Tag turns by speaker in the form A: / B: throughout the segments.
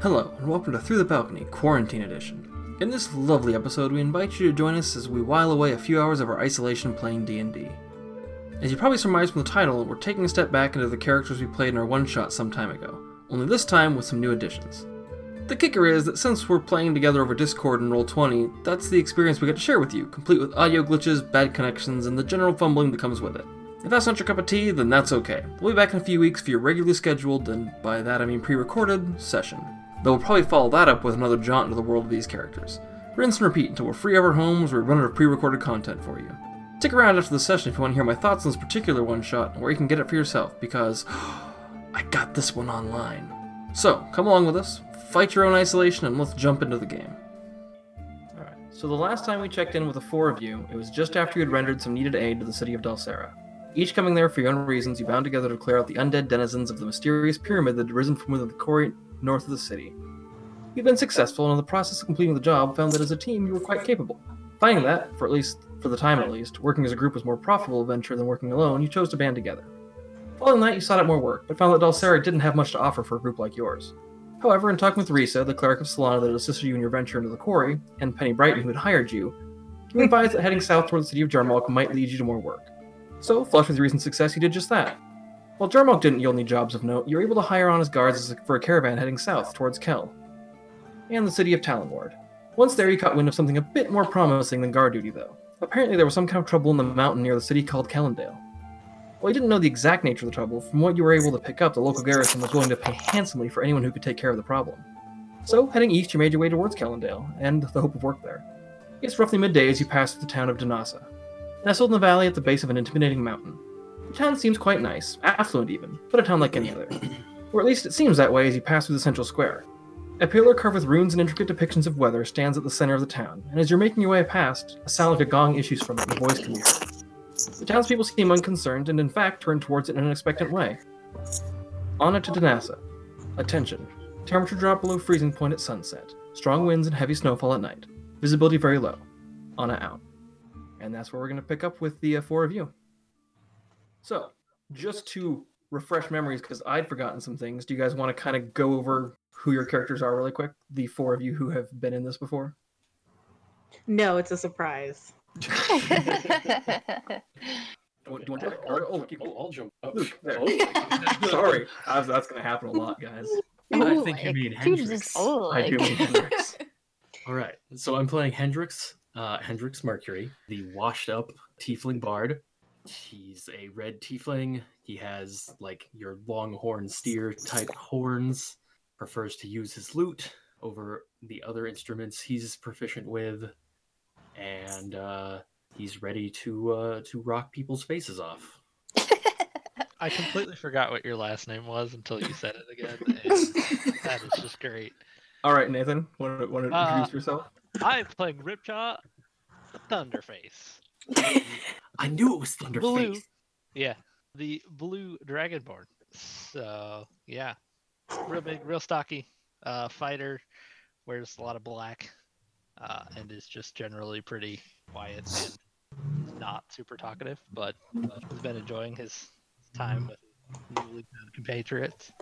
A: Hello, and welcome to Through the Balcony Quarantine Edition. In this lovely episode, we invite you to join us as we while away a few hours of our isolation playing D&D. As you probably surmised from the title, we're taking a step back into the characters we played in our one-shot some time ago, only this time with some new additions. The kicker is that since we're playing together over Discord and Roll20, that's the experience we get to share with you, complete with audio glitches, bad connections, and the general fumbling that comes with it. If that's not your cup of tea, then that's okay. We'll be back in a few weeks for your regularly scheduled, and by that I mean pre recorded, session. Though we'll probably follow that up with another jaunt into the world of these characters. Rinse and repeat until we're free of our homes or we run out of pre recorded content for you. Stick around after the session if you want to hear my thoughts on this particular one shot, or you can get it for yourself, because I got this one online. So, come along with us, fight your own isolation, and let's jump into the game. Alright, so the last time we checked in with the four of you, it was just after you had rendered some needed aid to the city of Dalsera. Each coming there for your own reasons, you bound together to clear out the undead denizens of the mysterious pyramid that had risen from within the quarry north of the city. You've been successful, and in the process of completing the job, found that as a team you were quite capable. Finding that, for at least for the time at least, working as a group was more profitable venture than working alone, you chose to band together. Following that, you sought out more work, but found that Dalsera didn't have much to offer for a group like yours. However, in talking with Risa, the cleric of Solana that had assisted you in your venture into the quarry, and Penny Brighton, who had hired you, you were advised that heading south toward the city of Jarmalk might lead you to more work. So, flushed with your recent success, you did just that. While Jarmok didn't yield any jobs of note, you were able to hire on as guards as- for a caravan heading south towards Kel and the city of Talonward. Once there, you caught wind of something a bit more promising than guard duty, though. Apparently, there was some kind of trouble in the mountain near the city called Calendale. While you didn't know the exact nature of the trouble, from what you were able to pick up, the local garrison was willing to pay handsomely for anyone who could take care of the problem. So, heading east, you made your way towards Calendale and the hope of work there. It's roughly midday as you pass through the town of Danasa nestled in the valley at the base of an intimidating mountain. The town seems quite nice, affluent even, but a town like any other. Or at least it seems that way as you pass through the central square. A pillar carved with runes and intricate depictions of weather stands at the center of the town, and as you're making your way past, a sound like a gong issues from it and a voice can be heard. The townspeople seem unconcerned and in fact turn towards it in an expectant way. On it to Danasa. Attention. Temperature drop below freezing point at sunset. Strong winds and heavy snowfall at night. Visibility very low. Anna out and that's where we're going to pick up with the uh, four of you. So, just to refresh memories, because I'd forgotten some things, do you guys want to kind of go over who your characters are really quick? The four of you who have been in this before?
B: No, it's a surprise.
A: Do you want to-
C: I'll,
A: or- oh, you-
C: I'll- I'll jump up.
A: Luke, there.
C: Oh, my goodness.
A: sorry, I was- that's going to happen a lot, guys.
D: I think you mean
E: Dude, this
D: Hendrix.
E: is old,
A: I do
E: like-
A: mean Hendrix.
D: All right. So I'm playing Hendrix, uh, Hendrix Mercury, the washed up tiefling bard. He's a red tiefling. He has like your longhorn steer type horns. Prefers to use his lute over the other instruments he's proficient with, and uh, he's ready to uh, to rock people's faces off.
F: I completely forgot what your last name was until you said it again. And that is just great.
A: All right, Nathan, want to, want to
F: Uh,
A: introduce yourself?
F: I am playing Ripjaw Thunderface.
D: I knew it was Thunderface.
F: Blue. Yeah, the blue dragonborn. So, yeah. Real big, real stocky uh, fighter. Wears a lot of black uh, and is just generally pretty quiet and not super talkative, but uh, has been enjoying his time with newly found compatriots.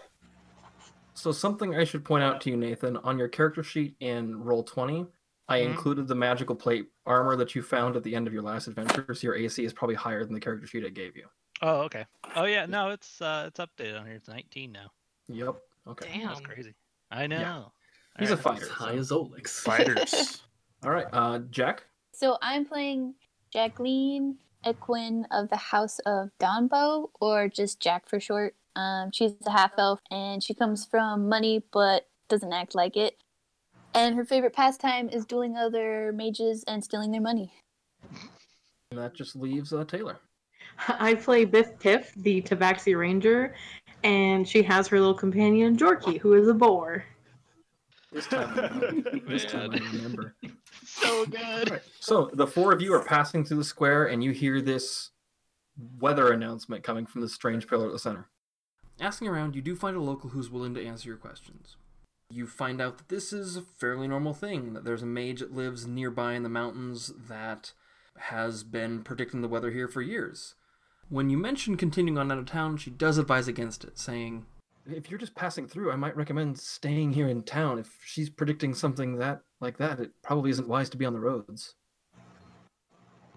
A: So something I should point out to you, Nathan, on your character sheet in roll twenty, I
F: Mhm.
A: included the magical plate armor that you found at the end of your last adventure, so your AC is probably higher than the character sheet I gave you.
F: Oh, okay. Oh yeah, no, it's uh it's updated on here. It's 19 now.
A: Yep. Okay.
E: Damn.
F: That's crazy. I know.
A: He's a
F: Alright.
A: fighter.
D: As high as Olix.
C: Fighters.
A: All right. Uh, Jack.
E: So I'm playing Jacqueline Equin of the House of Donbo, or just Jack for short. Um, she's a half elf and she comes from money but doesn't act like it. And her favorite pastime is dueling other mages and stealing their money.
A: And that just leaves uh, Taylor.
B: I play Biff Piff, the Tabaxi Ranger, and she has her little companion Jorky, who is a boar.
A: This time, I remember. this time I
F: Man.
A: remember.
F: so good.
A: So the four of you are passing through the square, and you hear this weather announcement coming from this strange pillar at the center. Asking around, you do find a local who's willing to answer your questions. You find out that this is a fairly normal thing, that there's a mage that lives nearby in the mountains that has been predicting the weather here for years. When you mention continuing on out of town, she does advise against it, saying, If you're just passing through, I might recommend staying here in town. If she's predicting something that like that, it probably isn't wise to be on the roads.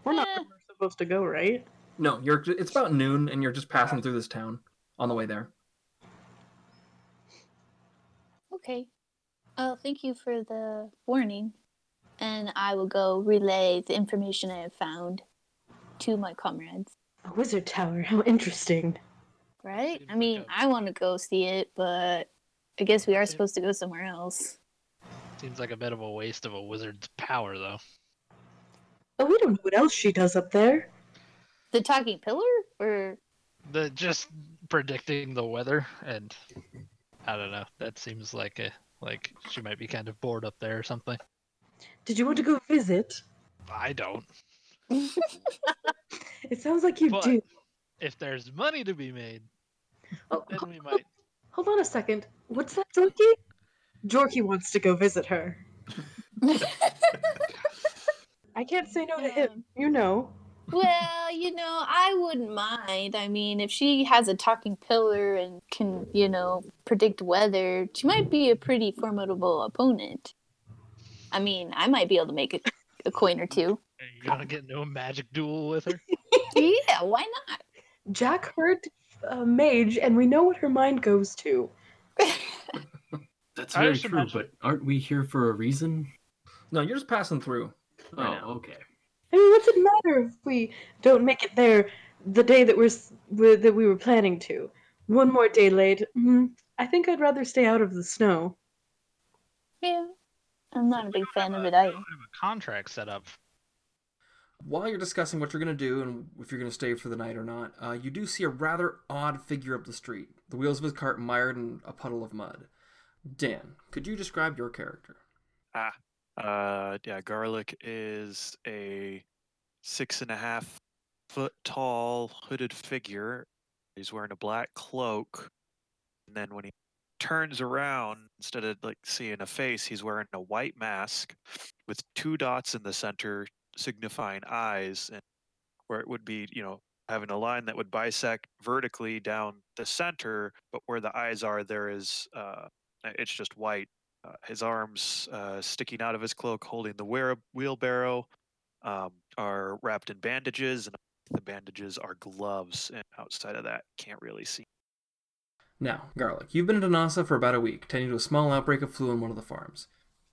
B: We're not
E: Yeah.
B: where we're supposed to go, right?
A: No, you're. It's about noon, and you're just passing through this town on the way there.
E: Okay. Oh, thank you for the warning. And I will go relay the information I have found to my comrades.
B: A wizard tower. How interesting.
E: Right?
F: Good
E: I mean,
F: workout.
E: I want to go see it, but I guess we are
F: Yeah.
E: supposed to go somewhere else.
F: Seems like a bit of a waste of a wizard's power, though.
B: Oh, we don't know what else she does up there.
E: The talking pillar? Or
F: The just predicting the weather, and I don't know. That seems like a like she might be kind of bored up there or something.
B: Did you want to go visit?
F: I don't.
B: It sounds like you
F: But-
B: do.
F: If there's money to be made,
B: Oh,
F: then
B: ho-
F: we might.
B: hold on a second. What's that, Jorky? Jorky wants to go visit her. I can't say no to him. You know.
E: Well, you know, I wouldn't mind. I mean, if she has a talking pillar and can, you know, predict weather, she might be a pretty formidable opponent. I mean, I might be able to make a, a coin or two.
F: Are you gonna get into a magic duel with her?
E: yeah, why not?
B: Jack heard uh, mage, and we know what her mind goes to.
D: That's
F: I
D: very
F: just
D: true,
F: imagine-
D: but aren't we here for a reason?
A: No, you're just passing through.
D: Oh,
A: Right now.
D: okay.
B: I mean, what's it matter if we don't make it there the day that we're, s- we that we were planning to? One more day late. Mm, I think I'd rather stay out of the snow.
E: Yeah. I'm not a big fan of it either.
F: We have a contract set up.
A: While you're discussing what you're going to do and if you're going to stay for the night or not, uh, you do see a rather odd figure up the street, the wheels of his cart mired in a puddle of mud. Dan, could you describe your character?
G: Uh, yeah, Garlic is a six and a half foot tall hooded figure. He's wearing a black cloak. And then when he turns around, instead of like seeing a face, he's wearing a white mask with two dots in the center signifying eyes and where it would be, you know, having a line that would bisect vertically down the center, but where the eyes are, there is uh, it's just white uh, his arms uh, sticking out of his cloak, holding the wear- wheelbarrow, um, are wrapped in bandages, and the bandages are gloves. And outside of that, can't really see.
A: Now, Garlic, you've been in Danasa for about a week, tending to a small outbreak of flu on one of the farms.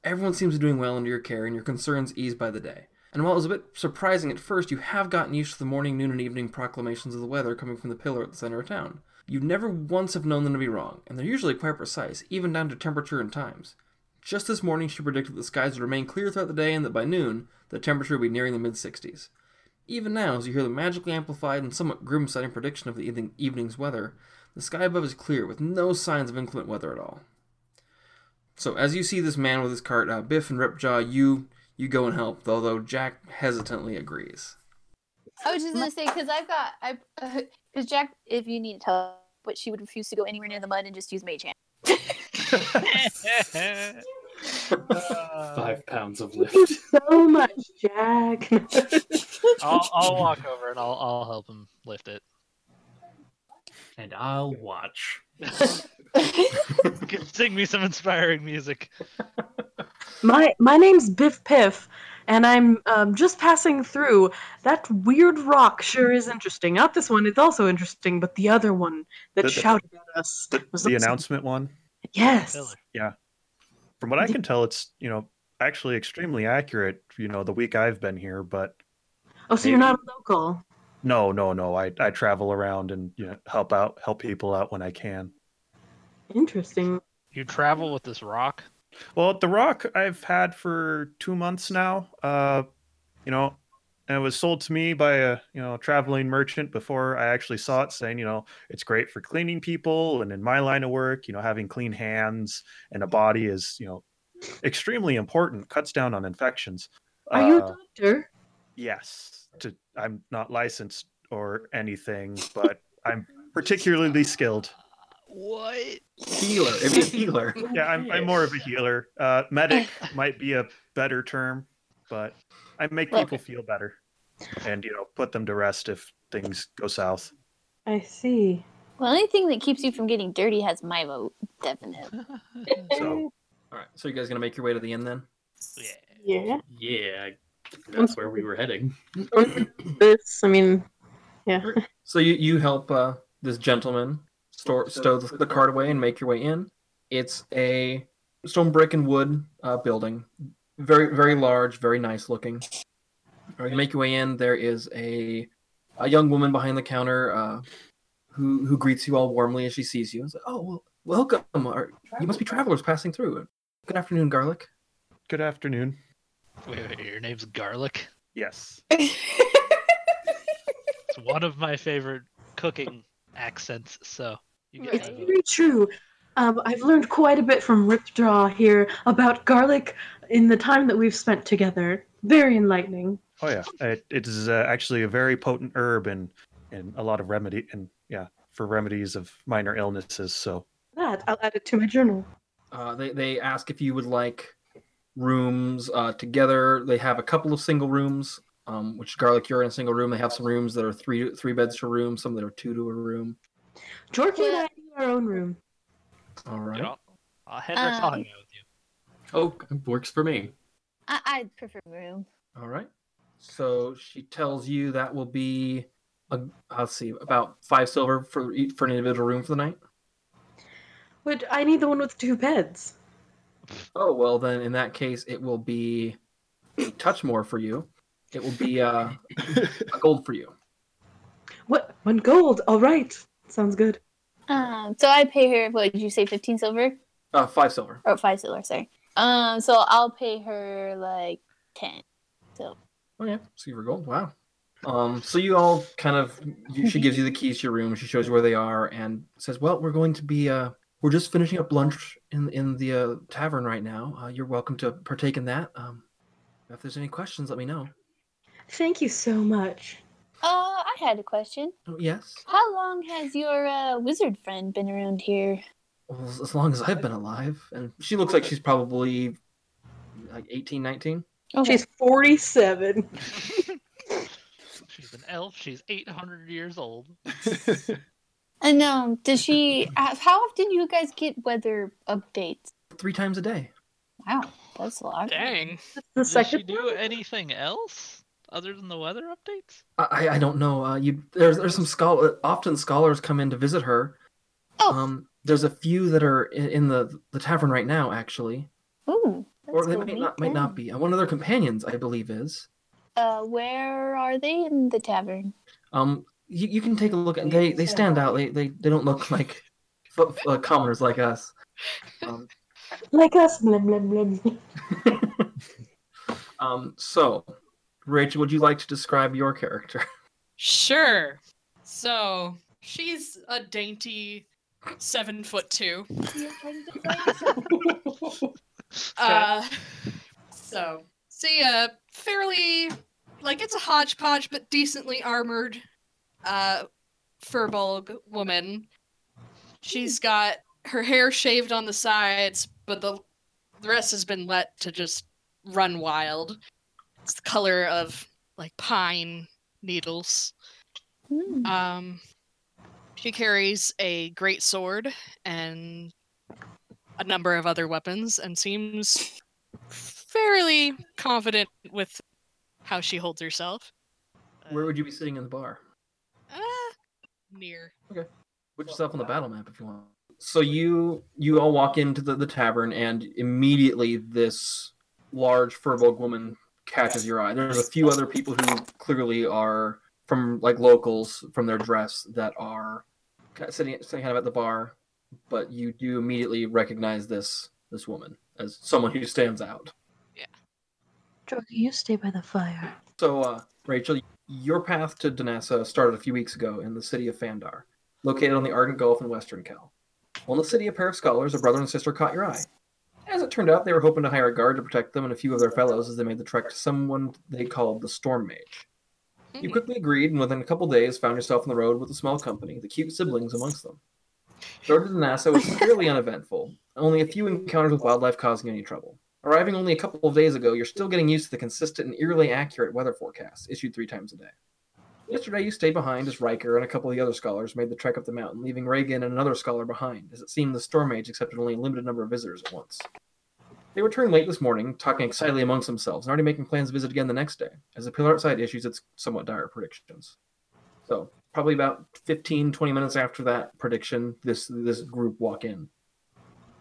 A: Everyone seems to be doing well under your care, and your concerns ease by the day. And while it was a bit surprising at first, you have gotten used to the morning, noon, and evening proclamations of the weather coming from the pillar at the center of town. You never once have known them to be wrong, and they're usually quite precise, even down to temperature and times. Just this morning, she predicted that the skies would remain clear throughout the day and that by noon, the temperature would be nearing the mid 60s. Even now, as you hear the magically amplified and somewhat grim sounding prediction of the evening, evening's weather, the sky above is clear with no signs of inclement weather at all. So as you see this man with his cart, uh, Biff and Ripjaw, you you go and help, although Jack hesitantly agrees.
E: I was just gonna say because I've got I because Jack, if you need help, but she would refuse to go anywhere near the mud and just use mage hand.
F: Uh,
D: Five pounds of
B: Thank you
D: lift.
B: so much, Jack.
F: I'll, I'll walk over and I'll, I'll help him lift it.
D: and I'll watch.
F: Sing me some inspiring music.
B: My my name's Biff Piff, and I'm um, just passing through. That weird rock sure is interesting. Not this one; it's also interesting, but the other one that
G: The- the-
B: shouted at us was
G: The
B: also-
G: announcement one,
B: Yes,
F: Killer.
G: from what I can tell, it's you know actually extremely accurate. You know, the week I've been here, but
B: Oh, so you're not a local.
G: no, no, no. I I travel around and you know help out, help people out when I can.
B: Interesting.
F: You travel with this rock.
G: Well, the rock I've had for two months now. Uh, you know, and it was sold to me by a you know traveling merchant before I actually saw it, saying you know it's great for cleaning people, and in my line of work, you know having clean hands and a body is you know extremely important. Cuts down on infections.
B: Are you a
G: Uh,
B: doctor?
G: yes. To, I'm not licensed or anything, but I'm particularly skilled.
F: What?
D: Healer. It'd be healer.
G: yeah I'm, I'm more of a healer uh medic might be a better term but i make
E: Well-
G: people feel better and you know put them to rest if things go south
B: I see.
E: Well, anything that keeps you from getting dirty has my vote, definitely.
A: So, all right. So you guys gonna make your way to the inn then?
F: yeah.
B: Yeah.
D: Yeah, that's where we were heading.
B: This, I mean,
A: So you you help uh, this gentleman store stow the, the cart away and make your way in. It's a stone brick and wood uh, building, very very large, very nice looking. All right, you make your way in. There is a a young woman behind the counter uh, who who greets you all warmly as she sees you. It's like, oh well, welcome. Are, you must be travelers passing through. Good afternoon, Garlic.
G: Good afternoon.
F: Wait, wait, your name's Garlic.
H: Yes.
F: It's one of my favorite cooking accents. So you get
B: it's
F: my vote.
B: very true. Um, I've learned quite a bit from Ripdraw here about garlic in the time that we've spent together. Very enlightening.
G: Oh yeah, it, it is uh, actually a very potent herb and and a lot of remedy and yeah for remedies of minor illnesses. So
B: That I'll add it to my journal.
A: Uh, they they ask if you would like rooms uh, together. They have a couple of single rooms, um, which garlic you're in a single room. They have some rooms that are three three beds to a room, some that are two to a room.
B: Jorky and
E: Yeah.
B: I need our own room.
A: All right.
F: You know, I'll Uh, Hendrix,
B: Uh,
F: I'll hang out with you.
D: Oh, it works for me.
E: I- I'd prefer room.
A: All right. So she tells you that will be, a, uh, let's see, about five silver for each for an individual room for the night.
B: But I need the one with two beds.
A: Oh well, then in that case, it will be a touch more for you. It will be uh, a gold for you.
B: What? One gold. All right. Sounds good.
E: Um, so I pay her. What did you say? Fifteen silver
A: Uh, five silver.
E: or five silver? Sorry. Um, so I'll pay her like ten.
A: Okay, silver gold. Wow. Um, so you all kind of you, she gives you the keys to your room. She shows you where they are and says, "Well, we're going to be uh, we're just finishing up lunch in in the uh, tavern right now. Uh, you're welcome to partake in that. Um, if there's any questions, let me know."
B: Thank you so much.
E: Uh, I had a question.
A: Oh, yes.
E: How long has your uh, wizard friend been around here?
A: Well, as- as long as I've been alive, and she looks like she's probably like 18, 19.
E: Okay.
B: She's 47.
F: She's an elf. She's 800 years old.
E: I know. um, Does she? uh, How often do you guys get weather updates?
A: Three times a day.
E: Wow, that's a lot.
F: Dang.
B: The
F: Does she
B: second
F: do anything else other than the weather updates?
A: I, I- I don't know. Uh, you there's there's some scholar often scholars come in to visit her.
E: Oh.
A: Um, there's a few that are in, in the the tavern right now, actually,
E: Ooh.
A: Um, or they
E: that's
A: might
E: cool.
A: not might not be. Uh, one of their companions, I believe, is.
E: Uh, where are they in the tavern?
A: Um, you, you can take a look at they they stand out. They they, they don't look like f- uh, commoners like us. Um,
B: like us, blim, blim, blim.
A: um, so, Rachel, would you like to describe your character?
I: Sure. So she's a dainty seven foot two.
E: Hmm.
I: Uh, so see a fairly like it's a hodgepodge but decently armored uh furbolg woman. She's got her hair shaved on the sides, but the the rest has been let to just run wild. It's the color of like pine needles.
E: Hmm.
I: Um, she carries a great sword and a number of other weapons, and seems fairly confident with how she holds herself.
A: Where would you be sitting in the bar?
I: Uh, near.
A: Put yourself on the battle map if you want. So you you all walk into the, the tavern and immediately this large furbolg woman catches your eye. There's a few other people who clearly are from like locals from their dress that are ki- sitting sitting kind of at the bar, but you do immediately recognize this this woman as someone who stands out.
B: Jorky, you stay by the fire.
A: So, uh, Rachel, your path to Danassa started a few weeks ago in the city of Fandar, located on the Ardent Gulf in Western Cal. While in the city, a pair of scholars, a brother and sister, caught your eye. As it turned out, they were hoping to hire a guard to protect them and a few of their fellows as they made the trek to someone they called the Storm Mage. You
I: Mhm.
A: quickly agreed, and within a couple days, found yourself on the road with a small company, the cute siblings amongst them. The road to Danassa was fairly uneventful, only a few encounters with wildlife causing any trouble. Arriving only a couple of days ago, you're still getting used to the consistent and eerily accurate weather forecasts issued three times a day. Yesterday, you stayed behind as Riker and a couple of the other scholars made the trek up the mountain, leaving Reagan and another scholar behind, as it seemed the storm mage accepted only a limited number of visitors at once. They returned late this morning, talking excitedly amongst themselves, and already making plans to visit again the next day, as the pillar outside issues its somewhat dire predictions. So, probably about 15, 20 minutes after that prediction, this this group walk in.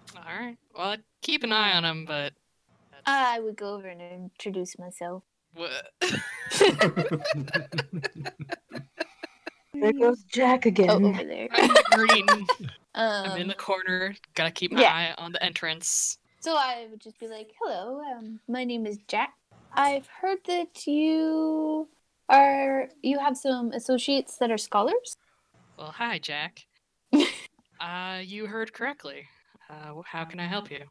I: All right. Well, I'd keep an eye on him, but
E: I would go over and introduce myself.
I: wha-
B: There goes Jack again.
E: Oh, over there.
I: I'm green. I'm in
E: Um,
I: the corner. Gotta keep my
E: yeah.
I: eye on the entrance.
E: so I would just be like, "Hello, um, my name is Jack. I've heard that you are you have some associates that are scholars."
I: Well, hi, Jack. uh, you heard correctly. Uh, how can I help
E: Hmm.
I: you?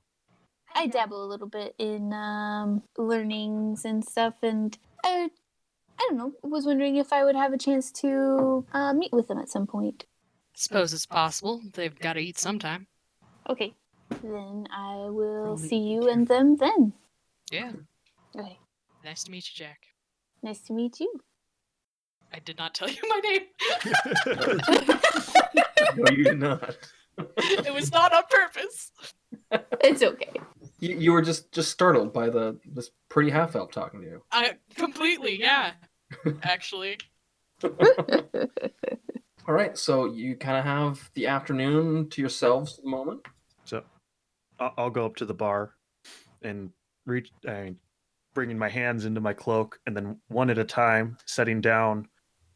E: I dabble a little bit in um, learnings and stuff, and I, I don't know, was wondering if I would have a chance to uh, meet with them at some point.
I: Suppose it's possible. They've got to eat sometime.
E: Okay, then I will
D: Probably
E: see you and them then.
I: Yeah.
E: Okay,
I: Nice to meet you, Jack.
E: nice to meet you.
I: I did not tell you my name.
A: No, you did not.
I: it was not on purpose.
E: It's okay.
A: You, you were just just startled by the this pretty half elf talking to you.
I: I completely, yeah. Actually,
A: All right, so you kind of have the afternoon to yourselves for the moment.
G: So I- I'll go up to the bar and reach and bringing my hands into my cloak and then one at a time setting down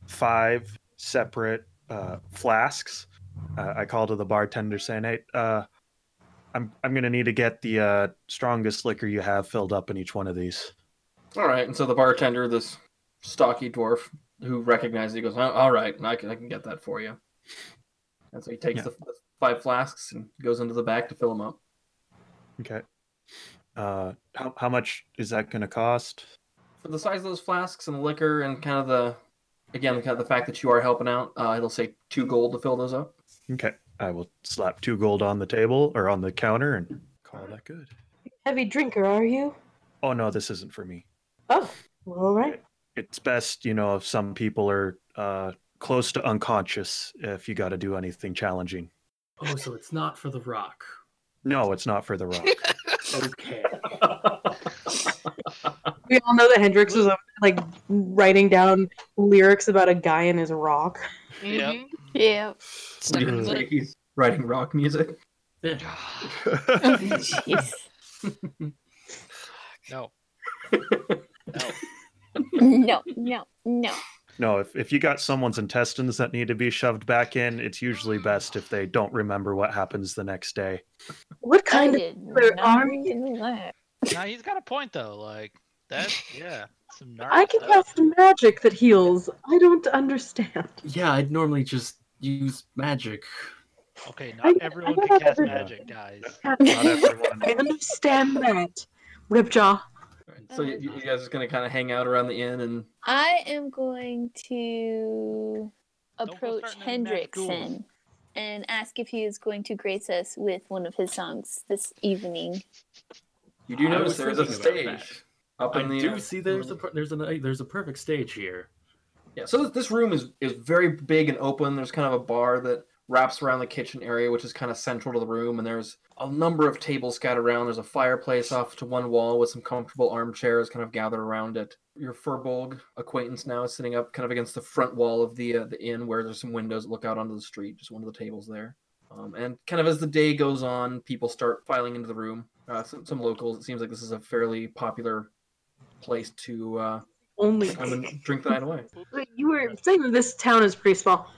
G: five separate uh, flasks. Uh, I call to the bartender saying, "Hey, uh, I'm I'm gonna need to get the uh, strongest liquor you have filled up in each one of these."
A: All right, and so the bartender, this stocky dwarf who recognizes you, goes, "Oh, "All right, I can I can get that for you." And so he takes
G: Yeah.
A: the, the five flasks and goes into the back to fill them up.
G: Okay. Uh, how how much is that gonna cost?
A: For the size of those flasks and the liquor and kind of the, again, kind of the fact that you are helping out, uh, it'll say two gold to fill those up.
G: Okay, I will slap two gold on the table or on the counter and call that good.
B: Heavy drinker, are you?
G: Oh no, this isn't for me.
B: Oh, well, all right.
G: it's best, you know, if some people are uh, close to unconscious if you got to do anything challenging.
D: Oh, so it's not for the rock.
G: No, it's not for the rock.
D: Okay.
B: We all know that Hendrix was like writing down lyrics about a guy and his rock.
F: Yep.
I: Mhm.
E: Yeah.
I: Stuck in the lip.
A: He's writing rock music.
D: Yeah.
E: Jeez.
F: No.
E: No, no, no.
G: no, if, if you got someone's intestines that need to be shoved back in, it's usually best if they don't remember what happens the next day.
B: What kind
E: I
B: of
E: did
B: other
E: not
B: army-
E: do that.
F: No, he's got a point though. Like that. Yeah. Some uh, gnarly
B: I can
F: stuff.
B: cast magic that heals. I don't understand.
D: yeah, I'd normally just use magic.
F: Okay,
B: I-
F: not everyone
B: I
F: can
B: got
F: cast
B: it.
F: magic, guys.
G: Not everyone.
B: I understand that. Ripjaw.
A: So you, you guys are going to kind of hang out around the inn and
E: I am going to
F: go
E: approach
F: starting any magic
E: Hendrickson and ask if he is going to grace us with one of his songs this evening.
A: you do
D: I
A: notice
D: was
A: there is a
D: thinking about
A: stage up
D: I
A: in the.
D: do
A: uh,
D: see there's a per- there's a there's a perfect stage here.
A: Yeah, so this- this room is is very big and open. There's kind of a bar that wraps around the kitchen area, which is kind of central to the room, and there's a number of tables scattered around. There's a fireplace off to one wall with some comfortable armchairs kind of gathered around it. Your Furbolg acquaintance now is sitting up kind of against the front wall of the uh, the inn where there's some windows that look out onto the street, just one of the tables there. Um, and kind of as the day goes on, people start filing into the room. Uh, some, some locals, it seems like this is a fairly popular place to uh,
B: Only
A: come and drink the night away.
B: But you were saying that this town is pretty small.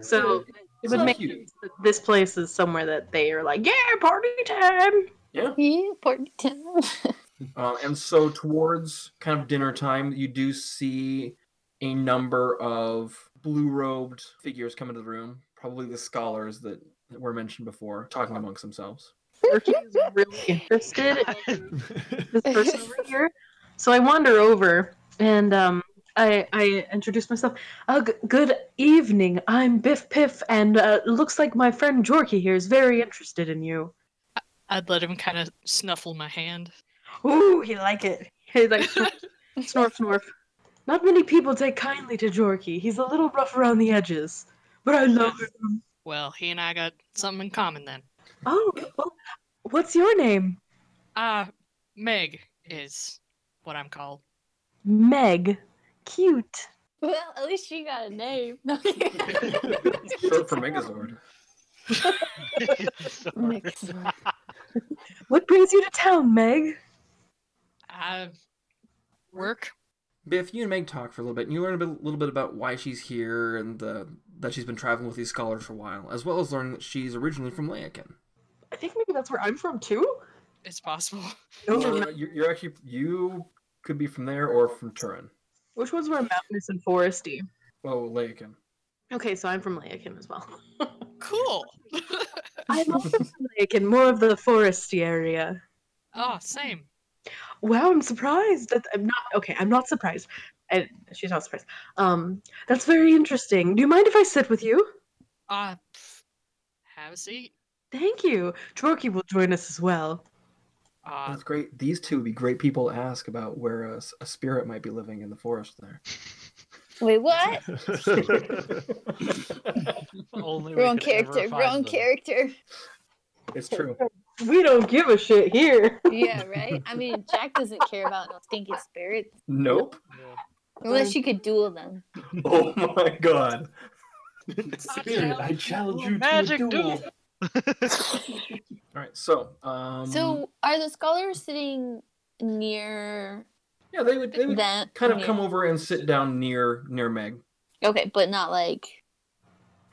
B: so it
A: It's
B: would
A: not
B: make
A: huge.
B: sense that this place is somewhere that they are like, yeah, party time.
A: Yeah.
E: Yeah, important time.
A: Uh, and so towards kind of dinner time, you do see a number of blue-robed figures come into the room, probably the scholars that, that were mentioned before, talking amongst themselves.
B: Turkey is really interested in this person over here. So I wander over and um, I, I introduce myself. Uh, g- good evening. I'm Biff Piff, and uh, looks like my friend Jorky here is very interested in you.
I: I'd let him kind of snuffle my hand.
B: Ooh, he like it. He like snort, snort, snort. Not many people take kindly to Jorky. He's a little rough around the edges, but I love him.
I: Well, he and I got something in common then.
B: Oh, well, what's your name?
I: Uh, Meg is what I'm called.
B: Meg. Cute.
E: Well, at least she got a name.
A: Short for Megazord.
E: Megazord.
B: What brings you to town, Meg?
I: I work.
A: Biff, you and Meg talk for a little bit, and you learn a bit, little bit about why she's here and uh, that she's been traveling with these scholars for a while, as well as learning that she's originally from Layakin.
B: I think maybe that's where I'm from too.
I: It's possible.
B: Oh,
A: Uh, you- you're actually you could be from there or from Turin.
B: Which ones were mountainous and foresty?
A: Oh, Layakin.
B: Okay, so I'm from Layakin as well.
I: Cool.
B: I'm also from Layakin, more of the foresty area.
I: Oh, same.
B: Wow, I'm surprised. That I'm not okay. I'm not surprised. I, she's not surprised. Um, that's very interesting. Do you mind if I sit with you?
I: Uh, pff, have a seat.
B: Thank you. Jorky will join us as well.
I: Uh,
A: That's great. These two would be great people to ask about where a, s- a spirit might be living in the forest there.
E: Wait, what?
F: Only we
E: Wrong
F: could ever
E: character.
F: find
E: Wrong
F: them.
E: character.
A: It's true.
B: We don't give a shit here.
E: Yeah, right. I mean, Jack doesn't care about no stinking spirits
A: Nope.
E: unless you could duel them.
A: Oh my god.
I: Spirit, I
A: challenge
F: you to a Magic duel. duel.
A: All right, so um,
E: So, are the scholars sitting near
A: yeah, they would they would
E: that?
A: kind of
E: yeah.
A: come over and sit down near near Meg.
E: Okay, but not like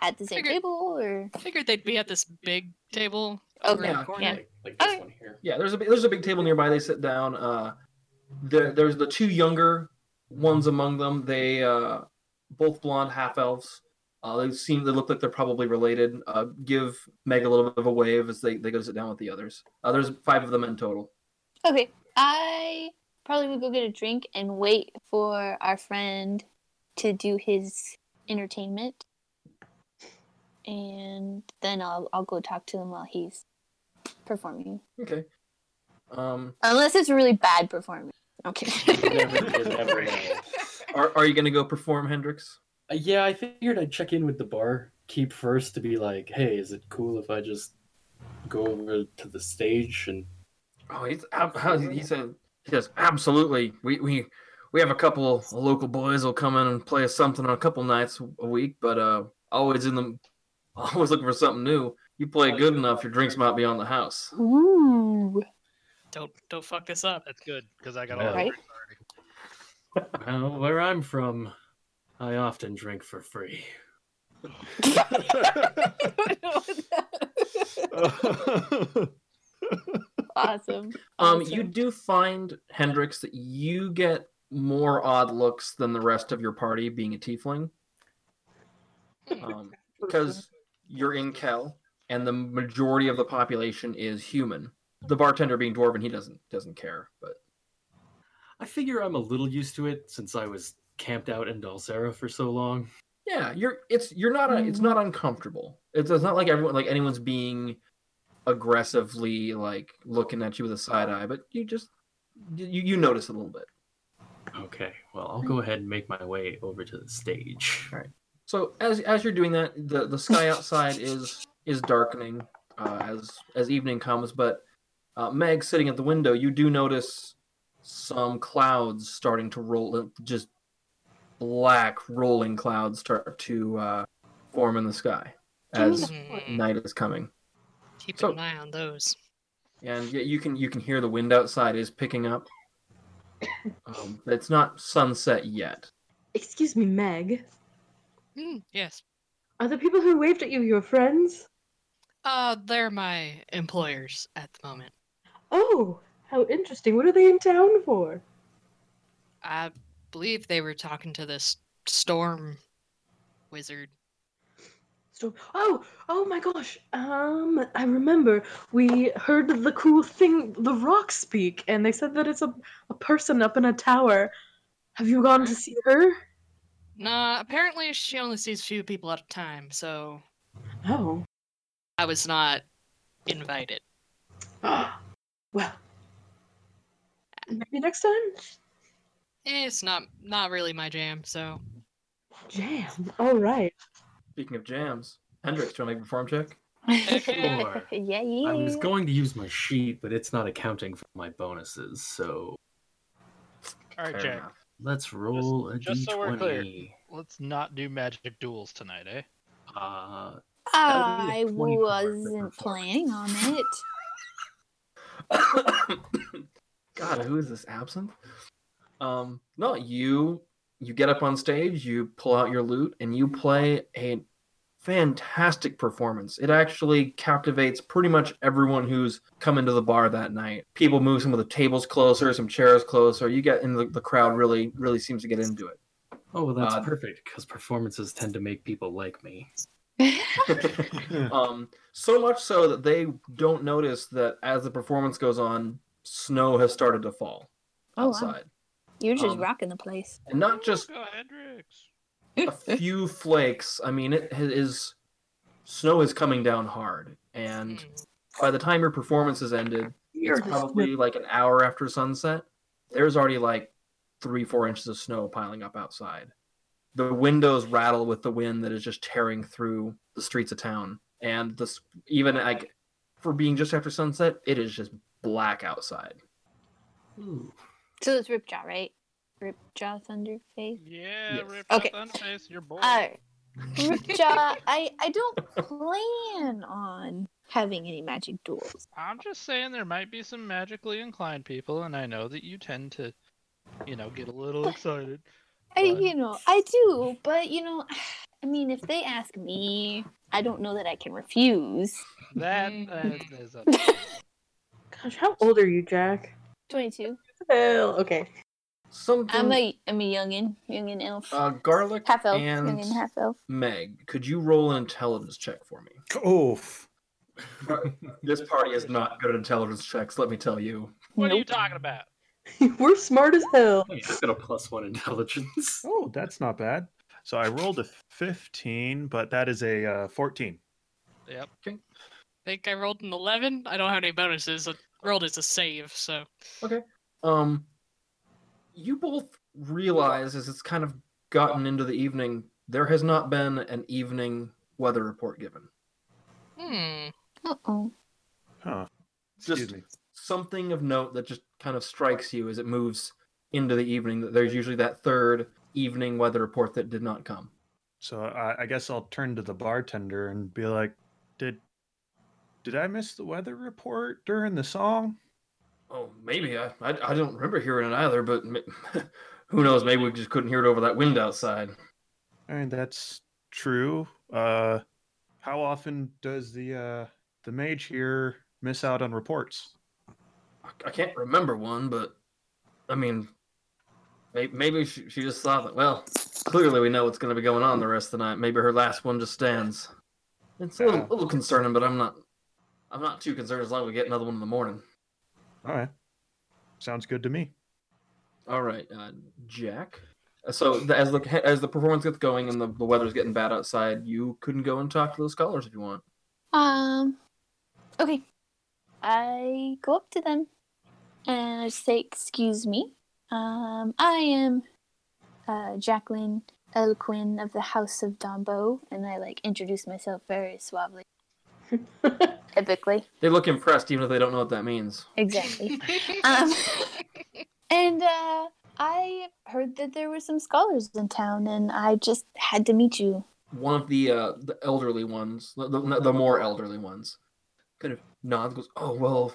E: at the same
I: Figured-
E: table or.
I: Figured they'd be at this big table over
E: Okay.
I: in
A: Yeah,
I: the corner.
D: Like, like this
E: Okay.
D: one here.
A: Yeah, there's a big- there's a big table nearby. They sit down. Uh, there there's the two younger ones among them. They uh, both blonde half elves. Uh, they seem they look like they're probably related. Uh, give Meg a little bit of a wave as they, they go sit down with the others. Uh, there's five of them in total.
E: Okay, I probably would go get a drink and wait for our friend to do his entertainment, and then I'll I'll go talk to him while he's performing.
A: Okay. Um,
E: Unless it's a really bad performance. Okay.
D: Never, never know.
A: are are you gonna go perform Hendrix?
D: Uh, Yeah, I figured I'd check in with the bar keep first to be like, hey, is it cool if I just go over to the stage and
A: Oh, he's ab- he said he says absolutely. We we we have a couple local boys will come in and play us something on a couple nights a week, but uh, always in the always looking for something new. You play good enough, your drinks might be on the house.
E: Ooh.
I: Don't don't fuck this up.
F: That's good because I got
D: Yeah.
F: all
E: Right?
D: well, where I'm from, I often drink for free.
E: awesome.
A: Um,
E: Awesome.
A: you do find Hendrix that you get more odd looks than the rest of your party, being a tiefling. Um, because you're in Kel, and the majority of the population is human. The bartender being dwarven, he doesn't doesn't care. But
D: I figure I'm a little used to it since I was camped out in Dulcera for so long.
A: yeah, you're it's you're not a, it's not uncomfortable. It's, it's not like everyone like anyone's being aggressively like looking at you with a side eye, but you just you you notice a little bit.
D: Okay, well, I'll go ahead and make my way over to the stage.
A: So as as you're doing that, the the sky outside is is darkening uh, as as evening comes. But uh, Meg, sitting at the window, you do notice some clouds starting to roll, uh, just black rolling clouds start to uh, form in the sky as
I: Hmm,
A: night is coming.
I: Keep
A: So-
I: an eye on those.
A: And yet you can you can hear the wind outside is picking up. Um, it's not sunset yet.
B: Excuse me, Meg.
I: Hmm, yes.
B: Are the people who waved at you your friends?
I: Uh, they're my employers at the moment.
B: Oh, how interesting. What are they in town for?
I: I believe they were talking to this storm wizard.
B: Storm. Oh, oh my gosh. Um, I remember we heard the cool thing, the rock speak, and they said that it's a, a person up in a tower. Have you gone to see her?
I: Nah, apparently she only sees few people at a time, so
B: Oh.
I: I was not invited.
B: well. Maybe next time?
I: eh, it's not not really my jam. So
B: Jam. All right.
A: Speaking of jams, Hendrix, do you want to make a perform check?
D: Sure.
E: yeah,
D: I was
E: yeah.
D: going to use my sheet, but it's not accounting for my bonuses, so
F: All right,
A: Fair
F: Jack.
A: enough.
D: let's roll a
F: just so we're clear.
D: D20.
F: Let's not do magic duels tonight, eh?
D: Uh, That would be a
E: I
D: 20 power to perform.
E: wasn't planning on it.
A: God, who is this absinthe? Um, no, you you get up on stage, you pull out your lute, and you play a fantastic performance. It actually captivates pretty much everyone who's come into the bar that night. People move some of the tables closer, some chairs closer. You get in the, the crowd really really seems to get into
D: oh, well, that's
A: Uh,
D: perfect because performances tend to make people like me.
A: it. Um, so much so that they don't notice that as the performance goes on, snow has started to fall
E: Oh, wow.
A: outside.
E: You're just
A: Um,
E: rocking the place.
A: And not just
F: Go Hendrix.
A: a few flakes. I mean, it is snow is coming down hard, and
I: hmm.
A: by the time your performance is ended, it's probably like an hour after sunset. There's already like three, four inches of snow piling up outside. The windows rattle with the wind that is just tearing through the streets of town, and this even like for being just after sunset, it is just black outside.
D: Ooh.
E: So it's Ripjaw, right? Ripjaw Thunderface.
F: Yeah,
A: Yes.
F: rip
E: Okay.
F: Thunderface, you're bored.
E: Uh, Ripjaw, I I don't plan on having any magic duels.
F: I'm just saying there might be some magically inclined people, and I know that you tend to, you know, get a little excited.
E: I,
F: But-
E: you know, I do, but you know, I mean, if they ask me, I don't know that I can refuse.
F: That
I: Mm.
F: uh, is a
B: Gosh, how old are you, Jack?
E: Twenty-two.
B: Hell, okay.
A: Something.
E: I'm a I'm a youngin, youngin elf,
A: uh, garlic
E: half elf,
A: and
E: youngin half elf.
A: Meg, could you roll an intelligence check for me?
G: Oof.
A: This party is not good at intelligence checks, let me tell you.
F: What are you talking about?
B: We're smart as hell.
D: Hey, I've got a plus one intelligence.
G: Oh, that's not bad. So I rolled a 15, but that is a uh, 14.
F: Yep.
I: I think I rolled an eleven. I don't have any bonuses. I rolled as a save, so
A: Um, you both realize as it's kind of gotten into the evening, there has not been an evening weather report given.
I: hmm.
E: Uh oh.
G: Huh.
A: Just-
G: Excuse me.
A: Something of note that just kind of strikes you as it moves into the evening that there's usually that third evening weather report that did not come.
G: So I, I guess I'll turn to the bartender and be like, "Did did I miss the weather report during the song?"
A: Oh, maybe I I, I don't remember hearing it either, but ma- who knows? Maybe we just couldn't hear it over that wind outside.
G: I mean, that's true. Uh, how often does the uh, the mage here miss out on reports?
A: I, I can't remember one, but I mean, may- maybe she, she just thought that. Well, clearly we know what's going to be going on the rest of the night. Maybe her last one just stands. It's a little,
G: Yeah.
A: little concerning, but I'm not. I'm not too concerned as long as we get another one in the morning.
G: All right, sounds good to me.
A: All right, uh, Jack. Uh, So the, as the as the performance gets going and the, the weather's getting bad outside, you couldn't go and talk to those scholars if you want.
E: Um, okay. I go up to them and I just say, "Excuse me. Um, I am uh, Jacqueline Elquin of the House of Dombo," and I like introduce myself very suavely, epically,
A: They look impressed, even if they don't know what that means.
E: exactly. um, and uh, I heard that there were some scholars in town, and I just had to meet you.
A: one of the uh, the elderly ones, the, the, the more elderly ones, kind of nods, goes, "Oh well,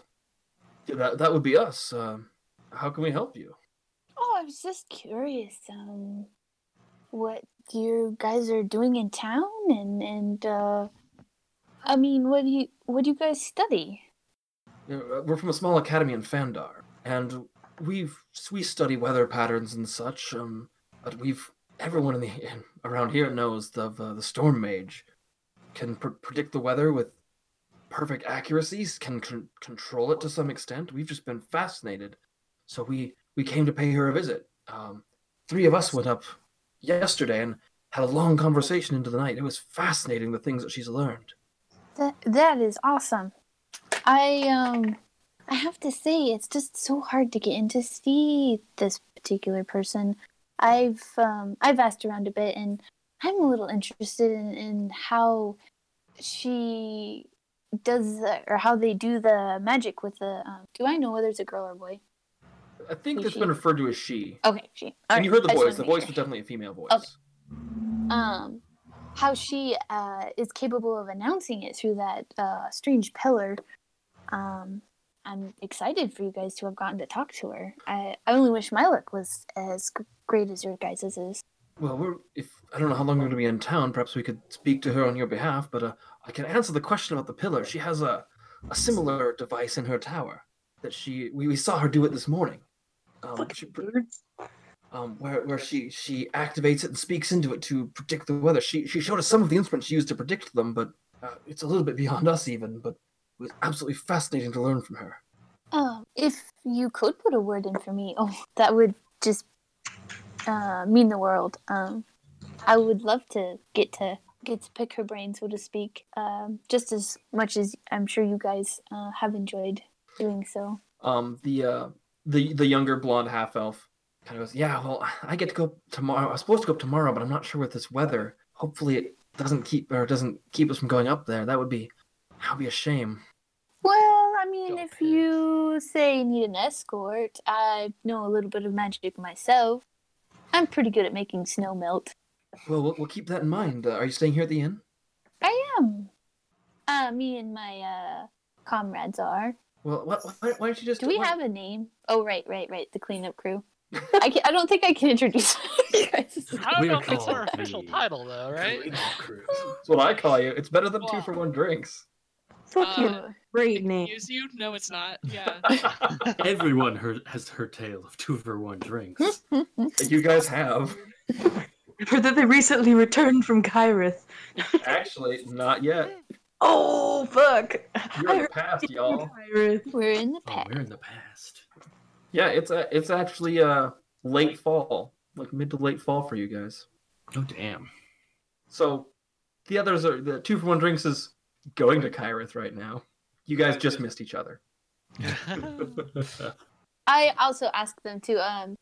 A: yeah, that that would be us. Um, how can we help you?"
E: Oh, I was just curious, um, what you guys are doing in town, and and uh, I mean, what do you what do you guys study?
A: You know, We're from a small academy in Fandar, and we've we study weather patterns and such. Um, but we've everyone in the around here knows the the, the storm mage can pr- predict the weather with perfect accuracy, can con- control it to some extent. We've just been fascinated, so we we came to pay her a visit. Um, three of us went up yesterday and had a long conversation into the night. It was fascinating the things that she's learned.
E: That that is awesome. I um, I have to say, it's just so hard to get in to see this particular person. I've um, I've asked around a bit, and I'm a little interested in, in how she does the, or how they do the magic with the. Um, do I know whether it's a girl or boy?
A: I think that's been referred to as she.
E: Okay, she.
A: and
E: Alright,
A: you heard the
E: I just
A: voice. The
E: wanna make Oh.
A: voice was definitely a female voice.
E: Okay. um, how she uh, is capable of announcing it through that uh, strange pillar. Um, I'm excited for you guys to have gotten to talk to her. I, I only wish my luck was as g- great as your guys' is.
A: Well, we're, if I don't know how long we're going to be in town, perhaps we could speak to her on your behalf. But uh, I can answer the question about the pillar. She has a, a similar device in her tower that she we, we saw her do it this morning. Um, she- um, where where she she activates it and speaks into it to predict the weather. She she showed us some of the instruments she used to predict them, but uh, it's a little bit beyond us even. But it was absolutely fascinating to learn from her.
E: Um, if you could put a word in for me, oh, that would just uh, mean the world. Um, I would love to get to get to pick her brain, so to speak, um, just as much as I'm sure you guys uh, have enjoyed doing so.
A: um the uh the the younger blonde half elf kind of goes yeah well i get to go tomorrow i was supposed to go up tomorrow but i'm not sure with this weather hopefully it doesn't keep or doesn't keep us from going up there that would be that would be a shame
E: Well, I mean, if you say you need an escort, I know a little bit of magic myself. I'm pretty good at making snow melt.
A: well we'll, we'll keep that in mind uh, are you staying here at the inn
E: I am. Uh, me and my uh, comrades are.
A: well what, why, why don't you just
E: Do we
A: why-
E: have a name? Oh, right, right, right. The cleanup crew. I, can, I don't think I can introduce you guys.
F: I don't
A: We
F: know
A: are
F: if that's our
A: called
F: official
A: the-
F: title though, right?
A: that's what i call you it's better than two for one drinks
B: Fucking
I: Uh,
B: great name.
I: Use you? No, it's not. Yeah.
D: Everyone heard, has heard tale of two for one drinks.
A: you guys have
B: Or that they recently returned from Kyrith.
A: actually not yet
B: Oh fuck!
A: you're in
B: I
A: the past y'all
B: heard Kyrith.
E: We're in the
D: Oh,
E: past.
D: we're in the past.
A: yeah it's a, it's actually uh late fall like mid to late fall for you guys
D: Oh, damn.
A: So the others are the two for one drinks is going to Kyrith right now. You guys just missed each other.
E: I also asked them to. Um,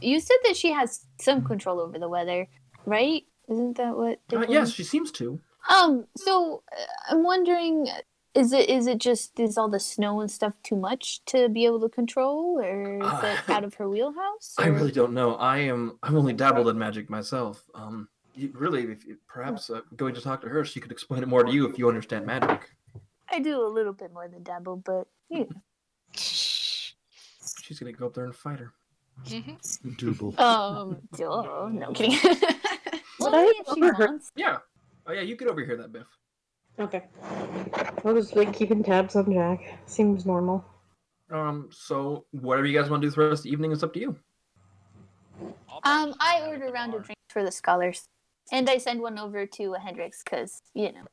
E: you said that she has some control over the weather, right? Isn't that what?
A: Uh,
E: Dick
A: yes, she seems to.
E: Um. So uh, I'm wondering, is it is it just is all the snow and stuff too much to be able to control, or is
A: Uh,
E: it out of her wheelhouse?
A: I
E: or-
A: really don't know. I am. I've only dabbled in magic myself. Um, you- really, if you- perhaps uh, going to talk to her, she could explain it more to you if you understand magic.
E: I do a little bit more than dabble, but you know.
A: Oh She's gonna go up there and fight her.
I: Mhm.
C: Double.
E: um. Duh, no kidding.
B: Would
E: well,
B: I
E: maybe if she
B: overheard-
E: wants.
A: Yeah. Oh yeah, you could overhear that, Biff.
B: Okay. I'll just like keeping tabs on Jack. Seems normal.
A: Um. So whatever you guys want to do for the rest of the evening is up to you.
E: Um. I order a round of drinks for the scholars, and I send one over to Hendrix because you know,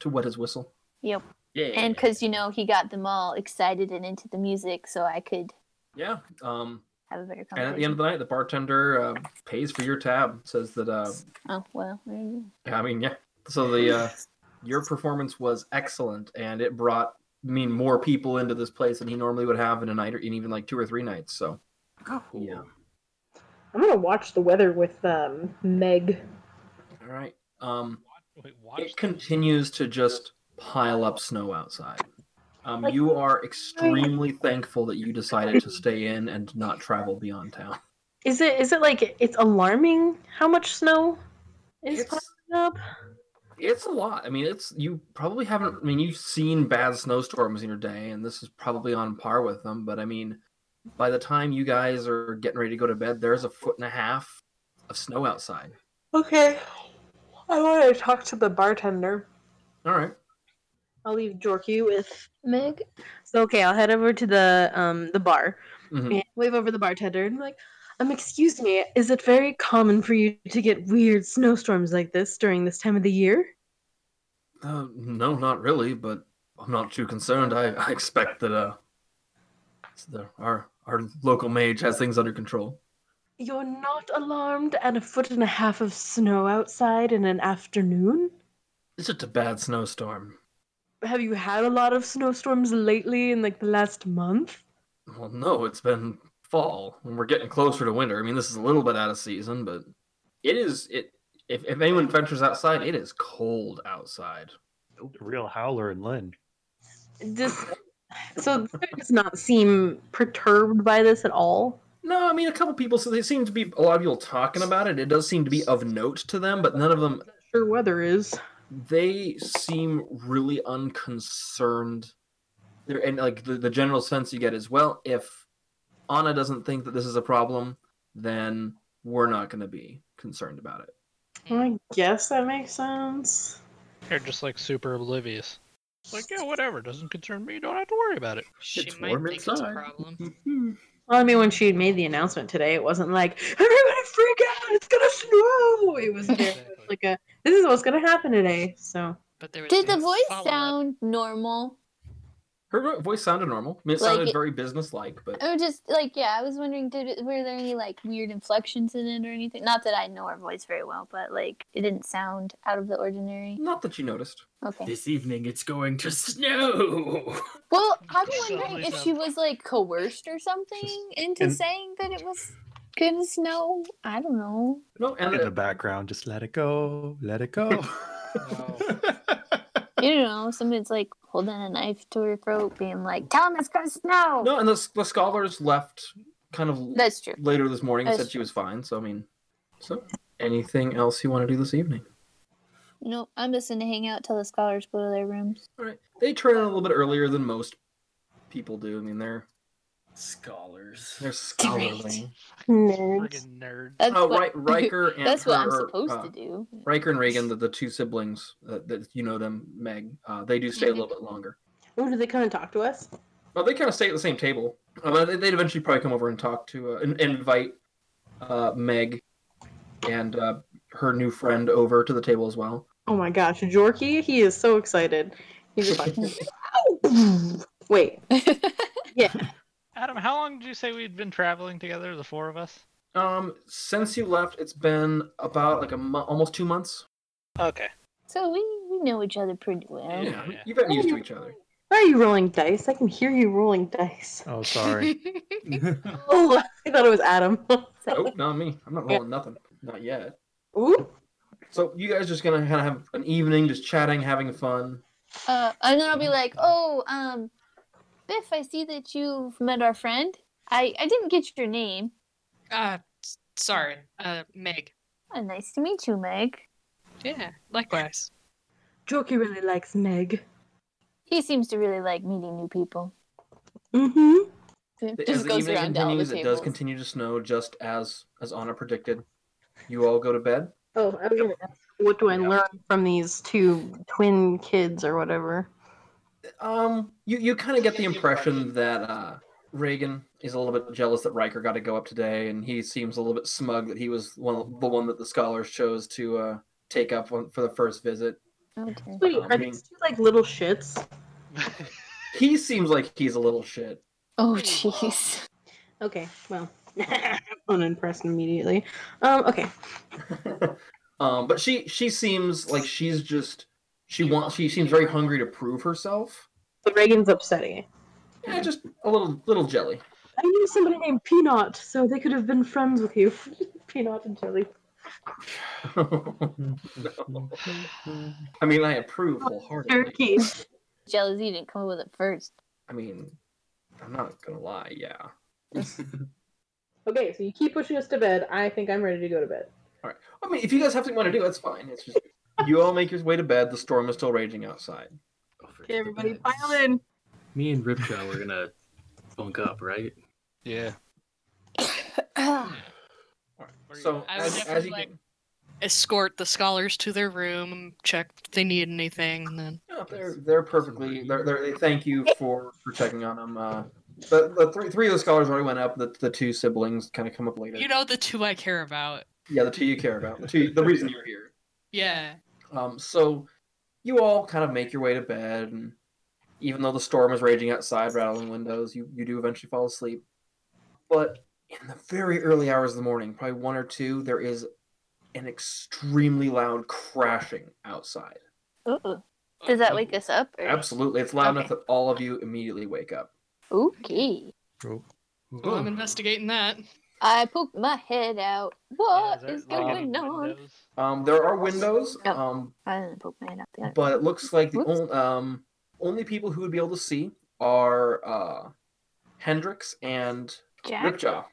A: To wet his whistle.
E: Yep.
A: Yeah.
E: and because you know he got them all excited and into the music, so I could
A: yeah. Um.
E: have a better
A: And
E: conversation.
A: at the end of the night, the bartender uh, pays for your tab. Says that uh,
E: oh well. there you go.
A: Yeah, I mean, yeah. So the uh, your performance was excellent, and it brought I mean more people into this place than he normally would have in a night, or in even like two or three nights. So
D: Oh.
A: yeah,
B: I'm gonna watch the weather with um Meg.
A: all right. Um,
F: Wait, watch
A: it continues to just pile up snow outside. Um, you are extremely thankful that you decided to stay in and not travel beyond town.
B: Is it is it like it's alarming how much snow is
A: It's-
B: piling up?
A: It's a lot. I mean, it's you probably haven't. I mean, you've seen bad snowstorms in your day, and this is probably on par with them. But I mean, by the time you guys are getting ready to go to bed, there's a foot and a half of snow outside.
B: Okay. I want to talk to the bartender.
A: All right.
B: I'll leave Jorky with Meg. So okay, I'll head over to the um the bar
A: Mhm.
B: and wave over the bartender and be like, um, excuse me, is it very common for you to get weird snowstorms like this during this time of the year?
A: Uh, no, not really. But I'm not too concerned. I, I expect that uh, it's the, our our local mage has things under control.
B: You're not alarmed at a foot and a half of snow outside in an afternoon?
A: It's just a bad snowstorm.
B: Have you had a lot of snowstorms lately in like the last month?
A: Well, no, it's been fall when we're getting closer to winter. I mean, this is a little bit out of season, but it is it. If, if anyone ventures outside, it is cold outside.
G: Real howler and Lynn.
B: Does, so Claire does not seem perturbed by this at all.
A: No, I mean a couple people. So they seem to be a lot of people talking about it. It does seem to be of note to them, but none of them.
B: Sure, weather is.
A: They seem really unconcerned. They're, and like the, the general sense you get is, well, if Anna doesn't think that this is a problem, then we're not going to be concerned about it.
I: Mm.
B: I guess that makes sense.
F: They're just like super oblivious. It's like, yeah, whatever. Doesn't concern me. Don't have to worry about it.
I: She
A: It's
I: might
A: warm
I: think it's a
A: inside.
I: problem.
B: Well, I mean, when she made the announcement today, it wasn't like everybody freak out, it's gonna snow. It was very much like a this is what's gonna happen today. So
I: But there was
E: Did
I: no
E: the voice
I: follow-up.
E: sound normal?
A: Her vo- voice sounded normal. I mean, it
E: Like
A: sounded
E: it-
A: very business-like, but
E: I was just like, yeah, I was wondering, did it, were there any like weird inflections in it or anything? Not that I know her voice very well, but like it didn't sound out of the ordinary.
A: not that you noticed.
E: Okay.
D: This evening it's going to snow.
E: Well, I'm
F: Sounds
E: wondering
F: like
E: if
F: a-
E: she was like coerced or something into
G: And-
E: saying that it was gonna snow. I don't know.
A: No, and
G: In the
A: uh,
G: background, just let it go, let it go.
E: You know, somebody's like holding a knife to her throat, being like, "Tell him it's gonna snow."
A: no, and the, the scholars left kind of
E: That's true.
A: later this morning.
E: That's
A: said she was fine. So I mean, so anything else you want to do this evening?
E: No, I'm just gonna hang out till the scholars go to their rooms.
A: All right, they turn in a little bit earlier than most people do. I mean, they're
D: Scholars.
A: they're scholarly.
B: nerds.
F: Friggin' nerds.
E: That's
A: Oh,
E: what,
A: right, Riker and
E: That's what I'm
A: her-
E: supposed
A: uh,
E: to do.
A: Riker and Reagan, the, the two siblings uh, that you know them, Meg. Uh, they do stay
E: Mm-hmm.
A: a little bit longer.
B: Oh, do they come and talk to us?
A: Well, they kind of stay at the same table. Uh, but they- they'd eventually probably come over and talk to uh, and, and invite uh, Meg and uh, her new friend over to the table as well.
B: Oh my gosh, Jorky, he is so excited. He's just like, "Ow!" wait,
F: Adam, how long did you say we'd been traveling together, the four of us?
A: Um, since you left, it's been about like a mo- almost two months.
F: Okay.
E: So we, we know each other pretty well.
A: Yeah,
F: yeah.
A: you've gotten used to each other.
B: why are you rolling dice? I can hear you rolling dice.
G: oh, sorry.
B: Oh, I thought it was Adam.
A: Nope, not me. I'm not rolling nothing. Not yet.
B: Ooh,
A: So you guys just gonna kind of have an evening, just chatting, having fun.
E: Uh, and then I'll be like, "Oh, um, Biff, I see that you've met our friend. I I didn't get your name.
I: Uh, s- sorry. Uh, Meg.
E: Oh, nice to meet you, Meg.
I: Yeah, likewise.
B: Jorky really likes Meg.
E: He seems to really like meeting new people.
B: Mm-hmm.
E: It
A: as
E: Just
A: the
E: goes
A: evening
E: around to all the
A: continues,
E: tables.
A: it does continue to snow, just as as Anna predicted. You all go to bed.
B: Oh, I was gonna ask, what do I learn from these two twin kids or whatever?
A: Um, you you kind of get the impression that uh, Reagan is a little bit jealous that Riker got to go up today, and he seems a little bit smug that he was one of, the one that the scholars chose to uh, take up on, for the first visit.
E: Oh, dear.
B: Wait,
A: Um,
B: are these two like little shits?
A: He seems like he's a little shit.
E: Oh, jeez.
B: Okay, well, unimpressed immediately. Um, okay,
A: um, but she she seems like she's just she wants she seems very hungry to prove herself.
B: so Reagan's upsetting.
A: Yeah, just a little little jelly.
B: I knew somebody named Peanut, so they could have been friends with you. Peanut and Jelly.
D: Oh,
A: I mean, I approve wholeheartedly.
B: Turkey.
E: Jealousy didn't come up with it first.
A: I mean, I'm not gonna lie. Yeah.
B: Okay, so you keep pushing us to bed. I think I'm ready to go to bed.
A: I mean, if you guys have something you want to do, that's fine. It's just you all make your way to bed. The storm is still raging outside.
D: Over to
B: Okay,
D: the
B: everybody,
D: beds.
B: pile in.
D: Me and Ripjaw were gonna bunk up, right?
F: Yeah.
E: Uh-uh.
A: Alright, So
I: I would
A: as,
I: definitely
A: as you
I: like-
A: get
I: Escort the scholars to their room, check if they need anything, and then.
A: Yeah, they're they're perfectly. They're, they're, they thank you for for checking on them. Uh, the, the three three of the scholars already went up. The, the two siblings kind of come up later.
I: You know the two I care about.
A: yeah, the two you care about. The two, the reason you're here.
I: Yeah.
A: Um, so you all kind of make your way to bed, and even though the storm is raging outside, rattling windows, you, you do eventually fall asleep. But in the very early hours of the morning, probably one or two, there is an extremely loud crashing outside.
E: Ooh. Does that wake us up? Or...
A: Absolutely, it's loud enough
E: Okay.
A: that all of you immediately wake up.
E: Okay.
I: Well,
D: Oh,
I: I'm investigating that.
E: I poked my head out. What is
F: there
E: going
F: locked
E: on?
F: windows?
A: Um, there are windows,
E: Oh.
A: um,
E: I didn't poke my head out. Yeah.
A: but it looks like the
E: Whoops.
A: only, um, only people who would be able to see are uh, Hendrix and
E: Jack.
A: Ripjaw.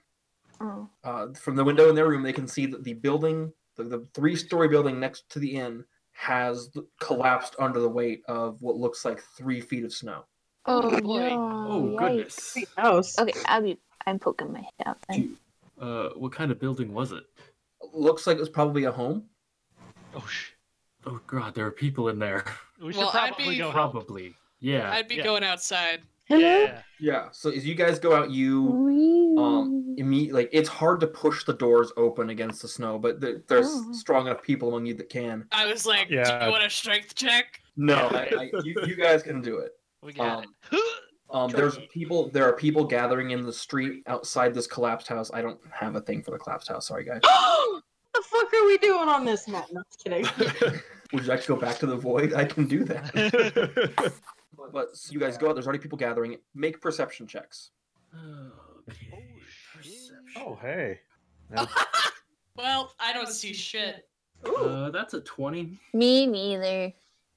E: Oh.
A: Uh, from the window in their room, they can see that the building, the, the three story building next to the inn, has collapsed under the weight of what looks like three feet of snow.
E: Oh,
I: boy.
E: no,
D: Oh
E: yikes.
D: goodness.
B: House.
E: Okay, I'll be. I'm poking my head out. Then.
D: Uh, what kind of building was it?
A: Looks like it was probably a home.
F: Oh, sh-
D: Oh god, there are people in there.
F: we should
I: Well, I'd
F: probably
I: be-
D: Oh,
F: go help.
D: Probably. Yeah.
I: I'd be
F: yeah.
I: going outside.
B: Hello.
F: Yeah.
A: Yeah. So as you guys go out, you um
E: Um,
A: imme- like it's hard to push the doors open against the snow, but there, there's
E: Oh.
A: strong enough people among you that can.
I: I was like, do
G: Yeah.
I: you want a strength check?
A: No, I, I, you, you guys can do it.
F: We got
A: Um,
F: it.
A: Um, there's people. There are people gathering in the street outside this collapsed house. I don't have a thing for the collapsed house. Sorry, guys.
B: what the fuck are we doing on this map? No, just kidding.
A: Would you like to go back to the void? I can do that.
G: Oh,
A: But, but so you guys go out. There's already people gathering. Make perception checks.
D: Okay,
F: Oh, shit.
D: perception.
G: Oh hey.
I: Well, I don't see shit.
D: Uh, that's a twenty.
E: Me neither.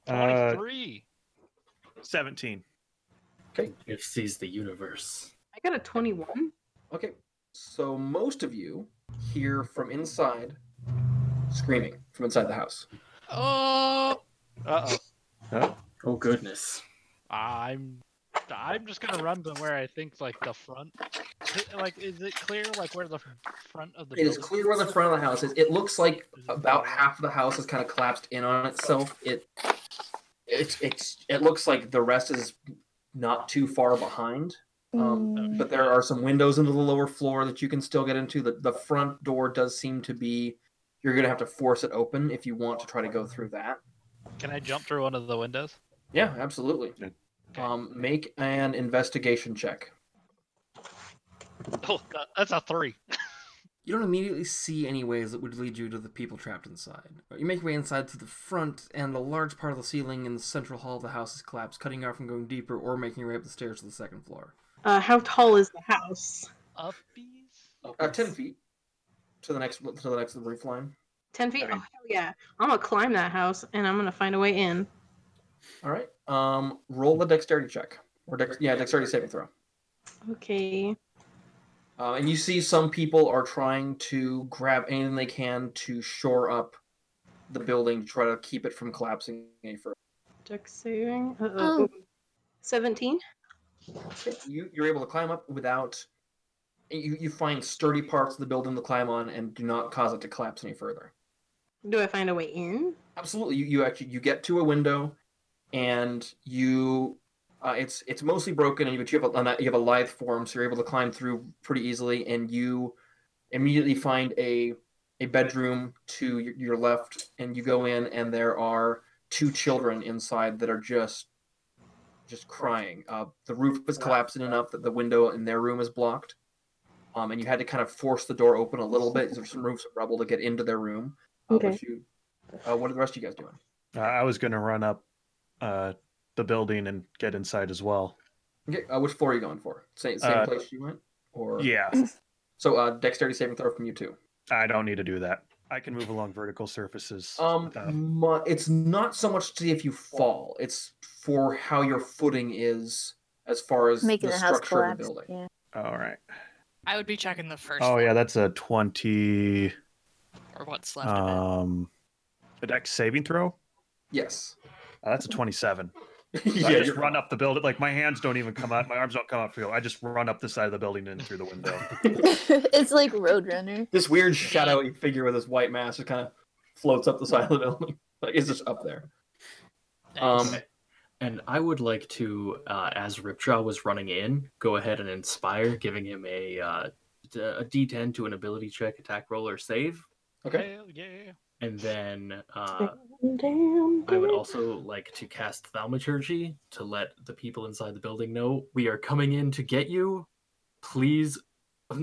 G: Uh,
F: Twenty-three.
G: Seventeen.
D: It sees the universe.
B: I got a 21.
A: Okay. So most of you hear from inside screaming from inside the house.
I: Oh,
F: Uh oh.
G: Huh?
D: Oh goodness.
F: I'm I'm just gonna run to where I think like the front. Is- Like, is it clear like where the front of the?
A: It is
F: building
A: clear where the front of the house is. It looks like about half of the house is kind of collapsed in on itself. It it's it's it looks like the rest is not too far behind. Um,
E: Mm,
A: But there are some windows into the lower floor that you can still get into. The the front door does seem to be you're gonna have to force it open if you want to try to go through that.
F: Can I jump through one of the windows?
A: Yeah, absolutely.
G: Yeah.
A: Um, make an investigation check.
F: Oh, tha- that's a three.
A: You don't immediately see any ways that would lead you to the people trapped inside. You make your way inside to the front, and a large part of the ceiling in the central hall of the house is collapsed, cutting you off from going deeper or making your way up the stairs to the second floor.
B: Uh, how tall is the house?
F: Uppies.
A: Uh, ten feet to the next to the next roof line.
B: 10 feet?
G: I mean-
B: oh, hell yeah. I'm going to climb that house and I'm going to find a way in.
A: All right. Um, roll a dexterity check or dex- yeah, dexterity saving throw.
B: Okay.
A: Uh, and you see some people are trying to grab anything they can to shore up the building to try to keep it from collapsing any further.
B: Dex saving. Uh-oh. 17?
A: you you're able to climb up without you, you find sturdy parts of the building to climb on and do not cause it to collapse any further
B: Do I find a way in?
A: absolutely you, you actually you get to a window and you uh, it's it's mostly broken and you, but you have a you have a lithe form so you're able to climb through pretty easily and you immediately find a a bedroom to your, your left and you go in and there are two children inside that are just just crying uh, the roof is collapsing enough that the window in their room is blocked um, and you had to kind of force the door open a little bit there's some roofs of rubble to get into their room uh,
B: Okay.
A: but you uh, what are the rest of you guys doing?
G: Uh, I was gonna run up uh, the building and get inside as well.
A: Okay, uh, which floor are you going for? Same, same
G: Uh,
A: place you went, or
G: Yeah,
A: So uh, dexterity saving throw from you too.
G: I don't need to do that. I can move along vertical surfaces.
A: Um,
G: without-
A: mu- it's not so much to see if you fall; it's for how your footing is as far as
E: making
A: the
E: the house
A: structure of the
E: collapse.
A: building.
E: Yeah.
G: All right.
I: I would be checking the first
G: Oh
I: one,
G: yeah, that's a twenty.
I: or what's left of
G: Um, a dex saving throw.
A: Yes.
G: Uh, that's a twenty-seven.
A: yeah,
G: I just
A: you're
G: run up the building. Like my hands don't even come out. My arms don't come out for you. I just run up the side of the building and through the window.
E: it's like Roadrunner.
A: This weird shadowy figure with this white mask just kind of floats up the side of the building. Like, it's just up there.
F: Nice.
A: Um,
D: And I would like to, uh, as Ripjaw was running in, go ahead and inspire, giving him a uh, d- a D10 to an ability check, attack roll, or save.
A: okay.
F: Hell yeah.
D: And then uh,
B: Damn.
D: I would
B: damn.
D: also like to cast Thaumaturgy to let the people inside the building know we are coming in to get you. Please,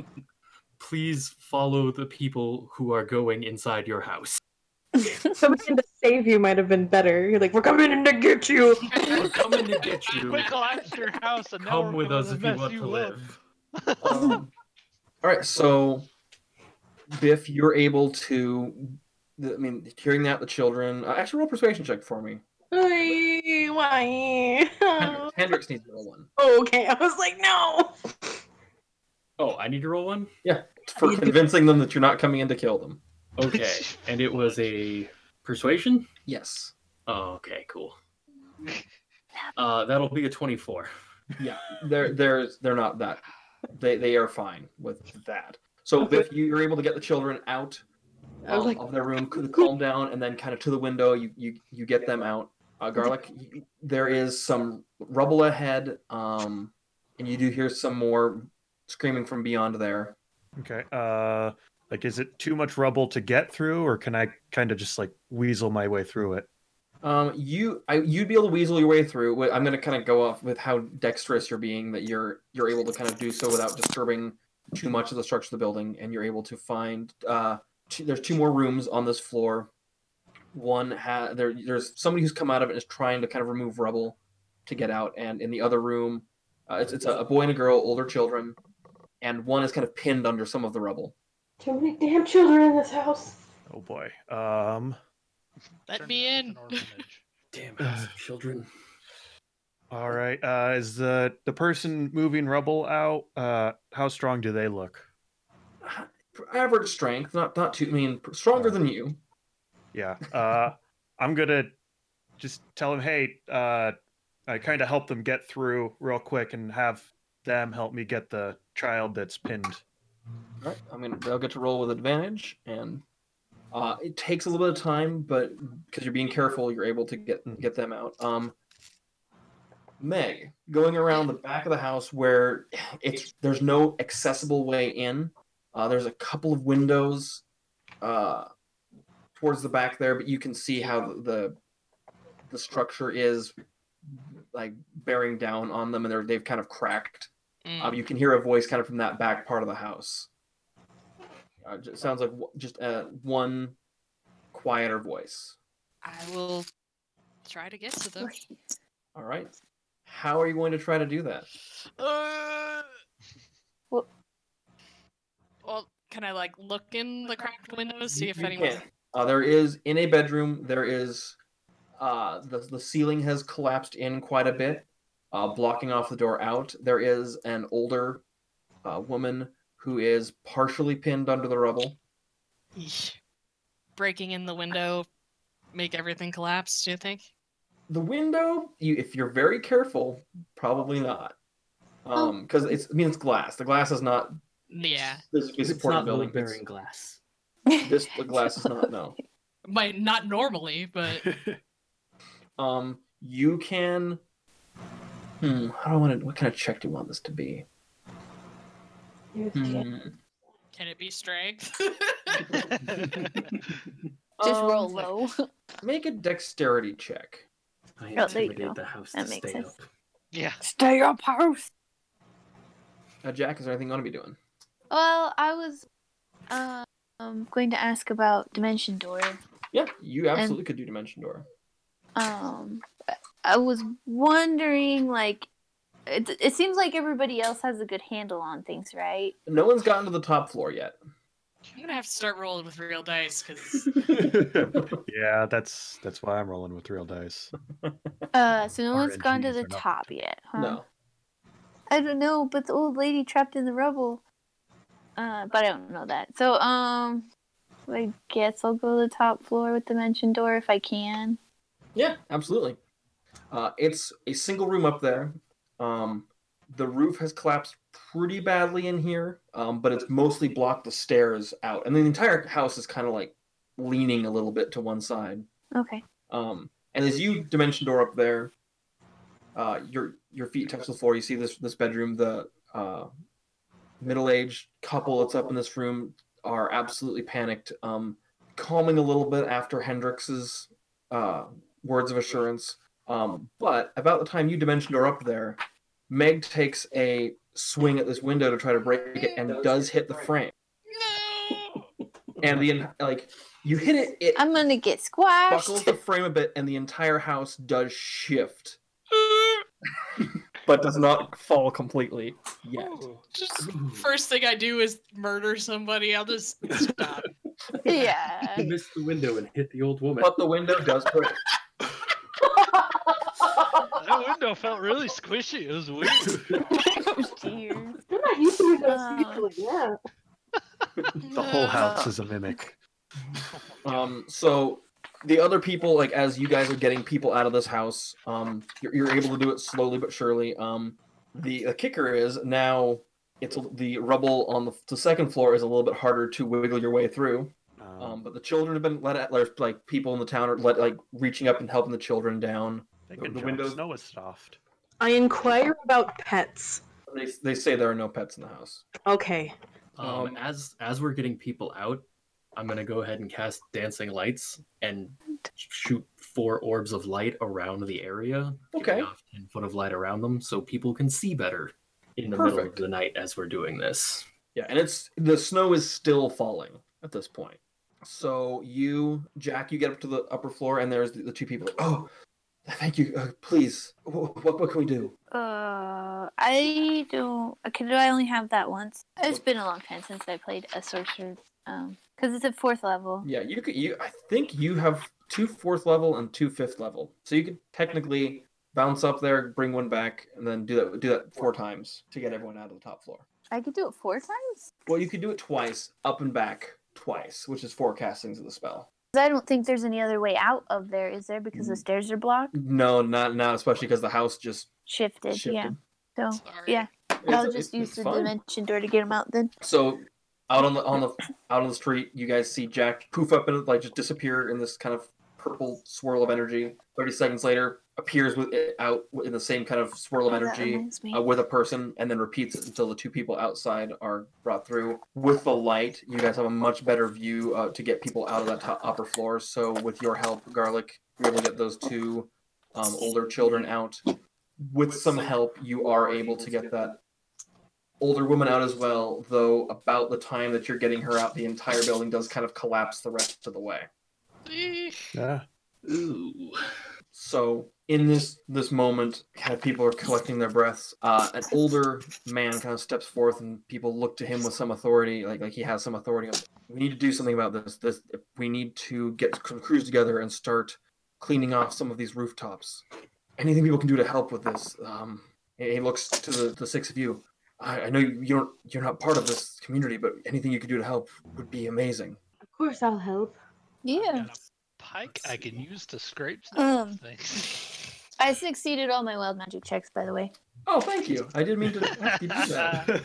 D: please follow the people who are going inside your house.
B: Somebody to save you might have been better. You're like, we're coming in to get you.
D: um, We're coming to get you.
F: We collapsed your house and now
D: Come
F: we're
D: with
F: gonna
D: us if you
F: mess
D: want to
F: up.
D: live.
A: Um, all right, so Biff, you're able to. I mean, hearing that, the children. Uh, actually, roll persuasion check for me.
B: Oh, Oy, Why?
A: Hendrix, Hendrix needs to roll one.
B: Oh, okay, I was like, no.
D: Oh, I need to roll one?
A: For convincing them that you're not coming in to kill them.
D: Okay. and it was a persuasion?
A: Yes.
D: Oh, okay, cool. Uh, that'll be a 24.
A: Yeah. They're they're they're not that. They they are fine with that. So Biff, you're able to get the children out
B: I was
A: um,
B: like,
A: of their room, c- calm down, and then kind of to the window. You you you get them out. Uh, garlic. y- There is some rubble ahead, um, and you do hear some more screaming from beyond there.
G: Okay. Uh, like, is it too much rubble to get through, or can I kind of just like weasel my way through it?
A: Um, you I, you'd be able to weasel your way through. Wh- I'm gonna kind of go off with how dexterous you're being that you're you're able to kind of do so without disturbing too much of the structure of the building, and you're able to find uh, two, there's two more rooms on this floor. One ha- there there's somebody who's come out of it and is trying to kind of remove rubble to get out, and in the other room, uh, it's it's a, a boy and a girl, older children, and one is kind of pinned under some of the rubble.
B: too many damn children in this house.
G: Oh boy. Um.
F: Let
I: me
F: Turn that
I: in.
F: into an orphanage.
D: Damn it, children.
G: All right. Uh, is the the person moving rubble out? Uh, how strong do they look?
A: Average strength, not not too. I mean, stronger than you.
G: Yeah. Uh, I'm gonna just tell him, hey, uh, I kind of help them get through real quick and have them help me get the child that's pinned.
A: All right, I'm gonna. They'll get to roll with advantage, and uh, it takes a little bit of time, but because you're being careful, you're able to get get them out. Um, Meg, going around the back of the house where it's there's no accessible way in. Uh, there's a couple of windows uh, towards the back there, but you can see how the the structure is like bearing down on them, and they're they've kind of cracked. Um, you can hear a voice kind of from that back part of the house. Uh, it just sounds like w- just uh, one quieter voice.
I: I will try to get to them.
A: All right. How are you going to try to do that?
I: Uh...
E: Well-
I: Well, can I like look in the cracked windows, see
A: You-
I: if
A: you
I: anyone?
A: can't. Uh, there is in a bedroom. There is uh, the the ceiling has collapsed in quite a bit, uh, blocking off the door out. There is an older uh, woman who is partially pinned under the rubble.
I: Eesh. Breaking in the window, make everything collapse. Do you think?
A: the window you if you're very careful probably not
E: Oh.
A: um because it's i mean it's glass the glass is not
I: Yeah,
A: physically supporting building It's-
D: bearing glass.
A: this the glass is not no
I: might not normally, but
A: um you can hmm how do i want to what kind of check do you want this to be Hmm.
I: can it be strength?
F: Uh,
E: Just
A: Um,
E: roll low.
A: make a dexterity check
D: I
E: Oh, there you
D: intimidate
E: go.
D: the house
E: That
D: to
E: makes
D: stay
E: sense.
D: up.
F: yeah.
E: Stay up, house.
A: uh, jack is there anything you want to be doing
E: Well, I was um going to ask about dimension door.
A: yeah you absolutely could do dimension door
E: Um, I was wondering, like, it, it seems like everybody else has a good handle on things, right?
A: no one's gotten to the top floor yet
I: I'm gonna have to start rolling with real dice because
G: yeah, that's that's why I'm rolling with real dice.
E: Uh, so no
G: Our
E: one's gone to
G: engineers
E: the
G: are not
E: top yet, huh?
A: no
E: I don't know, but the old lady trapped in the rubble. Uh, but I don't know that. So, um, I guess I'll go to the top floor with the mention door if I can.
A: Yeah, absolutely. Uh, it's a single room up there. Um, the roof has collapsed pretty badly in here, um, but it's mostly blocked the stairs out, and the entire house is kind of like leaning a little bit to one side.
E: Okay.
A: Um, and as you dimension door up there, uh, your your feet touch the floor. You see this this bedroom. The uh, middle aged couple that's up in this room are absolutely panicked. Um, calming a little bit after Hendrix's uh, words of assurance. Um, but about the time you dimension door up there, Meg takes a swing at this window to try to break it and does hit the frame.
I: no.
A: And the en- like, you hit it, it
E: I'm gonna get squashed.
A: buckles the frame a bit, and the entire house does shift. but does not fall completely yet.
I: Just first thing I do is murder somebody. I'll just stop.
E: Yeah.
D: He missed the window and hit the old woman.
A: But the window does break.
F: That window felt really squishy. It was weird.
E: Dear.
B: Didn't I used to do
E: Uh.
B: those people like that?
G: The whole house is a mimic.
A: Um, so the other people, like as you guys are getting people out of this house, um, you're, you're able to do it slowly but surely. Um, the, the kicker is now it's a- the rubble on the, the second floor is a little bit harder to wiggle your way through. Um, but the children have been let out. There's like people in the town are let like reaching up and helping the children down.
G: they
A: the
G: can jump.
A: windows-
G: Snow is soft.
B: I inquire about pets.
A: They, they say there are no pets in the house.
B: Okay.
D: Um,
A: Um,
D: as as we're getting people out, I'm gonna go ahead and cast dancing lights and shoot four orbs of light around the area. giving
A: Okay.
D: off Ten foot of light around them, so people can see better in the middle of
A: Perfect.
D: the night as we're doing this.
A: Yeah, and it's the snow is still falling at this point. So you, Jack, you get up to the upper floor, and there's the, the two people. Oh, thank you. Uh, please, what, what what can we do?
E: Uh, I don't. Okay, do I only have that once? It's been a long time since I played a sorcerer. Um, because it's at fourth level.
A: Yeah, you could. You, I think you have two fourth level and two fifth level, so you could technically bounce up there, bring one back, and then do that. Do that four times to get everyone out of the top floor.
E: I could do it four times.
A: Well, you could do it twice, up and back twice, which is four castings of the spell.
E: 'Cause I don't think there's any other way out of there, is there? Because the stairs are blocked.
A: No, not not especially because the house just
E: Shifted.
A: shifted.
E: Mm-hmm. Yeah. So
I: Sorry.
E: yeah,
A: It's-
E: I'll just
A: it-
E: use
A: it's
E: the
A: fine.
E: dimension door to get him out then.
A: So out on the on the out on the street, you guys see Jack poof up and like just disappear in this kind of purple swirl of energy. Thirty seconds later, appears with out in the same kind of swirl of
E: Oh, that
A: energy
E: reminds me.
A: uh, with a person, and then repeats it until the two people outside are brought through. With the light, you guys have a much better view uh, to get people out of that top upper floor. So with your help, Garlic, you're able to get those two um, older children out. With some help, you are able to get that older woman out as well, though about the time that you're getting her out, the entire building does kind of collapse the rest of the way.
G: Yeah.
D: Ooh.
A: So in this this moment, kind of people are collecting their breaths. Uh, an older man kind of steps forth, and people look to him with some authority, like like he has some authority. We need to do something about this. This we need to get some crews together and start cleaning off some of these rooftops. Anything people can do to help with this. Um, he he looks to the, the six of you. I, I know you, you don't you're not part of this community, but anything you could do to help would be amazing.
B: Of course I'll help.
E: Yeah.
F: Got a pike I can use to scrape
E: Um.
F: stuff. Thanks.
E: I succeeded all my wild magic checks, by the way.
A: Oh, thank you. I didn't mean to ask you to do that.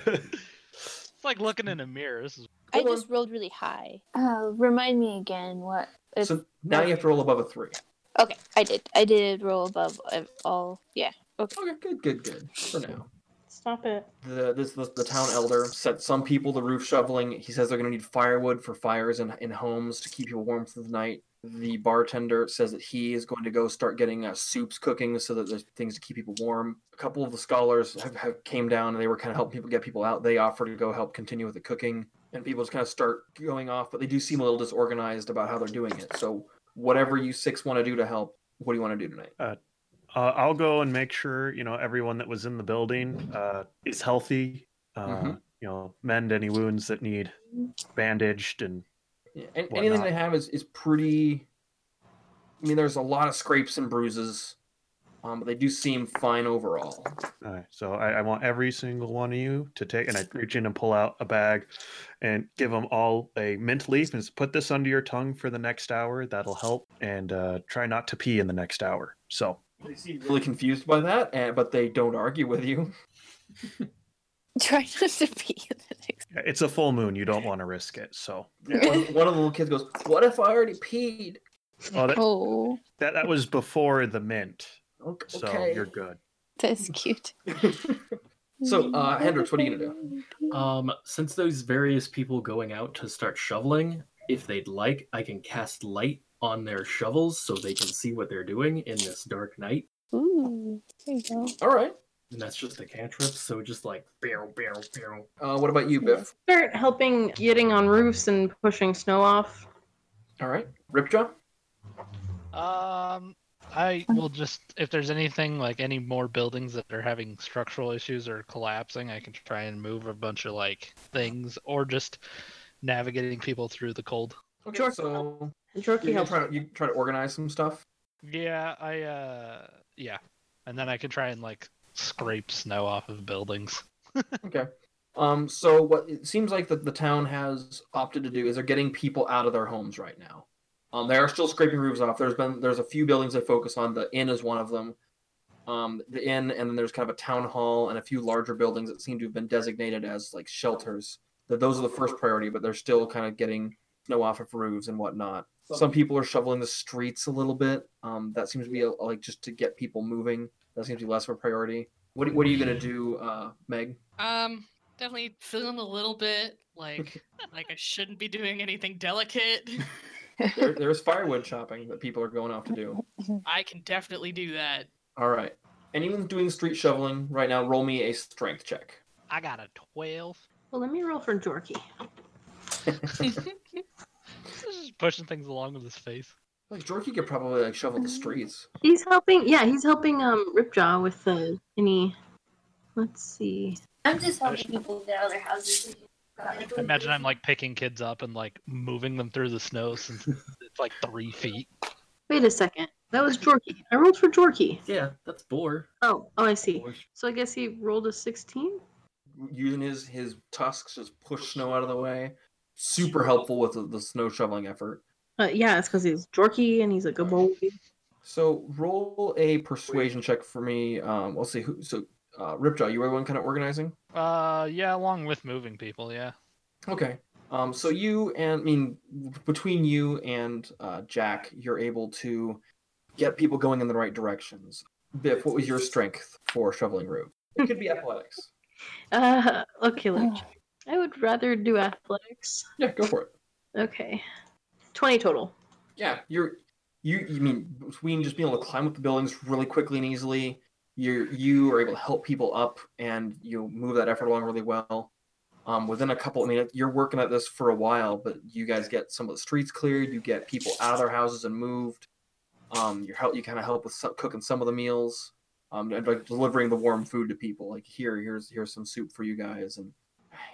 F: it's like looking in a mirror. This is
A: Hold
E: I
A: on.
E: just rolled really high. Uh, remind me again what? It's,
A: So now you have to roll above a three.
E: okay, I did. I did roll above of all. Yeah.
A: Okay, good, good, good. For now,
B: Stop it.
A: the this the, the town elder said some people the roof shoveling. He says they're going to need firewood for fires in in homes to keep people warm through the night. The bartender says that he is going to go start getting uh, soups cooking so that there's things to keep people warm. A couple of the scholars have, have came down and they were kind of helping people get people out. They offer to go help continue with the cooking, and people just kind of start going off. But they do seem a little disorganized about how they're doing it. So whatever you six want to do to help, what do you want to do tonight?
G: Uh, I'll go and make sure you know everyone that was in the building uh, is healthy. Uh,
A: Mhm.
G: You know, mend any wounds that need bandaged, and
A: Yeah, and
G: whatnot.
A: anything they have is, is pretty. I mean, there's a lot of scrapes and bruises, um, but they do seem fine overall.
G: all right, uh, so I, I want every single one of you to take. And I reach in and pull out a bag, and give them all a mint leaf, and just put this under your tongue for the next hour. That'll help. And uh, try not to pee in the next hour. So
A: They seem really confused by that, and, but they don't argue with you.
E: Try not to be in the next.
G: yeah, it's a full moon. You don't want to risk it. So
A: One, one of the little kids goes, "What if I already peed?"
G: oh, that,
E: Oh,
G: that that was before the mint.
A: O-
G: So
A: Okay.
G: you're good.
E: that's cute.
A: So, uh, Hendrix, what are you gonna
E: do?
D: Um, since those various people going out to start shoveling, if they'd like, I can cast light on their shovels so they can see what they're doing in this dark night.
E: Ooh, there you go.
A: All right.
D: And that's just a cantrip, so just like barrel, barrel, barrel.
A: Uh, what about you, Biff?
B: Start helping getting on roofs and pushing snow off.
A: All right, Ripjaw.
F: Um, I will just if there's anything like any more buildings that are having structural issues or collapsing, I can try and move a bunch of like things or just navigating people through the cold.
A: Okay,
B: Sure.
A: so
B: Jorky
A: you
B: helps.
A: try, to, you try to organize some stuff.
F: Yeah, I uh yeah. And then I can try and like scrape snow off of buildings.
A: Okay. Um, so what it seems like that the town has opted to do is they're getting people out of their homes right now. Um, they are still scraping roofs off. There's been there's a few buildings they focus on. The inn is one of them. Um, the inn, and then there's kind of a town hall and a few larger buildings that seem to have been designated as like shelters. That those are the first priority, but they're still kind of getting snow off of roofs and whatnot. Some people are shoveling the streets a little bit. Um, that seems to be a, like just to get people moving. That seems to be less of a priority. What what are you gonna do, uh, Meg?
I: Um, definitely feeling a little bit like like I shouldn't be doing anything delicate.
A: there, there's firewood shopping that people are going off to do.
I: I can definitely do that.
A: All right. Anyone doing street shoveling right now, roll me a strength check.
F: I got a twelve.
B: Well, let me roll for Jorky.
F: Just pushing things along with his face.
A: Like Jorky could probably like shovel the streets.
B: He's helping. Yeah, he's helping um Ripjaw with uh, any. Let's see.
E: I'm just helping people get out of their houses.
F: I imagine I'm like picking kids up and like moving them through the snow since it's like three feet.
B: Wait a second. That was Jorky. I rolled for Jorky.
D: Yeah, that's boar.
B: Oh, oh, I see. So I guess he rolled a 16.
A: Using his his tusks just push snow out of the way. Super helpful with the, the snow shoveling effort.
B: Uh, yeah, it's because he's Jorky and he's like a boy.
A: So roll a persuasion check for me. Um, we'll see who. So uh, Ripjaw, you were the one kind of organizing.
F: Uh, yeah, along with moving people, yeah.
A: Okay. Um, so you and I mean between you and uh, Jack, you're able to get people going in the right directions. Biff, what was your strength for shoveling roofs? It could be athletics.
B: Uh, okay, let me check. I would rather do athletics.
A: Yeah, go for it.
B: Okay, 20 total.
A: Yeah, you're you. You mean between just being able to climb up the buildings really quickly and easily, you you are able to help people up and you move that effort along really well. Um, within a couple, I mean, you're working at this for a while, but you guys get some of the streets cleared. You get people out of their houses and moved. Um, you help. You kind of help with some, cooking some of the meals, um, and like delivering the warm food to people. Like here, here's here's some soup for you guys. And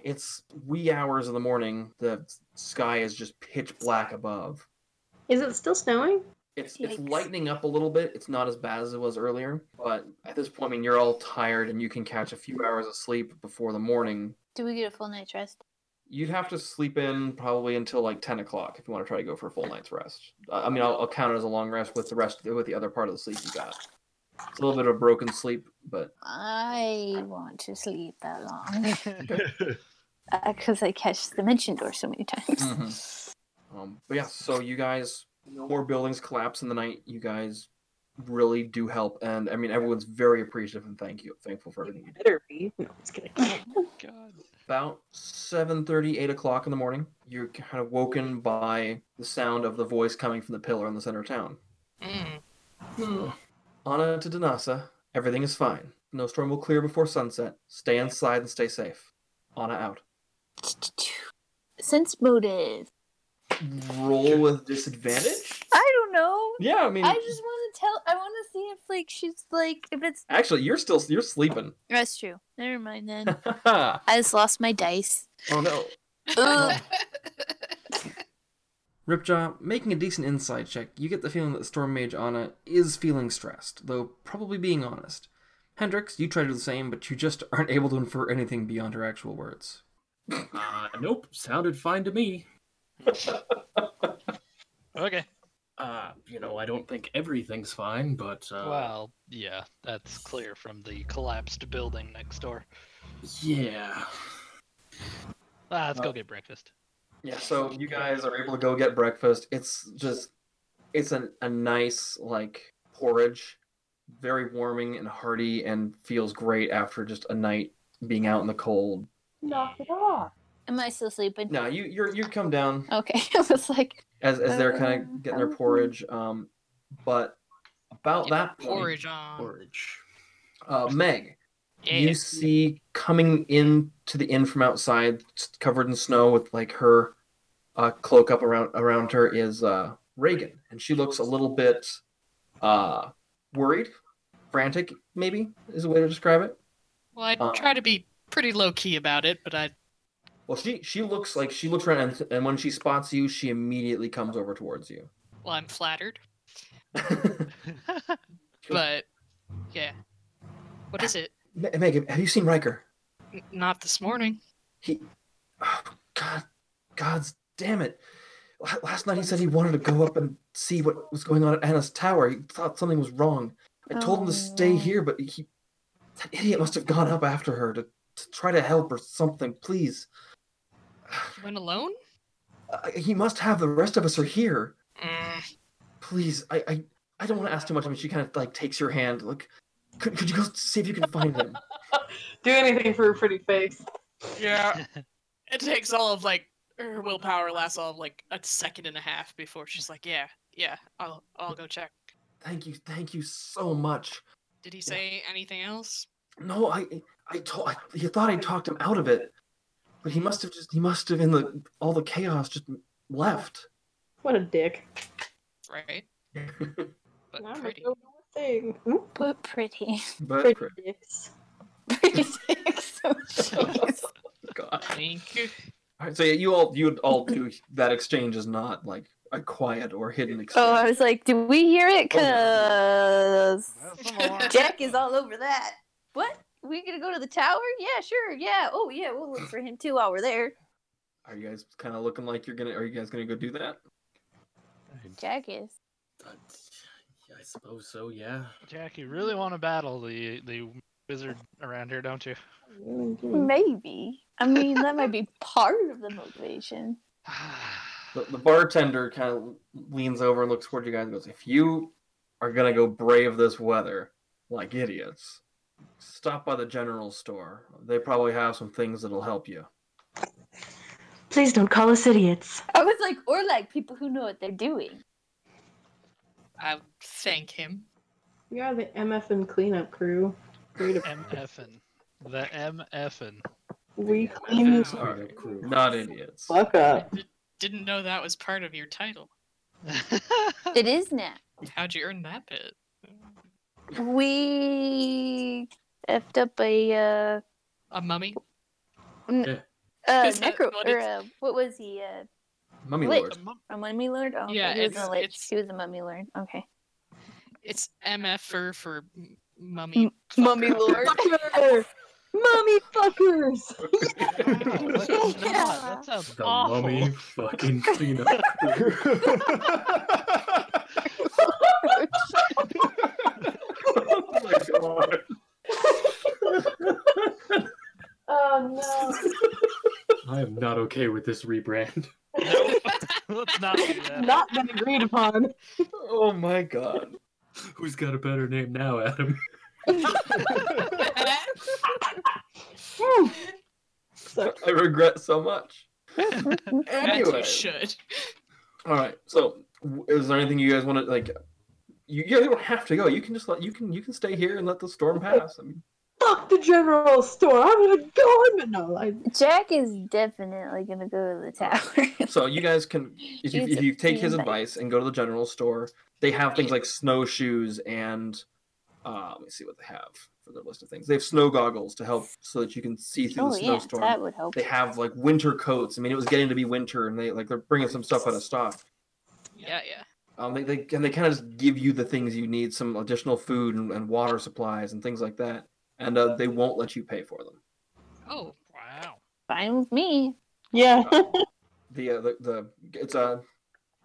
A: it's wee hours of the morning. The sky is just pitch black above.
B: Is it still snowing?
A: It's it's
E: Yikes.
A: lightening up a little bit. It's not as bad as it was earlier, but at this point, I mean, you're all tired and you can catch a few hours of sleep before the morning.
E: Do we get a full night's rest?
A: You'd have to sleep in probably until like ten o'clock if you want to try to go for a full night's rest. Uh, I mean, I'll, I'll count it as a long rest with the rest with the other part of the sleep you got. It's a little bit of a broken sleep, but
E: I want to sleep that long because I catch the Dimension Door so many times.
A: Mm-hmm. Um, but yeah, so you guys, no more buildings collapse in the night. You guys really do help, and I mean, everyone's very appreciative and thank you, thankful for everything you do.
B: Better be. No, it's kidding.
F: God.
A: about 7.30 8 o'clock in the morning you're kind of woken by the sound of the voice coming from the pillar in the center of town
I: Mm.
A: anna to danasa everything is fine no storm will clear before sunset stay inside and stay safe anna out
E: Sense motive.
A: roll with disadvantage
E: I don't know.
A: yeah i mean
E: I just want to tell. I want to see if like she's like if it's.
A: actually you're still you're sleeping
E: That's true. Never mind then.
A: oh
E: I just lost my dice.
A: no
E: Ugh.
A: Ripjaw, making a decent insight check, you get the feeling that Storm Mage Anna is feeling stressed, though probably being honest. Hendrix, you try to do the same, but you just aren't able to infer anything beyond her actual words.
D: Uh, nope, sounded fine to me.
F: Okay.
D: Uh, you know, I don't think everything's fine, but uh,
F: Well, yeah, that's clear from the collapsed building next door.
D: yeah.
F: Ah, let's
A: Uh,
F: go get breakfast.
A: Yeah, so you guys are able to go get breakfast. It's just, it's an, a nice, like, porridge. Very warming and hearty, and feels great after just a night being out in the cold.
E: Am I still sleeping?
A: No, you you're, you come down
E: Okay. I was like,
A: as, as they're kind of getting their porridge, um, but about
I: Yeah,
A: that point,
I: porridge on.
D: Orange.
A: uh, Meg,
F: Yeah.
A: you see coming in to the inn from outside, s- covered in snow, with like her uh, cloak up around around her, is uh, Reagan, and she looks a little bit uh, worried, frantic, maybe is a way to describe it.
I: Well, I
A: Uh.
I: try to be pretty low key about it, but I
A: Well, she she looks like she looks around, and, and when she spots you, she immediately comes over towards you.
I: well, I'm flattered. But yeah, what is it?
A: Ma- Megan, have you seen Riker?
I: N- Not this morning.
A: He, oh, God, God's damn it! La- Last night he said he wanted to go up and see what was going on at Anna's tower. He thought something was wrong. I told him
E: Oh,
A: to stay
E: no.
A: here, but he, that idiot must have gone up after her to, to try to help or something. Please,
I: Went alone?
A: uh, he must have. The rest of us are here.
I: Mm,
A: Please, I, I, I don't want to ask too much. I mean, she kind of like takes your hand. Like, could, could you go see if you can find him?
B: Do anything for a pretty face.
I: yeah. it takes all of like her willpower lasts all of like a second and a half before she's like, yeah, yeah, I'll I'll go check.
A: Thank you, thank you so much.
I: Did he say anything else?
A: No, I, I told. I, he thought I talked him out of it, but he must have just. He must have in the all the chaos just left.
B: What a dick.
I: Right. But
B: I'm
I: pretty.
B: a thing. Oop,
E: But pretty.
A: But
B: pretty dicks.
E: Pretty sick. So jeez.
A: God.
I: Thank you.
A: All right, so yeah, you all you all do that exchange is not like a quiet or hidden exchange.
E: Oh, I was like, do we hear it?
A: Oh, yeah.
E: Cause
F: That's some alarm.
E: Jack is all over that. What? We gonna go to the tower? Yeah, sure. Yeah. Oh, yeah. We'll look for him too while we're there.
A: Are you guys kind of looking like you're gonna? Are you guys gonna go do that?
E: Jack is.
D: Uh, I suppose so. Yeah.
F: Jack, you really want to battle the the wizard around here, don't you?
E: Maybe. I mean, that might be part of the motivation.
A: The, the bartender kind of leans over and looks toward you guys and goes, "If you are gonna go brave this weather like idiots, stop by the general store. They probably have some things that'll help you."
B: Please don't call us idiots.
E: I was like, or like people who know what they're doing.
I: I thank him.
B: We are the MF and cleanup crew. Creative-
F: MFN. The MFN.
B: We
I: Yeah.
B: clean
I: Sorry.
A: All right, not idiots.
B: fuck up.
I: Didn't know that was part of your title.
E: It is now.
I: How'd you earn that bit?
E: We effed up a uh,
I: A mummy?
E: uh
I: Is that
E: necro
I: what
E: or
I: it's-
E: uh, what was he? Uh,
A: Mummy
E: Wait.
A: lord.
E: a mummy lord? Oh,
I: Yeah,
E: he was
I: it's-
E: a lich.
I: it's-
E: He was a mummy lord. Okay.
I: It's MF for, for m- mummy.
E: Mummy
I: fucker.
B: Fucker!
E: lord.
B: Mummy fuckers!
F: Wow, that does not-
E: Yeah.
F: That sounds
D: The
F: awful.
D: mummy fucking cleanup.
B: Oh
D: I am not okay with this rebrand.
F: Let's not do that.
B: Not been agreed upon.
A: oh my god.
D: Who's got a better name now, Adam?
B: Whew.
A: I regret so much.
I: As
A: anyway.
I: you should.
A: All right. So, w- is there anything you guys want to like? You, you don't have to go. You can just let you can you can stay here and let the storm pass. I mean,
B: Fuck the general store. I'm gonna go. I'm gonna no. I,
E: Jack is definitely gonna go to the tower.
A: so you guys can if you,
E: He's
A: if you take his
E: amazing.
A: advice and go to the general store, they have things like snowshoes and uh, let me see what they have for their list of things. They have snow goggles to help so that you can see through
E: oh
A: the
E: yeah,
A: snowstorm.
E: that would help.
A: they have like winter coats. I mean, it was getting to be winter, and they like they're bringing some stuff out of stock.
I: Yeah, yeah.
A: Um, they, they and they kind of just give you the things you need, some additional food and, and water supplies and things like that, and uh, they won't let you pay for them.
I: Oh,
F: Wow.
E: Fine with me.
B: yeah.
A: The uh, the, the it's a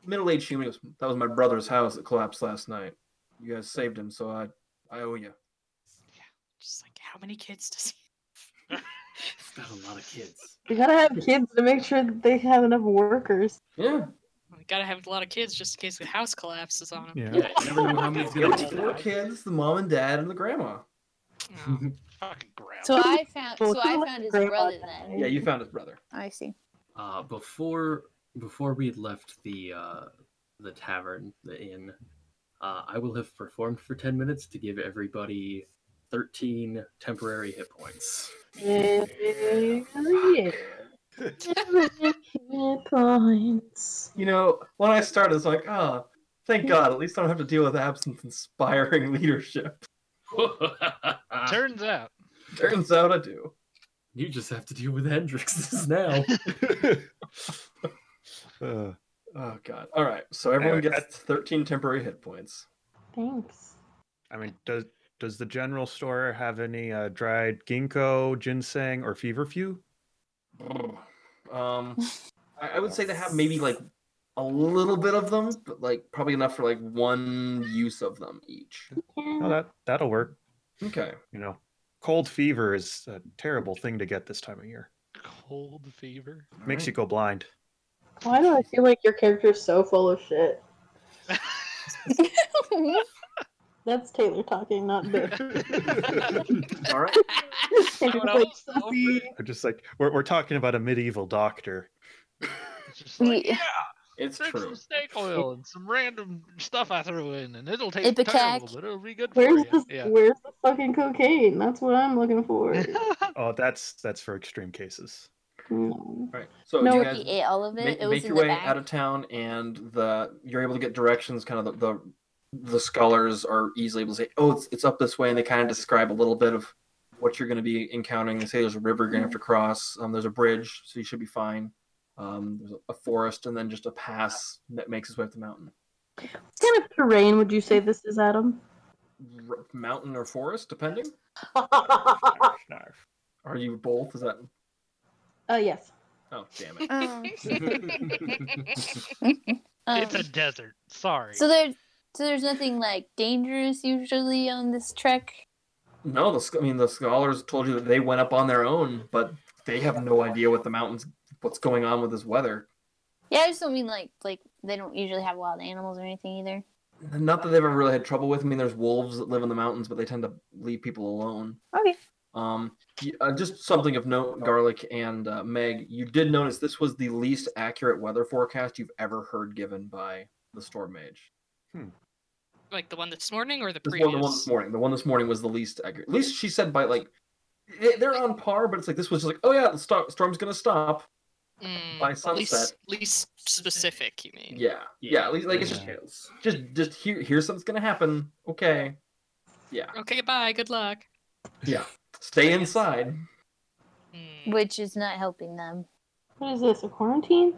A: middle-aged human. goes, That was my brother's house that collapsed last night. You guys saved him, so I I owe you.
I: just like how many kids does he?
D: He's got a lot of kids.
B: You gotta have kids to make sure that they have enough workers.
A: Yeah,
I: We gotta have a lot of kids just in case the house collapses on him.
G: yeah.
D: Yeah, you never know how many's gonna
A: it's
D: be
A: four kids: the mom and dad and the grandma.
I: Oh.
F: Fucking ground.
E: So I found.
B: Well,
E: So I
B: someone
E: found his
B: grab
E: brother
B: that.
E: then.
A: Yeah, you found his brother.
E: I see.
D: Uh, before before we left the uh, the tavern, the inn, uh, I will have performed for ten minutes to give everybody thirteen temporary hit points.
B: Yeah. Points.
A: You know, when I started, it's like, oh,
G: Hmm.
A: Thank God, at least I don't have to deal with absence inspiring leadership.
F: Turns out,
A: Turns out I do.
D: you just have to deal with Hendrix's now.
G: Uh,
A: Oh God. All right. So everyone
G: Anyway,
A: gets 13 temporary hit points.
B: Thanks.
G: I mean, does does the general store have any uh, dried ginkgo, ginseng, or feverfew?
A: Um, I, I would say they have maybe like a little bit of them, but like probably enough for like one use of them each.
G: Oh,
B: Yeah.
G: that that'll work.
A: Okay.
G: You know, cold fever is a terrible thing to get this time of year.
F: cold fever.
G: Makes you go blind.
B: Why do I feel like your character's so full of shit? That's Taylor talking, not Biff.
A: All right.
F: Someone
B: Like,
F: else over
B: "Sophie,
G: I'm just like we're we're talking about a medieval doctor.
F: It's just like,
E: Yeah.
F: yeah,
A: It's
F: take
A: true.
F: some snake oil and some random stuff I threw in, and it'll taste
E: Ipecac.
F: terrible, but it'll be good for
B: Where's the
F: you. Yeah.
B: where's the fucking cocaine? That's what I'm looking for.
G: Oh, that's that's for extreme cases.
B: No.
A: All right. So
B: No,
A: you
E: Nobody
A: guys
E: ate all of it.
A: make,
E: it
A: make
E: was in
A: your
E: the
A: way
E: back.
A: out of town, and the you're able to get directions. Kind of the the, the scholars are easily able to say, "Oh, it's, it's up this way," and they kind of describe a little bit of what you're going to be encountering. They say there's a river you're going to have to cross. Um, there's a bridge, so you should be fine. Um, there's a forest, and then just a pass that makes its way up the mountain.
B: What kind of terrain would you say this is, Adam?
A: R- mountain or forest, depending.
B: Oh
A: Are you both? Is that?
B: yes.
A: Oh, damn it.
F: it's
E: Um,
F: a desert. Sorry. Uh,
E: so there, so there's nothing like dangerous usually on this trek.
A: No, the, sc- I mean the scholars told you that they went up on their own, but they have no idea what the mountains, what's going on with this weather.
E: Yeah, I just don't mean like like they don't usually have wild animals or anything either.
A: Not that they've ever really had trouble with. I mean, there's wolves that live in the mountains, but they tend to leave people alone.
E: Okay.
A: Um, y- uh, just something of note, Garlic and uh, Meg, you did notice this was the least accurate weather forecast you've ever heard given by the storm mage.
I: Like the one this morning or the
A: This
I: previous?
A: one, the one this morning. The one this morning was the least accurate. At least she said by like, they- they're on par, but it's like this was just like, oh yeah, the sto- storm's gonna stop.
I: Mm,
A: by
I: Least,
A: sunset.
I: least specific, you mean?
A: Yeah, yeah. At least like it's just just just here. Here's something's gonna happen. Okay. Yeah,
I: Okay, bye. Good luck.
A: yeah. Stay inside.
I: Mm,
E: Which is not helping them.
B: What is this? A quarantine?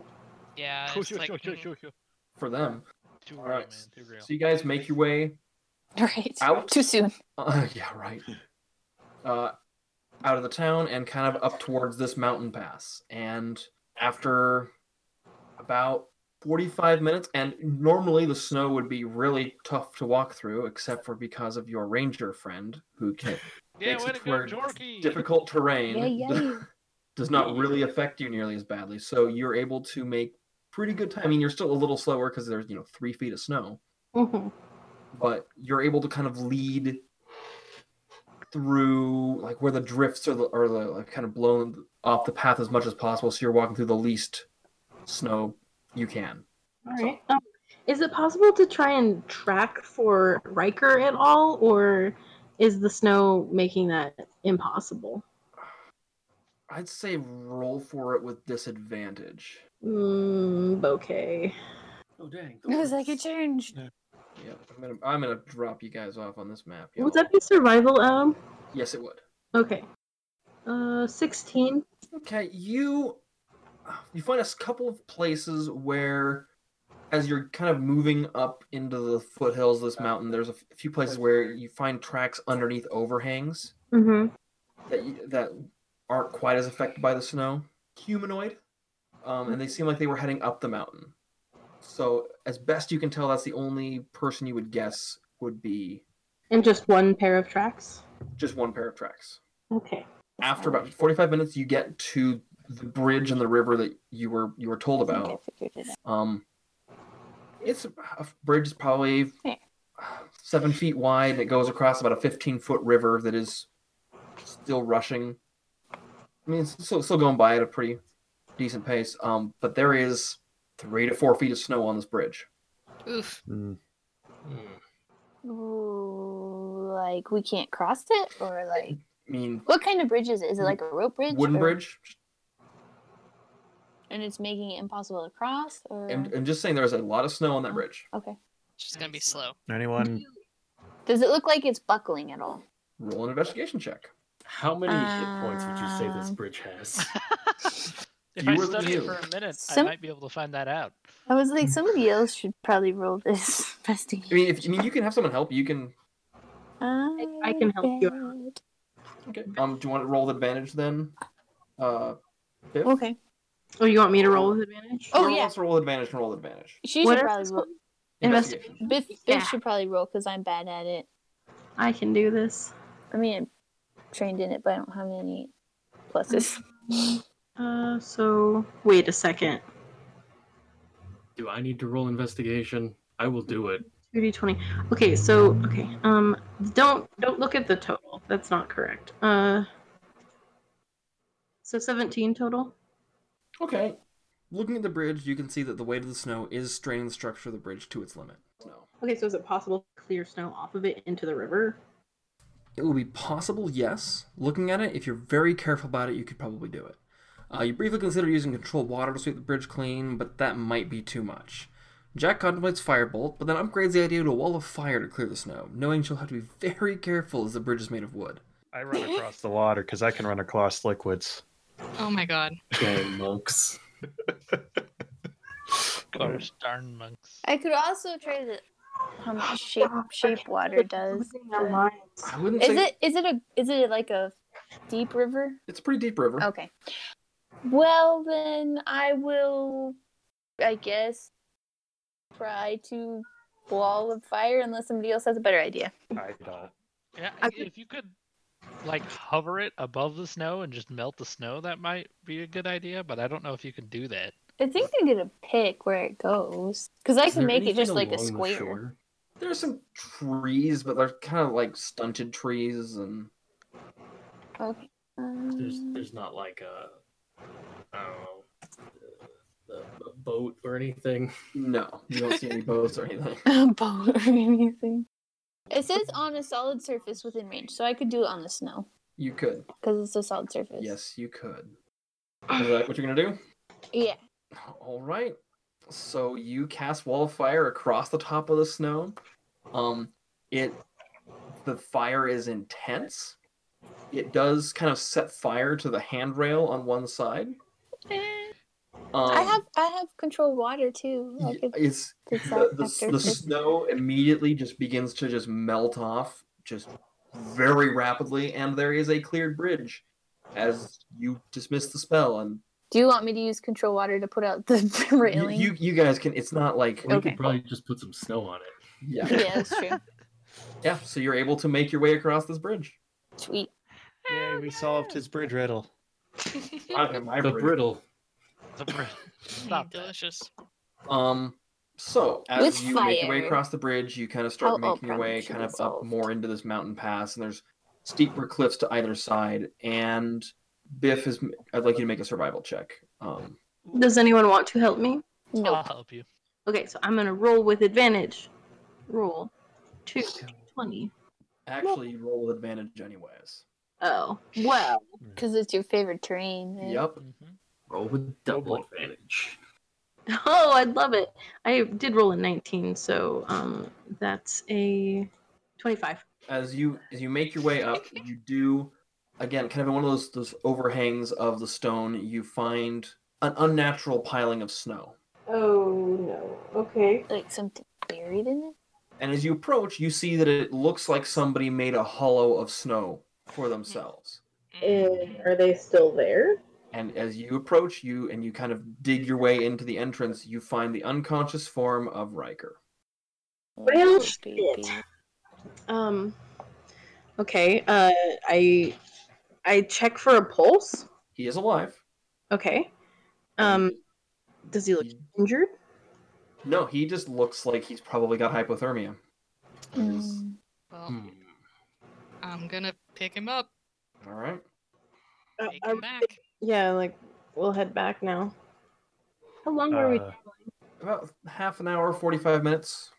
I: yeah.
F: Go,
I: it's
F: go,
I: like,
F: go, go,
I: mm,
F: go, go.
A: for them.
F: Too
A: All
F: real, man.
A: right,
F: Too real.
A: So you guys make your way.
E: Right.
A: Out?
E: Too soon.
A: Uh, yeah, right. Uh, out of the town and kind of up towards this mountain pass. And after about 45 minutes, and normally the snow would be really tough to walk through, except for because of your ranger friend who can
F: yeah,
A: makes
F: way
A: it
F: to
A: to
F: go,
A: where
F: Jorky.
A: difficult terrain.
E: Yeah, yeah.
A: does not really affect you nearly as badly. So you're able to make pretty good time. I mean, you're still a little slower because there's, you know, three feet of snow,
B: hmm
A: but you're able to kind of lead through like where the drifts are, the, are the, like, kind of blown off the path as much as possible. So you're walking through the least snow you can.
B: All right. Um, is it possible to try and track for Riker at all, or is the snow making that impossible?
A: I'd say roll for it with disadvantage.
B: Mm, bouquet.
D: oh dang!
E: It was like it changed.
A: Yeah, I'm gonna I'm gonna drop you guys off on this map.
B: Would
A: y'all.
B: that be survival, Adam?
A: Yes, it would.
B: Okay. Uh, sixteen.
A: Okay, you you find a s- couple of places where, as you're kind of moving up into the foothills of this mountain, there's a f- few places where you find tracks underneath overhangs
B: Mm-hmm.
A: that you, that aren't quite as affected by the snow. Humanoid, um, and they seem like they were heading up the mountain. So, as best you can tell, that's the only person you would guess would be
B: And just one pair of tracks.
A: just one pair of tracks.
B: Okay.
A: After about 45 minutes, you get to the bridge and the river that you were you were told
E: I think
A: about.
E: I figured it out.
A: Um, it's a a bridge is probably
E: Yeah.
A: seven feet wide, and it goes across about a fifteen foot river that is still rushing. I mean, it's still, still going by at a pretty decent pace. Um, but there is three to four feet of snow on this bridge.
I: Oof.
G: Hmm,
D: Hmm.
E: Ooh, like we can't cross it, or like
A: I mean,
E: what kind of bridge is it? Is it like a rope bridge?
A: wooden
E: or-
A: bridge.
E: And it's making it impossible to cross, or
A: I'm, I'm just saying, there's a lot of snow on that bridge.
E: okay.
I: She's gonna be slow.
G: Anyone?
E: Does it look like it's buckling at all?
A: Roll an investigation check.
D: How many hit points would you say this
E: Um,
D: bridge has?
F: If
A: You
F: I
A: were
F: study
A: you.
F: it for a minute,
E: Some-
F: I might be able to find that out.
E: I was like, somebody else should probably roll this
A: I
E: investigation.
A: mean, if I mean, you can have someone help. You can.
B: I can help you out.
E: bet.
A: Okay. Um. Do you want to roll with advantage then? Uh. Biff?
E: Okay.
B: Oh, you want me to roll with advantage?
E: Oh,
A: Whoever
E: yeah.
A: wants to roll with advantage and roll with advantage.
E: She
B: What
E: should
B: are
E: probably
B: these
E: roll.
B: ones?
A: Investigation.
E: Biff, Biff
B: Yeah.
E: should probably roll because I'm bad at it.
B: I can do this.
E: I mean, I'm trained in it, but I don't have any pluses.
B: Uh, so wait a second.
D: do I need to roll investigation? I will do it.
B: 2d20. Okay, so okay. Um don't don't look at the total. That's not correct. Uh So 17 total?
A: Okay. Looking at the bridge, you can see that the weight of the snow is straining the structure of the bridge to its limit. No.
B: Okay, so is it possible to clear snow off of it into the river?
A: It will be possible, yes. Looking at it, if you're very careful about it, you could probably do it. Uh, you briefly consider using controlled water to sweep the bridge clean, but that might be too much. Jack contemplates Firebolt, but then upgrades the idea to a wall of fire to clear the snow, knowing she'll have to be very careful as the bridge is made of wood.
G: I run across the water because I can run across liquids.
I: Oh my god.
D: Dang monks.
F: Gosh darn monks.
E: I could also try the how much shape shape water does.
B: Losing their minds.
A: I wouldn't
E: Is
A: say
E: it is it a is it like a deep river?
A: it's a pretty deep river.
E: Okay. Well then I will I guess try to wall of fire unless somebody else has a better idea.
G: I don't.
F: Yeah,
B: I could-
F: if you could like hover it above the snow and just melt the snow, that might be a good idea. But I don't know if you can do that.
E: I think they get to pick where it goes. Because I
D: Is
E: can
D: there
E: make it
D: anything
E: just like a
D: along the
E: square.
D: shore?
A: There's some trees, but they're kind of like stunted trees and
E: Okay.
D: There's
E: Um,
D: there's not like a I don't know a, a boat or anything.
A: no, you don't see any boats or anything.
E: a boat or anything. It says on a solid surface within range, so I could do it on the snow
A: You could.
E: because it's a solid surface.
A: Yes, you could. Is that what you're gonna do?
E: Yeah.
A: All right. So you cast wall of fire across the top of the snow. Um, it the fire is intense. It does kind of set fire to the handrail on one side. Um,
E: Eh. I have I have control water too. I
A: y-
E: could
A: it's
E: fix
A: the,
E: that
A: the,
E: after.
A: the
E: this.
A: snow immediately just begins to just melt off just very rapidly and there is a cleared bridge as you dismiss the spell and
E: Do you want me to use control water to put out the
A: you-
E: railing?
A: you you guys can it's not like
D: We
E: Okay.
D: could probably just put some snow on it.
A: yeah
E: Yeah, that's true.
A: yeah so you're able to make your way across this bridge
E: Sweet.
G: Yay, we solved his bridge riddle.
D: The brittle.
F: The br- Stop that.
I: Mm, Delicious.
A: um so as
E: With
A: you make your way
E: fire.
A: across the bridge you kind of start
E: How
A: making your
E: Oprah
A: way
E: should
A: kind
E: be
A: of up
E: solved.
A: more into this mountain pass and there's steeper cliffs to either side and biff is i'd like you to make a survival check um
B: Does anyone want to help me?
E: No.
F: I'll help you.
B: Okay, so I'm going to roll with advantage. Roll 2 20.
A: Actually, you roll with advantage anyways.
B: Oh. Well,
E: Because it's your favorite terrain. man.
A: Yep.
D: Roll with double advantage.
B: Oh, I'd love it. I did roll a 19, so um, that's a 25.
A: As you as you make your way up, you do again kind of in one of those those overhangs of the stone. You find an unnatural piling of snow,
B: Oh no. Okay.
E: Like something buried in it.
A: and as you approach, you see that it looks like somebody made a hollow of snow for themselves.
I: Mm.
B: are they still there?
A: And as you approach, you and you kind of dig your way into the entrance, you find the unconscious form of Riker.
B: Well,
E: Oh,
B: shit.
E: baby.
B: Um. Okay. Uh, I I check for a pulse.
A: He is alive.
B: Okay. Um, does he look injured?
A: No, he just looks like he's probably got hypothermia. He's-
E: Mm.
I: Well,
D: Hmm.
I: I'm gonna pick him up.
A: All right.
B: Uh,
I: Take him back.
B: yeah. Like we'll head back now. How long were we?
G: Uh,
A: About half an hour, 45 minutes.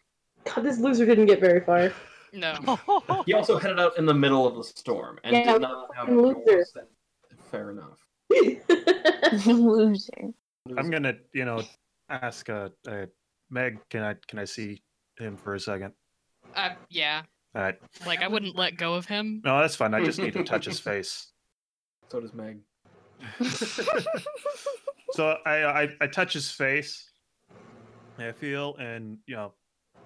B: God, this loser didn't get very far.
I: No.
A: He also headed out in the middle of the storm and
B: Yeah,
A: did not have
B: fucking
A: doors
B: loser.
A: that- Fair enough.
E: Loser.
G: I'm gonna, you know, ask uh, uh, Meg. Can I can I see him for a second.
I: Uh, yeah.
G: All right.
I: Like I wouldn't let go of him.
G: No, that's fine. I just need to touch his face.
A: So does Meg.
G: So I, I I touch his face. I feel, and you know,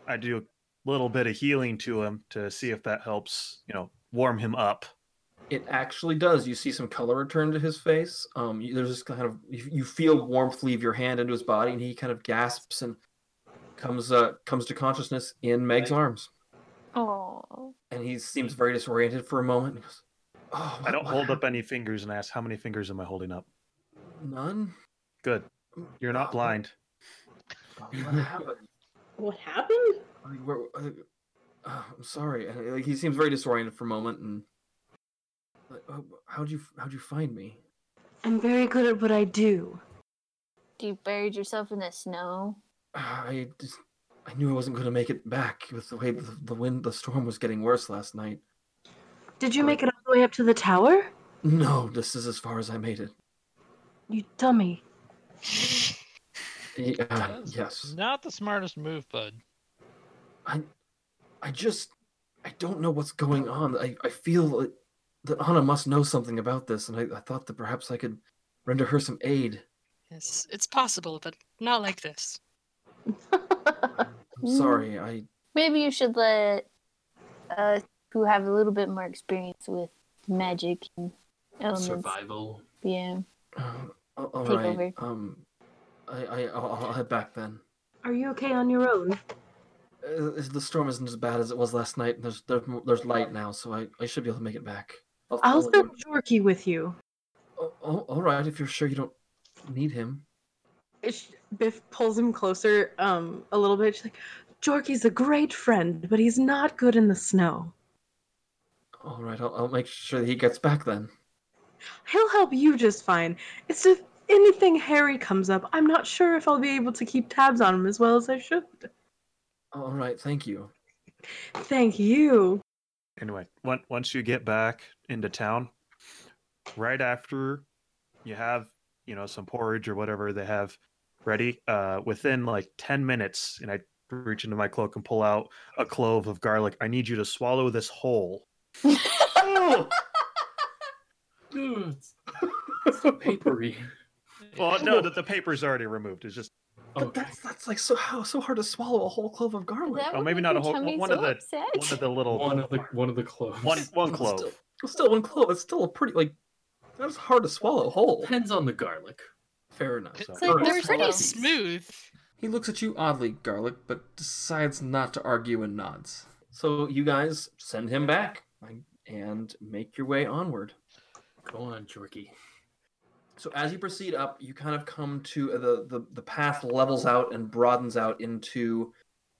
G: I do a little bit of healing to him to see if that helps. You know, warm him up.
A: It actually does. You see some color return to his face. Um, you, there's this kind of you, you feel warmth leave your hand into his body, and he kind of gasps and comes uh, comes to consciousness in Meg's arms.
E: Oh.
A: And he seems very disoriented for a moment. He goes, "Oh,
G: I don't
A: what-
G: hold up any fingers and ask how many fingers am I holding up.
A: none.
G: Good. You're not blind.
A: Oh, What happened?
B: What happened?
A: Like, where, uh, uh, I'm sorry. And, like, he seems very disoriented for a moment, and like, "Oh, how'd you how'd you find me?
B: I'm very good at what I do.
E: You buried yourself in the snow.
A: I just I knew I wasn't going to make it back with the way the, the wind the storm was getting worse last night.
B: Did you make it all the way up to the tower?
A: No, this is as far as I made it.
B: You dummy.
A: Y- uh,
F: That's
A: yes.
F: Not the smartest move, bud.
A: I I just I don't know what's going on. I, I feel like that Anna must know something about this, and I, I thought that perhaps I could render her some aid.
I: Yes, it's possible, but not like this.
E: Mm.
A: I'm sorry, I
E: Maybe you should let us who have a little bit more experience with magic and elements.
D: Survival.
E: Yeah.
A: uh, all all
E: Take
A: right.
E: over.
A: Um I, I I'll, I'll head back then.
B: Are you okay on your own?
A: Uh, the storm isn't as bad as it was last night, and there's there's, mo- there's light now, so I, I should be able to make it back.
B: I'll
A: let
B: send
A: you-
B: Jorky with you.
A: Oh, oh, all right, if you're sure you don't need him.
B: Ish- Biff pulls him closer um, a little bit. She's like, Jorky's a great friend, but he's not good in the snow.
A: All right, I'll, I'll make sure that he gets back then.
B: He'll help you just fine. It's if anything hairy comes up, I'm not sure if I'll be able to keep tabs on him as well as I should.
A: All right, thank you.
B: Thank you.
G: Anyway, on- once you get back into town, right after you have you know some porridge or whatever they have ready, uh, within like ten minutes, and I reach into my cloak and pull out a clove of garlic. I need you to swallow this whole.
D: It's,
A: Oh,
D: it's papery.
G: Well, no, the, the paper's already removed. It's just
A: But
D: Okay.
A: that's that's like so how so hard to swallow a whole clove of garlic.
E: That
G: Oh,
E: would
G: maybe
E: make
G: not a
E: your
G: whole-
E: tummy
G: one of
E: so
G: the-
E: upset.
G: one of the little
D: One of the one of the cloves.
G: one, one
A: But
G: clove.
A: Still, still one clove. It's still a pretty like that's hard to swallow whole.
D: Depends on the garlic.
A: Fair enough.
G: So-
I: It's like they're
E: Alright.
I: pretty
E: Well-
I: smooth.
A: He looks at you oddly, Garlic, but decides not to argue and nods. So you guys send him back like, and make your way onward.
D: Go on, Jorky.
A: So as you proceed up, you kind of come to the the, the path levels out and broadens out into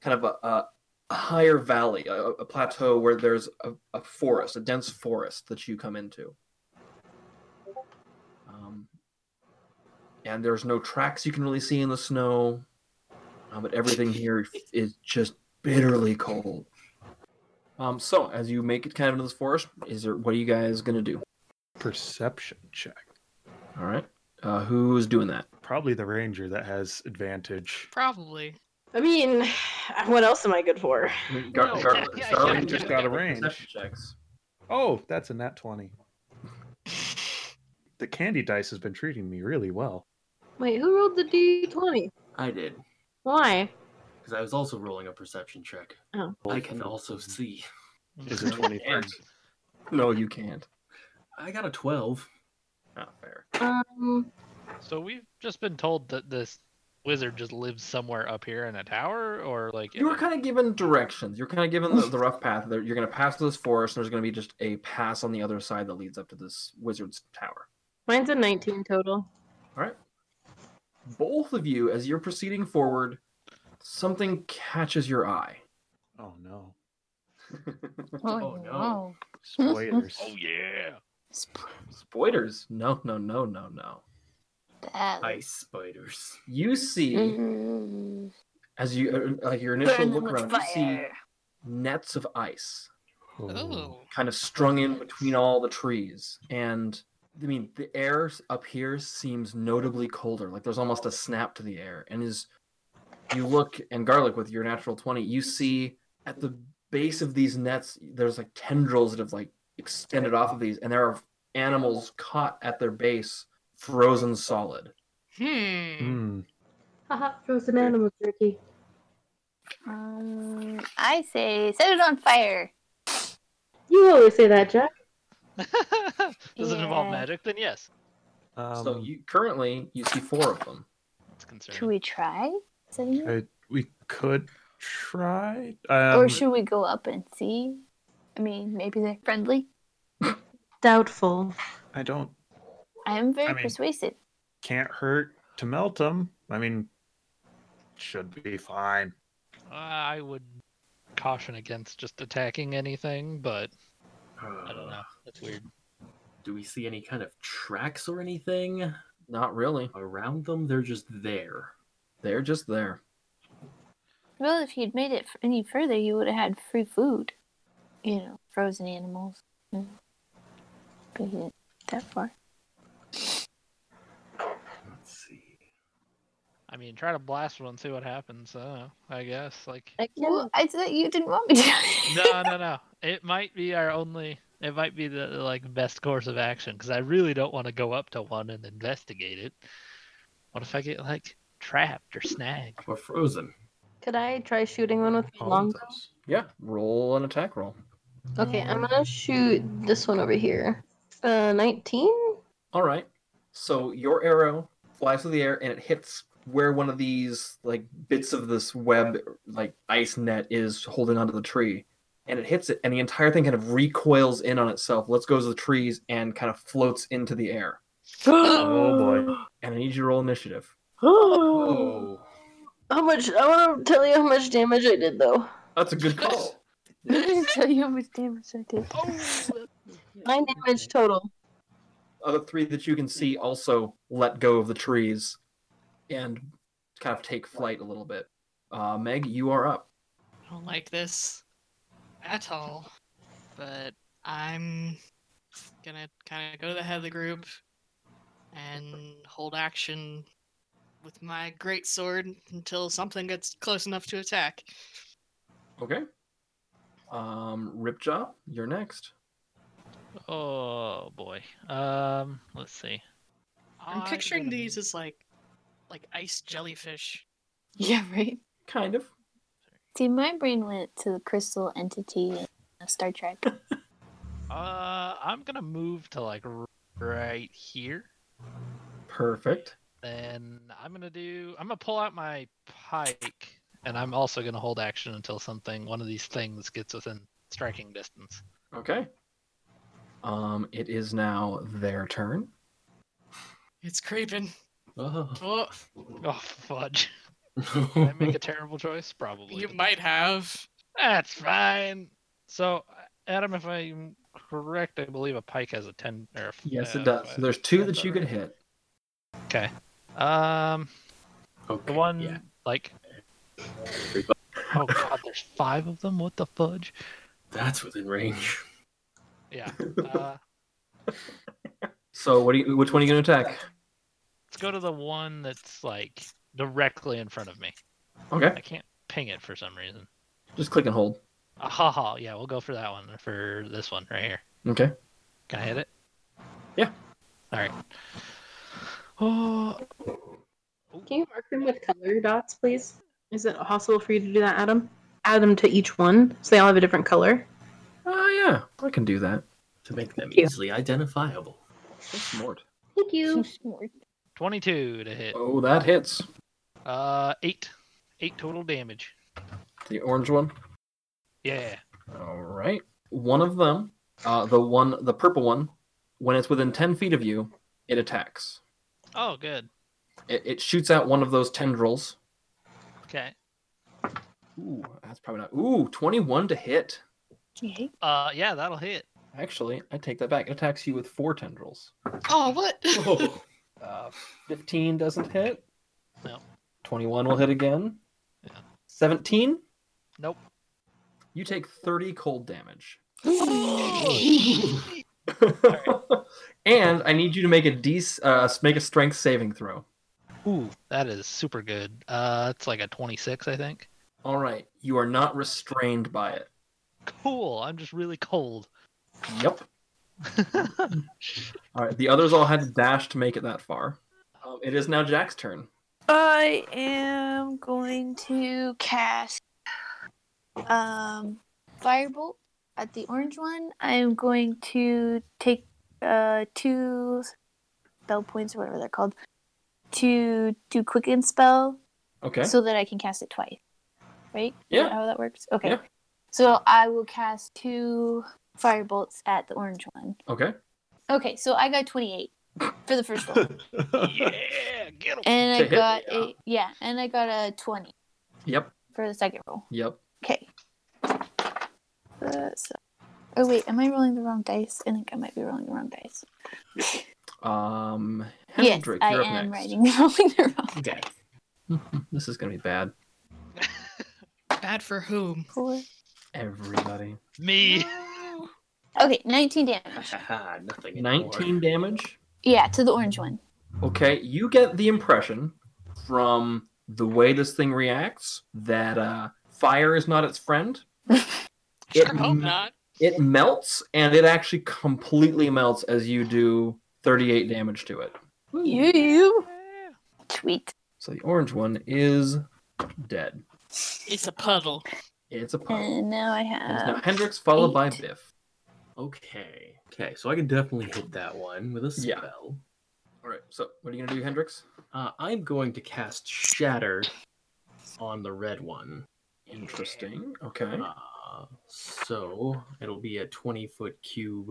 A: kind of a, a, a higher valley, a, a plateau where there's a, a forest, a dense forest that you come into. Um, and there's no tracks you can really see in the snow, um, but everything here is just bitterly cold. Um, so as you make it kind of into this forest, is there what are you guys gonna do?
G: Perception check.
A: All right, uh, who's doing that?
G: Probably the ranger that has advantage.
I: Probably.
B: I mean, what else am I good for?
A: Gar-
F: No,
A: Gar-
F: yeah, yeah,
A: Gar-
F: yeah,
G: just got a range.
A: Perception checks.
G: Oh, that's a nat 20. the candy dice has been treating me really well.
B: Wait, who rolled the d20?
D: I did
B: Why?
D: because I was also rolling a perception check.
B: Oh.
D: I can also see.
G: Is it 23?
A: No, you can't.
D: I got a twelve.
A: Not fair.
B: Um,
F: So we've just been told that this wizard just lives somewhere up here in a tower, or like
A: You were kind of given directions. You're kind of given the, the rough path. There- You're going to pass through this forest, and there's going to be just a pass on the other side that leads up to this wizard's tower.
B: mine's a 19 total.
A: Both of you, as you're proceeding forward, something catches your eye.
G: Oh, no.
D: Oh, no.
G: Spoilers.
E: Oh,
F: yeah.
A: Spoilers. No, no, no, no, no.
E: That
D: Ice spiders.
A: You see,
E: Mm.
A: as you uh, like your initial
E: Burn them
A: look
E: with
A: around, you see
E: fire.
A: nets of ice
I: Oh.
A: kind of strung in between all the trees. And I mean, the air up here seems notably colder. Like there's almost a snap to the air and is you look and garlic with your natural 20 you see at the base of these nets there's like tendrils that have like extended off of these and there are animals caught at their base frozen solid
I: Hmm.
G: Hmm.
B: Haha, frozen animal jerky.
E: Um, I say set it on fire.
B: You always say that, Jack.
F: Does it involve
E: Yeah.
F: magic? Then yes.
G: Um,
A: so you currently you see four of them
F: It's
E: Should
F: concerning.
E: we try setting it,
G: I- we could try.
E: or
G: Um,
E: should we go up and see? I mean, maybe they're friendly.
B: Doubtful.
G: I don't.
E: I am very
G: I mean-
E: persuasive.
G: Can't hurt to melt them. I mean, should be fine.
F: I would caution against just attacking anything, but I don't
D: Uh,
F: know. That's weird.
D: do we see any kind of tracks or anything
A: not really
D: around them? They're just there.
A: they're just there
E: Well, if you'd made it f- any further, you would have had free food. You know, frozen animals. Mm. But you didn't that far.
D: Let's see.
F: I mean, try to blast one, see what happens. I don't know. I guess like
B: I can
E: Well, I thought you didn't want me to.
F: no, no, no. It might be our only. It might be the like best course of action because I really don't want to go up to one and investigate it. What if I get like trapped or snagged?
D: Or frozen.
B: Could I try shooting one with my
D: All
B: long?
D: of those.
A: yeah roll an attack roll
B: Okay, I'm gonna shoot this one over here. Uh, 19.
A: All right. So your arrow flies through the air and it hits where one of these like bits of this web like ice net is holding onto the tree. And it hits it and the entire thing kind of recoils in on itself, lets go of the trees and kind of floats into the air.
G: Oh boy.
A: And I need you to roll initiative.
B: how
D: Oh.
B: much? I want to tell you how much damage I did, though.
A: That's a good call.
E: Let me tell you how much damage I did.
B: Nine damage total.
A: Other three that you can see also let go of the trees and kind of take flight a little bit. Uh, Meg, you are up.
I: I don't like this at all. But I'm gonna kind of go to the head of the group and hold action with my great sword until something gets close enough to attack.
A: Okay. Um, Ripjaw, you're next.
F: Oh boy. Um, let's see.
I: I'm picturing
F: gonna-
I: these as like like ice jellyfish.
E: Yeah, right.
A: Kind of.
E: See, my brain went to the crystal entity in uh, Star Trek.
F: Uh, I'm gonna move to like r- right here.
A: Perfect.
F: Then I'm gonna do. I'm gonna pull out my pike, and I'm also gonna hold action until something, one of these things, gets within striking distance.
A: Okay. Um, it is now their turn.
I: It's creeping.
D: Oh.
I: Oh,
F: Oh fudge! Did I make a terrible choice? Probably.
I: you
F: did.
I: might have.
F: That's fine. So, Adam, if I'm correct, I believe a pike has a ten or a-
A: Yes,
F: uh,
A: it does. So there's two that you can hit.
F: Um,
D: Okay,
F: the one
D: yeah.
F: like. Oh god, there's five of them. What the fudge?
D: That's within range.
F: Yeah. Uh,
A: So what? Do you, which one are you going to attack?
F: let's go to the one that's like directly in front of me.
A: Okay,
F: I can't ping it for some reason.
A: just click and hold.
F: Ah, ha ha. Yeah, we'll go for that one. For this one right here.
A: Okay.
F: Can I hit it?
A: Yeah.
F: All right. Oh,
B: Can you mark them with color dots, please? Is it possible for you to do that, Adam? Add them to each one so they all have a different color.
A: Oh yeah, I can do that.
D: To make them
B: Thank you.
D: easily identifiable.
A: So smart.
B: Thank you.
E: Smart.
F: 22 to hit.
A: Oh, that hits
F: Uh, eight. Eight total damage.
A: the orange one.
F: Yeah.
A: All right. One of them, uh, the one, the purple one, when it's within ten feet of you, it attacks.
F: Oh, good.
A: It, it shoots out one of those tendrils.
F: Okay.
A: Ooh, that's probably not. Ooh, twenty-one to hit.
E: Okay.
F: Uh, yeah, that'll hit.
A: Actually, I take that back. It attacks you with four tendrils.
I: Oh, what?
D: Oh.
A: Uh, 15 doesn't hit.
F: No.
A: 21 will hit again.
F: Yeah.
A: 17.
F: Nope.
A: You take 30 cold damage. and I need you to make a de- uh, make a strength saving throw.
F: Ooh, that is super good. Uh, it's like a 26, I think.
A: All right, you are not restrained by it.
F: Cool. I'm just really cold.
A: Yep. all right, the others all had to dash to make it that far. Um, it is now Jack's turn.
E: I am going to cast um firebolt at the orange one. I am going to take uh two spell points or whatever they're called to do quicken spell
A: Okay.
E: so that I can cast it twice. Right? Is
A: Yeah.
E: that how that works? Okay.
A: Yeah.
E: So I will cast two firebolts at the orange one.
A: okay.
E: Okay, so I got 28 for the first roll.
G: Oh.
F: yeah, get 'em.
E: And
A: To
E: I
A: hit,
E: got a yeah, and I got a 20
A: Yep.
E: for the second roll.
A: Yep.
E: Okay. Uh, so- oh wait, am I rolling the wrong dice? I think I might be rolling the wrong dice.
A: Um,
E: yes,
A: Hendrik,
E: I
A: you're up
E: am
A: next.
E: writing rolling the wrong
A: Okay.
E: dice.
A: this is gonna be bad.
I: Bad for whom?
E: Four.
A: Everybody.
F: me.
E: Okay, 19 damage.
D: Nothing. anymore.
A: 19 damage.
E: Yeah, to the orange one.
A: Okay, you get the impression from the way this thing reacts that uh, fire is not its friend. it,
I: Sure hope
A: m-
I: not.
A: it melts, and it actually completely melts as you do 38 damage to it.
E: You tweet.
A: So the orange one is dead.
I: It's a puddle.
A: It's a puddle.
E: And now I
A: And it's now
E: have
A: Hendrix followed by
E: Uh, eight.
A: Biff.
D: Okay. Okay, so I can definitely hit that one with a
A: Yeah.
D: spell.
A: All right, so what are you gonna do, Hendrix?
D: Uh, I'm going to cast Shatter on the red one.
A: Interesting. Okay.
D: Uh, so it'll be a 20 foot cube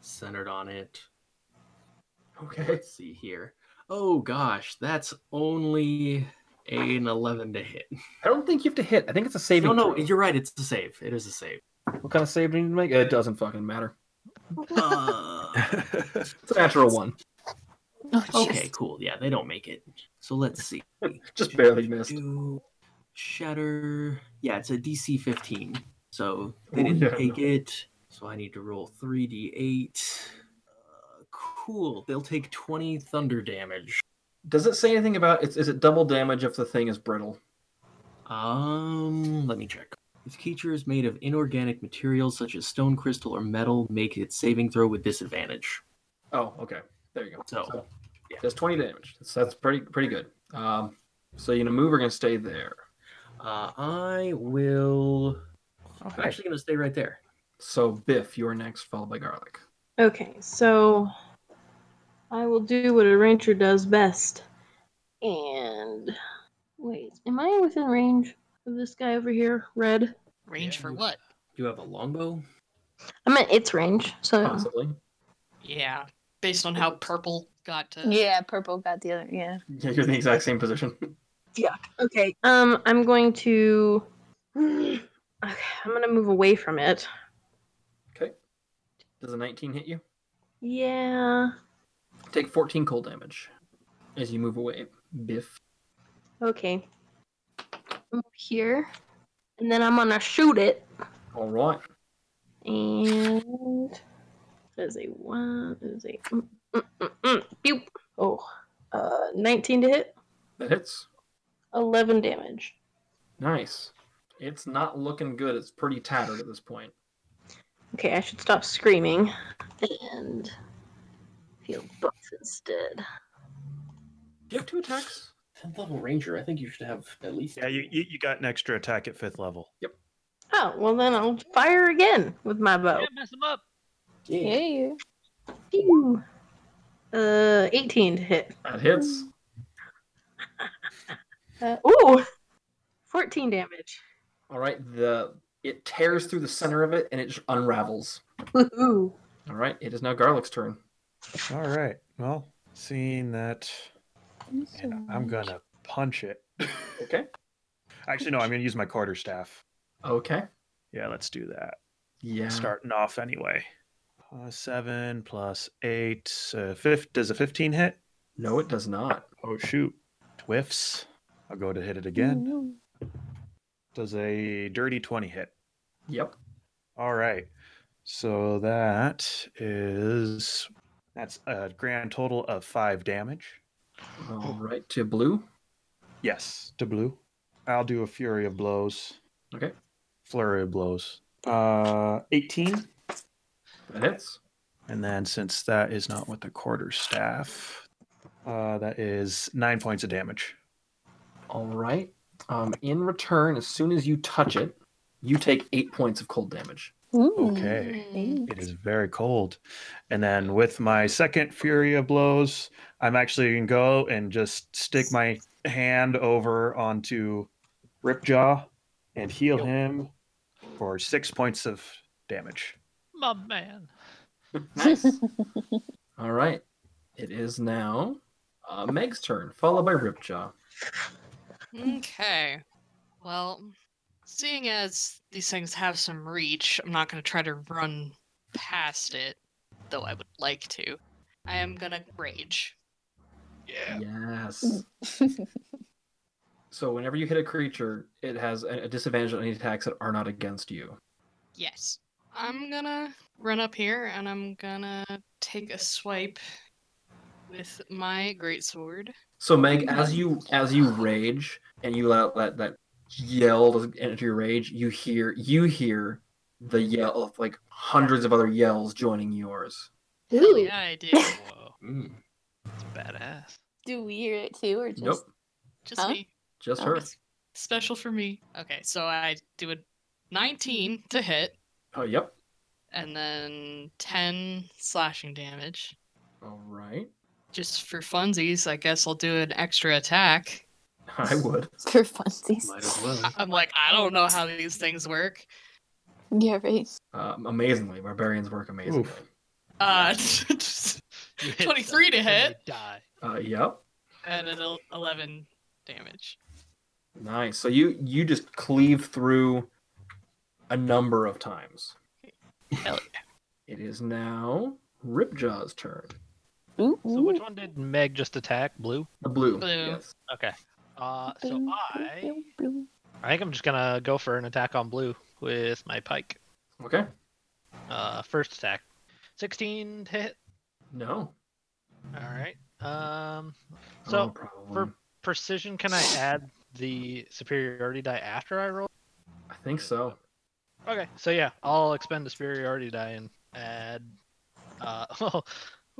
D: centered on it.
A: Okay.
D: Let's see here. Oh gosh, that's only an 11 to hit.
A: I don't think you have to hit. I think it's a saving.
D: No, no,
A: throw.
D: you're right. It's a save. It is a save.
A: What kind of save do you need to make? It doesn't fucking matter.
D: Uh,
A: It's a natural one.
E: oh,
D: okay, cool. Yeah, they don't make it. So let's see.
A: Just barely missed.
D: Do shatter. Yeah, it's a DC 15. So they
A: Oh,
D: didn't
A: yeah.
D: take it. So I need to roll 3d8. Uh, cool. They'll take 20 thunder damage.
A: Does it say anything about it's, is it double damage if the thing is brittle?
D: Um, let me check. If creature is made of inorganic materials such as stone, crystal, or metal, make its saving throw with disadvantage.
A: Oh, okay. There you go.
D: So, yeah.
A: that's 20 damage. That's, that's pretty pretty good. Um, so you're gonna move or gonna stay there.
D: Uh, I will. I'm
A: Okay.
D: actually going to stay right there.
A: So Biff, you're next, followed by Garlic.
B: Okay, so I will do what a ranger does best. And wait, am I within range of this guy over here? Red.
I: Range
D: Yeah,
I: for
D: you-
I: what?
D: You have a longbow?
B: I'm at its range, so
A: Possibly.
I: Yeah. Based on how purple got to.
E: yeah, purple got the other. Yeah.
A: Yeah, you're in the exact same position.
B: okay. Um, I'm going to. Okay, I'm gonna move away from it.
A: okay. Does a 19 hit you?
B: Yeah.
A: Take 14 cold damage as you move away. Biff.
B: Okay. Move here, and then I'm gonna shoot it.
A: All right.
B: And that is a one. That is a mm, mm, mm, mm. Pew. Oh, uh, 19 to hit,
A: That hits.
B: 11 damage.
A: Nice. It's not looking good. It's pretty tattered at this point.
B: Okay, I should stop screaming and heal buff instead.
A: Do you have two attacks?
D: 10th level ranger. I think you should have at least.
G: yeah, you, you you got an extra attack at fifth level.
B: Oh, well, then I'll fire again with my bow.
F: Yeah, mess them up.
E: Yeah.
B: Pew. Uh, 18 to hit.
A: That hits.
B: Uh, ooh, 14 damage.
A: All right. The it tears through the center of it and it just unravels.
B: Woohoo.
A: All right. It is now Garlic's turn.
G: All right. Well, seeing that, and I'm gonna punch it.
A: Okay.
G: Actually, no, I'm gonna use my quarter staff.
A: Okay.
G: Yeah, let's do that.
A: Yeah.
G: Starting off anyway. Uh, seven plus eight. Uh, fifth does a fifteen hit?
A: No, it does not.
G: Oh shoot! Twiffs. I'll go to hit it again.
E: Again.
G: Does a dirty twenty hit?
A: Yep.
G: All right. So that is that's a grand total of five damage.
A: All right, to blue.
G: Yes, to blue. I'll do a fury of blows.
A: Okay.
G: Flurry of blows. Uh, 18.
A: That hits.
G: And then since that is not with the quarter staff, uh, that is nine points of damage.
A: All right. Um, in return, as soon as you touch it, you take eight points of cold damage.
G: Okay. It is very cold. And then with my second Fury of Blows, I'm actually going to go and just stick my hand over onto Ripjaw and heal him for six points of damage.
F: My man.
A: Nice. All right. It is now uh, Meg's turn, followed by Ripjaw.
I: Okay. Well, seeing as these things have some reach, I'm not going to try to run past it, though I would like to. I am going to rage.
F: Yeah.
A: Yes. so whenever you hit a creature, it has a a disadvantage on any attacks that are not against you.
I: Yes. I'm going to run up here and I'm going to take a swipe with my greatsword.
A: So Meg, as you as you rage and you let that that yell to enter your rage, you hear you hear the yell of like hundreds of other yells joining yours.
I: Hell
E: Ooh,
I: Oh, Yeah, I do.
F: Whoa.
D: Mm,
F: It's badass.
E: do we hear it too, or just
A: Nope,
I: Just
E: Huh?
I: me.
A: just
E: Oh,
A: her.
I: It's Special for me. Okay, so I do a 19 to hit
A: Oh, yep.
I: and then 10 slashing damage.
A: All right,
I: Just for funsies, I guess I'll do an extra attack.
A: I would.
E: for funsies?
D: might as well.
I: I'm like, I don't know how these things work.
E: Yeah, right.
A: Um, amazingly, barbarians work amazingly.
G: Oof.
I: Uh,
F: You hit
I: 23 to
F: something and
I: hit.
F: you Die.
A: Uh, yep.
I: and an el- 11 damage.
A: Nice. So you you just cleave through a number of times.
I: Hell
A: It is now Ripjaw's turn.
E: Ooh,
F: So which one did Meg just attack? Blue.
A: The blue.
I: Blue.
A: Yes.
F: Okay. Uh, so
E: Boom, boom,
F: I,
E: boom, boom.
F: I think I'm just gonna go for an attack on blue with my pike.
A: Okay.
F: Uh, first attack, 16 to hit.
A: No.
F: All right. Um, So,
A: No problem.
F: for- precision. Can I add the superiority die after I roll?
A: I think so.
F: Okay. So yeah, I'll expend the superiority die and add. Uh, oh,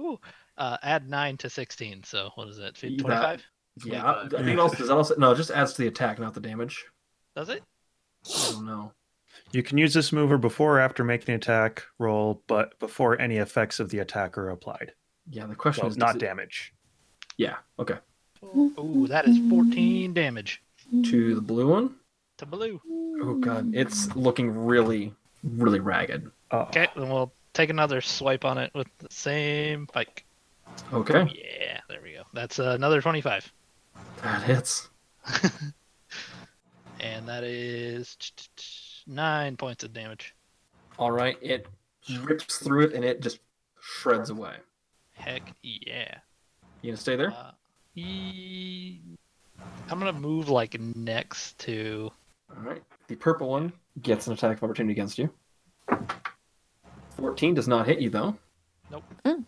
F: ooh, uh, add nine to 16. So what is that?
A: You got-
F: 25.
A: Yeah. I
D: 25.
A: think it also does that also no, it just adds to the attack, not the damage.
F: Does it?
A: I don't know.
G: You can use this mover before or after making an attack roll, but before any effects of the attack are applied.
A: Yeah, the question
G: Well,
A: is does
G: not
A: it-
G: damage.
A: Yeah, okay.
F: Ooh, that is 14 damage
A: To the blue one.
F: to blue.
A: Oh god, it's looking really, really ragged.
G: Oh,
F: Okay, then we'll take another swipe on it with the same pike.
A: Okay.
F: Yeah, there we go. That's another 25.
A: That hits.
F: And that is nine points of damage.
A: Alright, it rips through it and it just shreds away.
F: Heck yeah.
A: You gonna stay there?
F: Uh, e- I'm going to move like next to.
A: Alright. The purple one gets an attack of opportunity against you. Fourteen does not hit you though.
F: Nope.
E: Mm.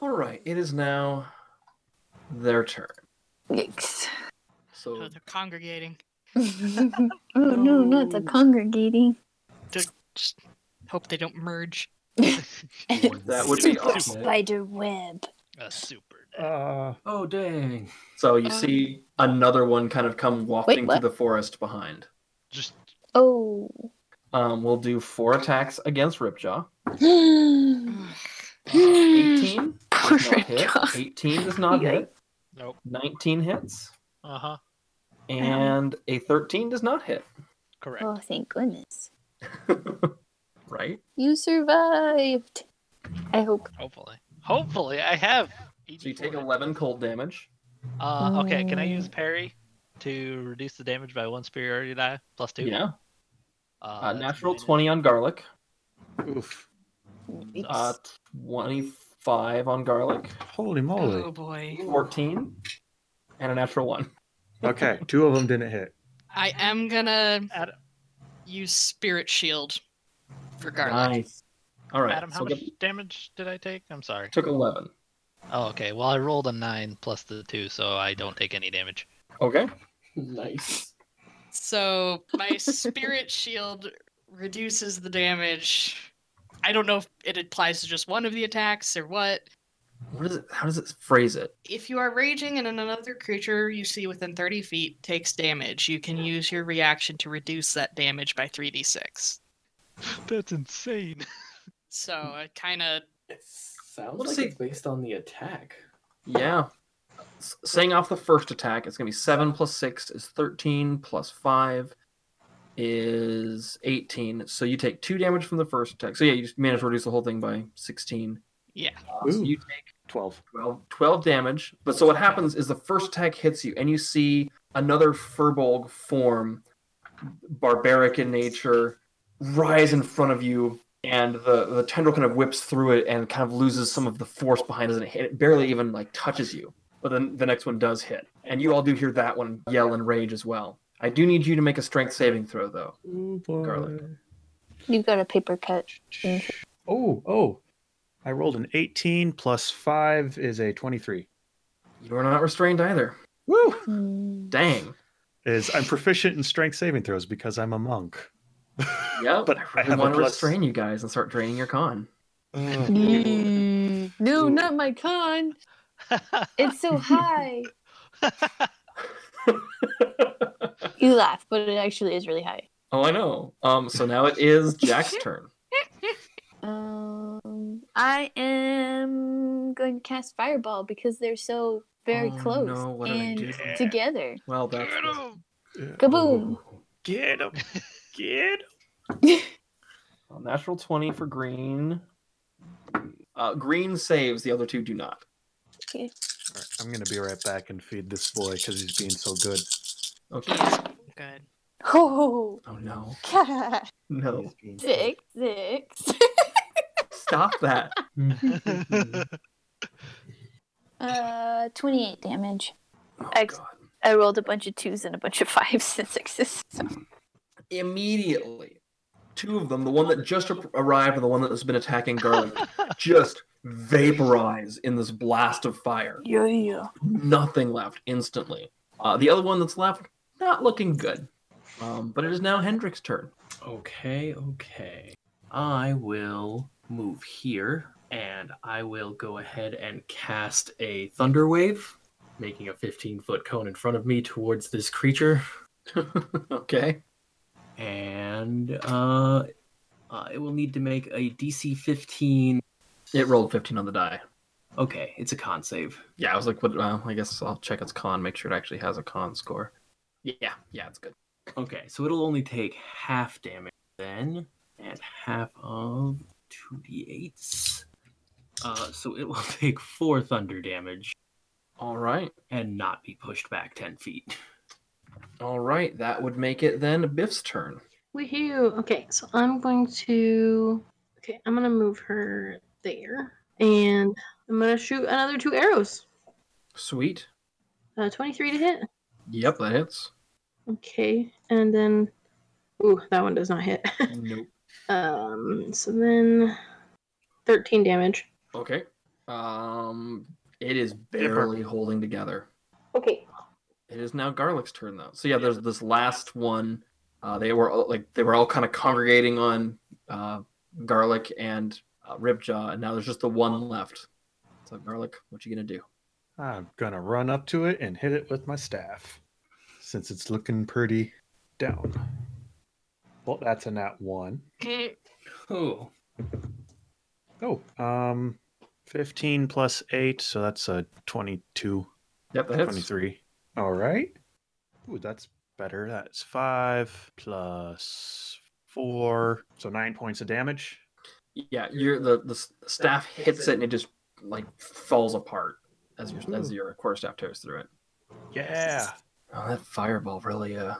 A: Alright, it is now their turn.
E: Yikes.
A: So
I: Oh, they're congregating.
E: oh no, not the congregating.
I: Just hope they don't merge.
A: that would be
E: Super
A: awesome.
E: spider web.
F: A super.
G: Uh,
D: Oh dang!
A: So you
I: Um,
A: see another one kind of come wafting through
E: what?
A: the forest behind.
F: Just
E: Oh.
A: Um, we'll do four attacks against Ripjaw.
E: Poor
I: Ugh.
A: 18
E: Oh,
A: does not hit.
E: Ripjaw.
A: 18 does not hit.
F: Nope.
A: 19 hits.
F: uh huh.
A: And a 13 does not hit.
F: Correct.
E: Oh, thank goodness.
A: Right?
E: You survived. I hope.
F: Hopefully. Hopefully, I have.
A: So you take
F: 84.
A: 11 cold damage.
F: Uh, okay, can I use
E: Oh.
F: parry to reduce the damage by one superiority die plus two?
A: Yeah.
F: Uh,
A: Uh,
F: that's
A: natural
F: minus-
A: 20 on garlic.
G: oof.
A: Uh, 25 on garlic.
G: Holy moly.
I: Oh boy.
A: 14. And a natural 1.
G: Okay, two of them didn't hit.
I: I am gonna
F: Adam-
I: use Spirit Shield for Garlic.
A: Nice. All right.
F: Adam, how
A: so
F: much
A: it
F: damage did I take? I'm sorry.
A: took 11.
F: Oh, okay. Well, I rolled a nine plus the two, so I don't take any damage.
A: Okay.
D: Nice.
I: So my spirit shield reduces the damage. I don't know if it applies to just one of the attacks or what.
A: What is it? How does it phrase it?
I: If you are raging and another creature you see within 30 feet takes damage, you can use your reaction to reduce that damage by 3d6.
F: That's insane.
I: So I kind of.
D: It sounds
A: Let's
D: like
A: see.
D: it's based on the attack.
A: Yeah. S- saying off the first attack, it's going to be 7 plus 6 is 13, plus 5 is 18. So you take 2 damage from the first attack. So yeah, you just manage to reduce the whole thing by 16.
I: Yeah.
A: Uh, so
G: Ooh.
A: you take
G: 12.
A: 12, 12 damage. But so what happens is the first attack hits you, and you see another Furbolg form, barbaric in nature, rise in front of you, and the, the tendril kind of whips through it and kind of loses some of the force behind it, and it hit- it barely even like touches you. But then the next one does hit, and you all do hear that one yell and rage as well. I do need you to make a strength saving throw, though. Garlic.
E: You've got a paper cut.
G: Oh, oh. I rolled an 18 plus 5 is a 23.
A: You are not restrained either.
G: Woo!
E: Hmm.
A: Dang.
G: Is I'm proficient in strength saving throws because I'm a monk.
A: Yep.
G: But I
A: I
G: have a
A: want to
G: plus-
A: restrain you guys and start draining your con.
E: Mm, No, not my con. It's so high. You laugh, but it actually is really high.
A: Oh, I know. Um, so now it is Jack's turn.
E: Um, I am going to cast Fireball because they're so very
A: Oh,
E: close
A: no, what did I
E: and
A: do?
E: together.
A: Well, that's
E: Kaboom!
H: Get him. Get him.
A: Uh, natural twenty for green. Uh, green saves. The other two do not.
E: Okay.
G: Alright, I'm going to be right back and feed this boy because he's being so good.
A: Okay.
I: He's good.
E: Oh,
A: Oh no.
E: God.
A: No.
G: He's being so good.
E: six, six.
A: Stop that.
E: Uh, twenty-eight damage.
A: Oh,
E: Ex-
A: God.
E: I rolled a bunch of twos and a bunch of fives and sixes. So.
A: Immediately, two of them, the one that just ar- arrived and the one that has been attacking Garlic, just vaporize in this blast of fire.
E: Yeah, yeah.
A: Nothing left instantly. Uh, the other one that's left, not looking good. Um, but it is now Hendrick's turn.
D: Okay, okay. I will move here and I will go ahead and cast a thunder wave, making a 15 foot cone in front of me towards this creature.
A: okay.
D: And uh, I will need to make a DC 15.
A: It rolled 15 on the die.
D: Okay, it's a con save.
A: Yeah, I was like, what? Well, I guess I'll check its con, make sure it actually has a con score. Yeah, yeah, it's good.
D: Okay, so it'll only take half damage then, and half of 2d8s. Uh, so it will take 4 thunder damage
A: All right,
D: and not be pushed back 10 feet.
A: all right. That would make it then Biff's turn.
B: We Woohoo! Okay, so I'm going to. Okay, I'm gonna move her there, and I'm gonna shoot another two arrows.
A: Sweet.
B: Uh, 23 to hit.
A: Yep, that hits.
B: Okay, and then, ooh, that one does not hit.
A: nope.
B: um, so then, 13 damage.
A: Okay. Um, it is barely holding together.
E: Okay.
A: It is now Garlic's turn though. So yeah, there's this last one. Uh, they were all, like they were all kind of congregating on uh, Garlic and uh, Ribjaw, and now there's just the one left. So Garlic, what you gonna do?
G: I'm going to run up to it and hit it with my staff since it's looking pretty down. Well, that's a nat 1.
D: Oh,
G: Oh, um, 15 plus 8, so that's a 22,
A: Yep, that hits.
G: 23. All right. Ooh, that's better. That's 5 plus 4, so 9 points of damage.
A: Yeah, you're the the s- staff hits it and it just like falls apart as your as your quarter staff tears through it.
G: Yeah.
A: Oh, that fireball really uh.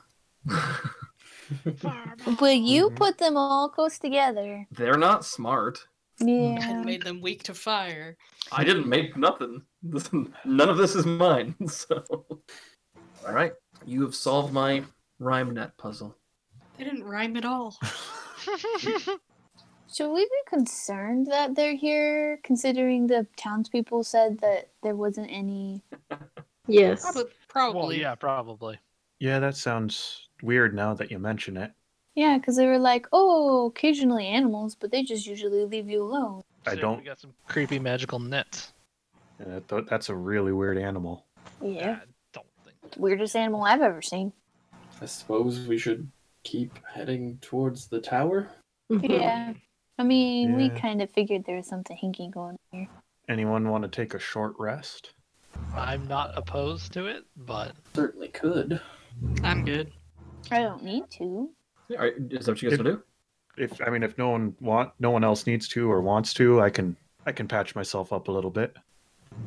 E: Will you
A: Mm-hmm.
G: Mhm.
E: put them all close together?
A: They're not smart.
E: Yeah.
A: Mm-hmm.
I: And made them weak to fire.
A: I didn't make nothing. This, none of this is mine. So, all right, you have solved my rhyme net puzzle.
I: They didn't rhyme at all.
E: Should we be concerned that they're here, considering the townspeople said that there wasn't any?
B: Yes.
I: Probably.
F: Well,
I: probably.
F: yeah, probably.
G: Yeah, that sounds weird now that you mention it.
E: Yeah, because they were like, "Oh, occasionally animals, but they just usually leave you alone."
G: I
F: So We
G: don't.
F: got some creepy magical nets.
G: uh, th- that's a really weird animal.
E: Yeah,
F: I don't think.
E: weirdest animal I've ever seen.
D: I suppose we should keep heading towards the tower.
A: Hmm.
E: Yeah, I mean, we
G: Yeah.
E: kind of figured there was something hinky going on here.
G: Anyone want to take a short rest?
F: I'm not opposed to it, but
D: Certainly could.
I: I'm good.
E: I don't need to.
A: Yeah, all right, is that what you guys
G: If-
A: want to do?
G: If I mean, if no one want, no one else needs to or wants to, I can I can patch myself up a little bit.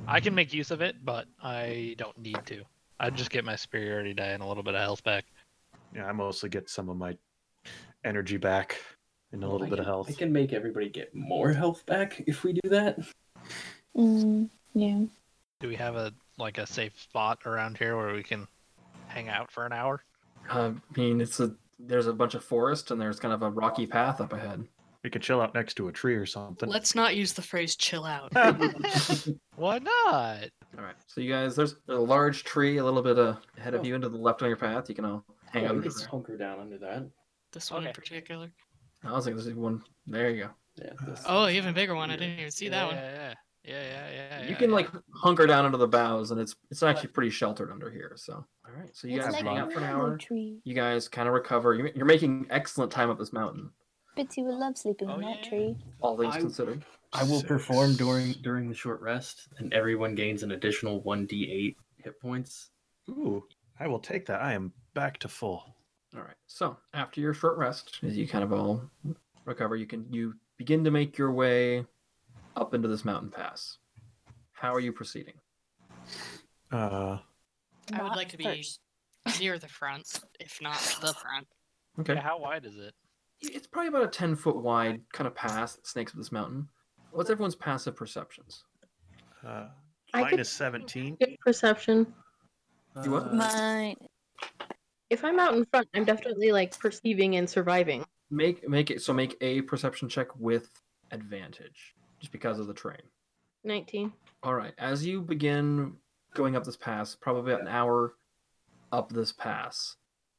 F: I can make use of it, but I don't need to. I just get my superiority die and a little bit of health back.
G: Yeah, I mostly get some of my energy back and a little
D: I
G: bit of
D: can-
G: health.
D: I can make everybody get more health back if we do that.
E: Mm, yeah.
F: Do we have a like a safe spot around here where we can hang out for an hour?
A: Uh, I mean, it's a there's a bunch of forest and there's kind of a rocky path up ahead.
G: We could chill out next to a tree or something.
I: Let's not use the phrase chill out.
F: Why not?
A: All right, so you guys, there's a large tree a little bit uh, ahead
D: Oh.
A: of you into the left on your path. You can all hang
D: Yeah,
A: out.
D: we
A: under
D: could
A: there.
D: hunker down under that.
I: this one in
F: Okay.
I: particular.
A: I was thinking there's one. There you go.
D: Yeah, this-
I: Oh, even bigger one. I didn't even see that one.
F: Yeah, yeah, yeah, yeah. yeah
A: you can
F: yeah.
A: like hunker down under the boughs, and it's it's actually pretty sheltered under here. So all right, so you
E: it's
A: guys
E: like
A: hang
E: a
A: out for an
E: mango
A: hour.
E: tree.
A: You guys kind of recover. You're, you're making excellent time up this mountain,
E: Bitsy would love sleeping
F: Oh,
E: in that
F: yeah.
E: tree.
A: all things
D: I-
A: considered.
D: I will
G: Six.
D: perform during during the short rest, and everyone gains an additional one d eight hit points.
G: Ooh, I will take that. I am back to full.
A: All right. So after your short rest, as you kind of all recover, you can you begin to make your way up into this mountain pass. How are you proceeding?
G: Uh,
I: I would
E: Not
I: like to be-
E: first.
I: Near the front, if not the front.
A: Okay.
F: Yeah, How wide is it?
A: It's probably about a ten foot wide kind of pass that snakes up this mountain. What's everyone's passive perceptions?
G: uh,
B: I could-
G: minus seventeen.
B: Good perception.
I: Uh,
A: You what?
E: Mine.
B: If I'm out in front, I'm definitely like perceiving and surviving.
A: Make make it so make a perception check with advantage, just because of the terrain.
B: 19.
A: All right. As you begin going up this pass, probably about an hour up this pass,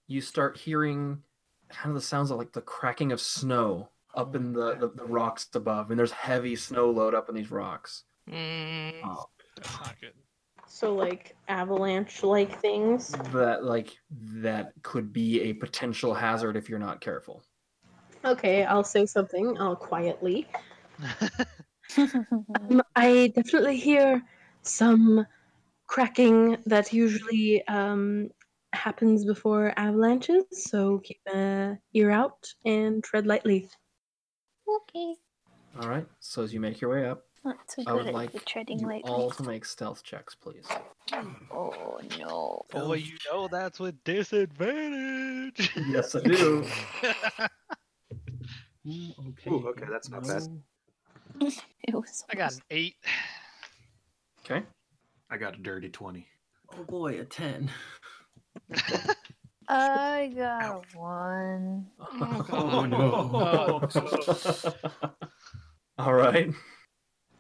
A: you start hearing kind of the sounds of like the cracking of snow up in the, the, the rocks above. And there's heavy snow load up in these rocks.
I: Mm,
A: Oh.
F: That's not good.
B: So like avalanche like things.
A: That like that could be a potential hazard if you're not careful.
B: Okay, I'll say something. I'll quietly. Um, I definitely hear some cracking that usually um, happens before avalanches. So keep an ear out and tread lightly.
E: okay.
A: All right. So as you make your way up,
E: Not so
A: I
E: good
A: would
E: at
A: like
E: the treading
A: you
E: lightly.
A: all to make stealth checks, please.
E: Oh no.
F: Boy,
G: Um,
F: you know that's with disadvantage.
A: Yes, I do.
D: Okay.
G: Ooh, okay, that's not bad.
E: It was.
F: I got an
E: almost-
F: eight.
A: Okay.
G: I got a dirty twenty.
D: Oh boy, a ten.
E: I got one.
D: Oh no.
A: All right.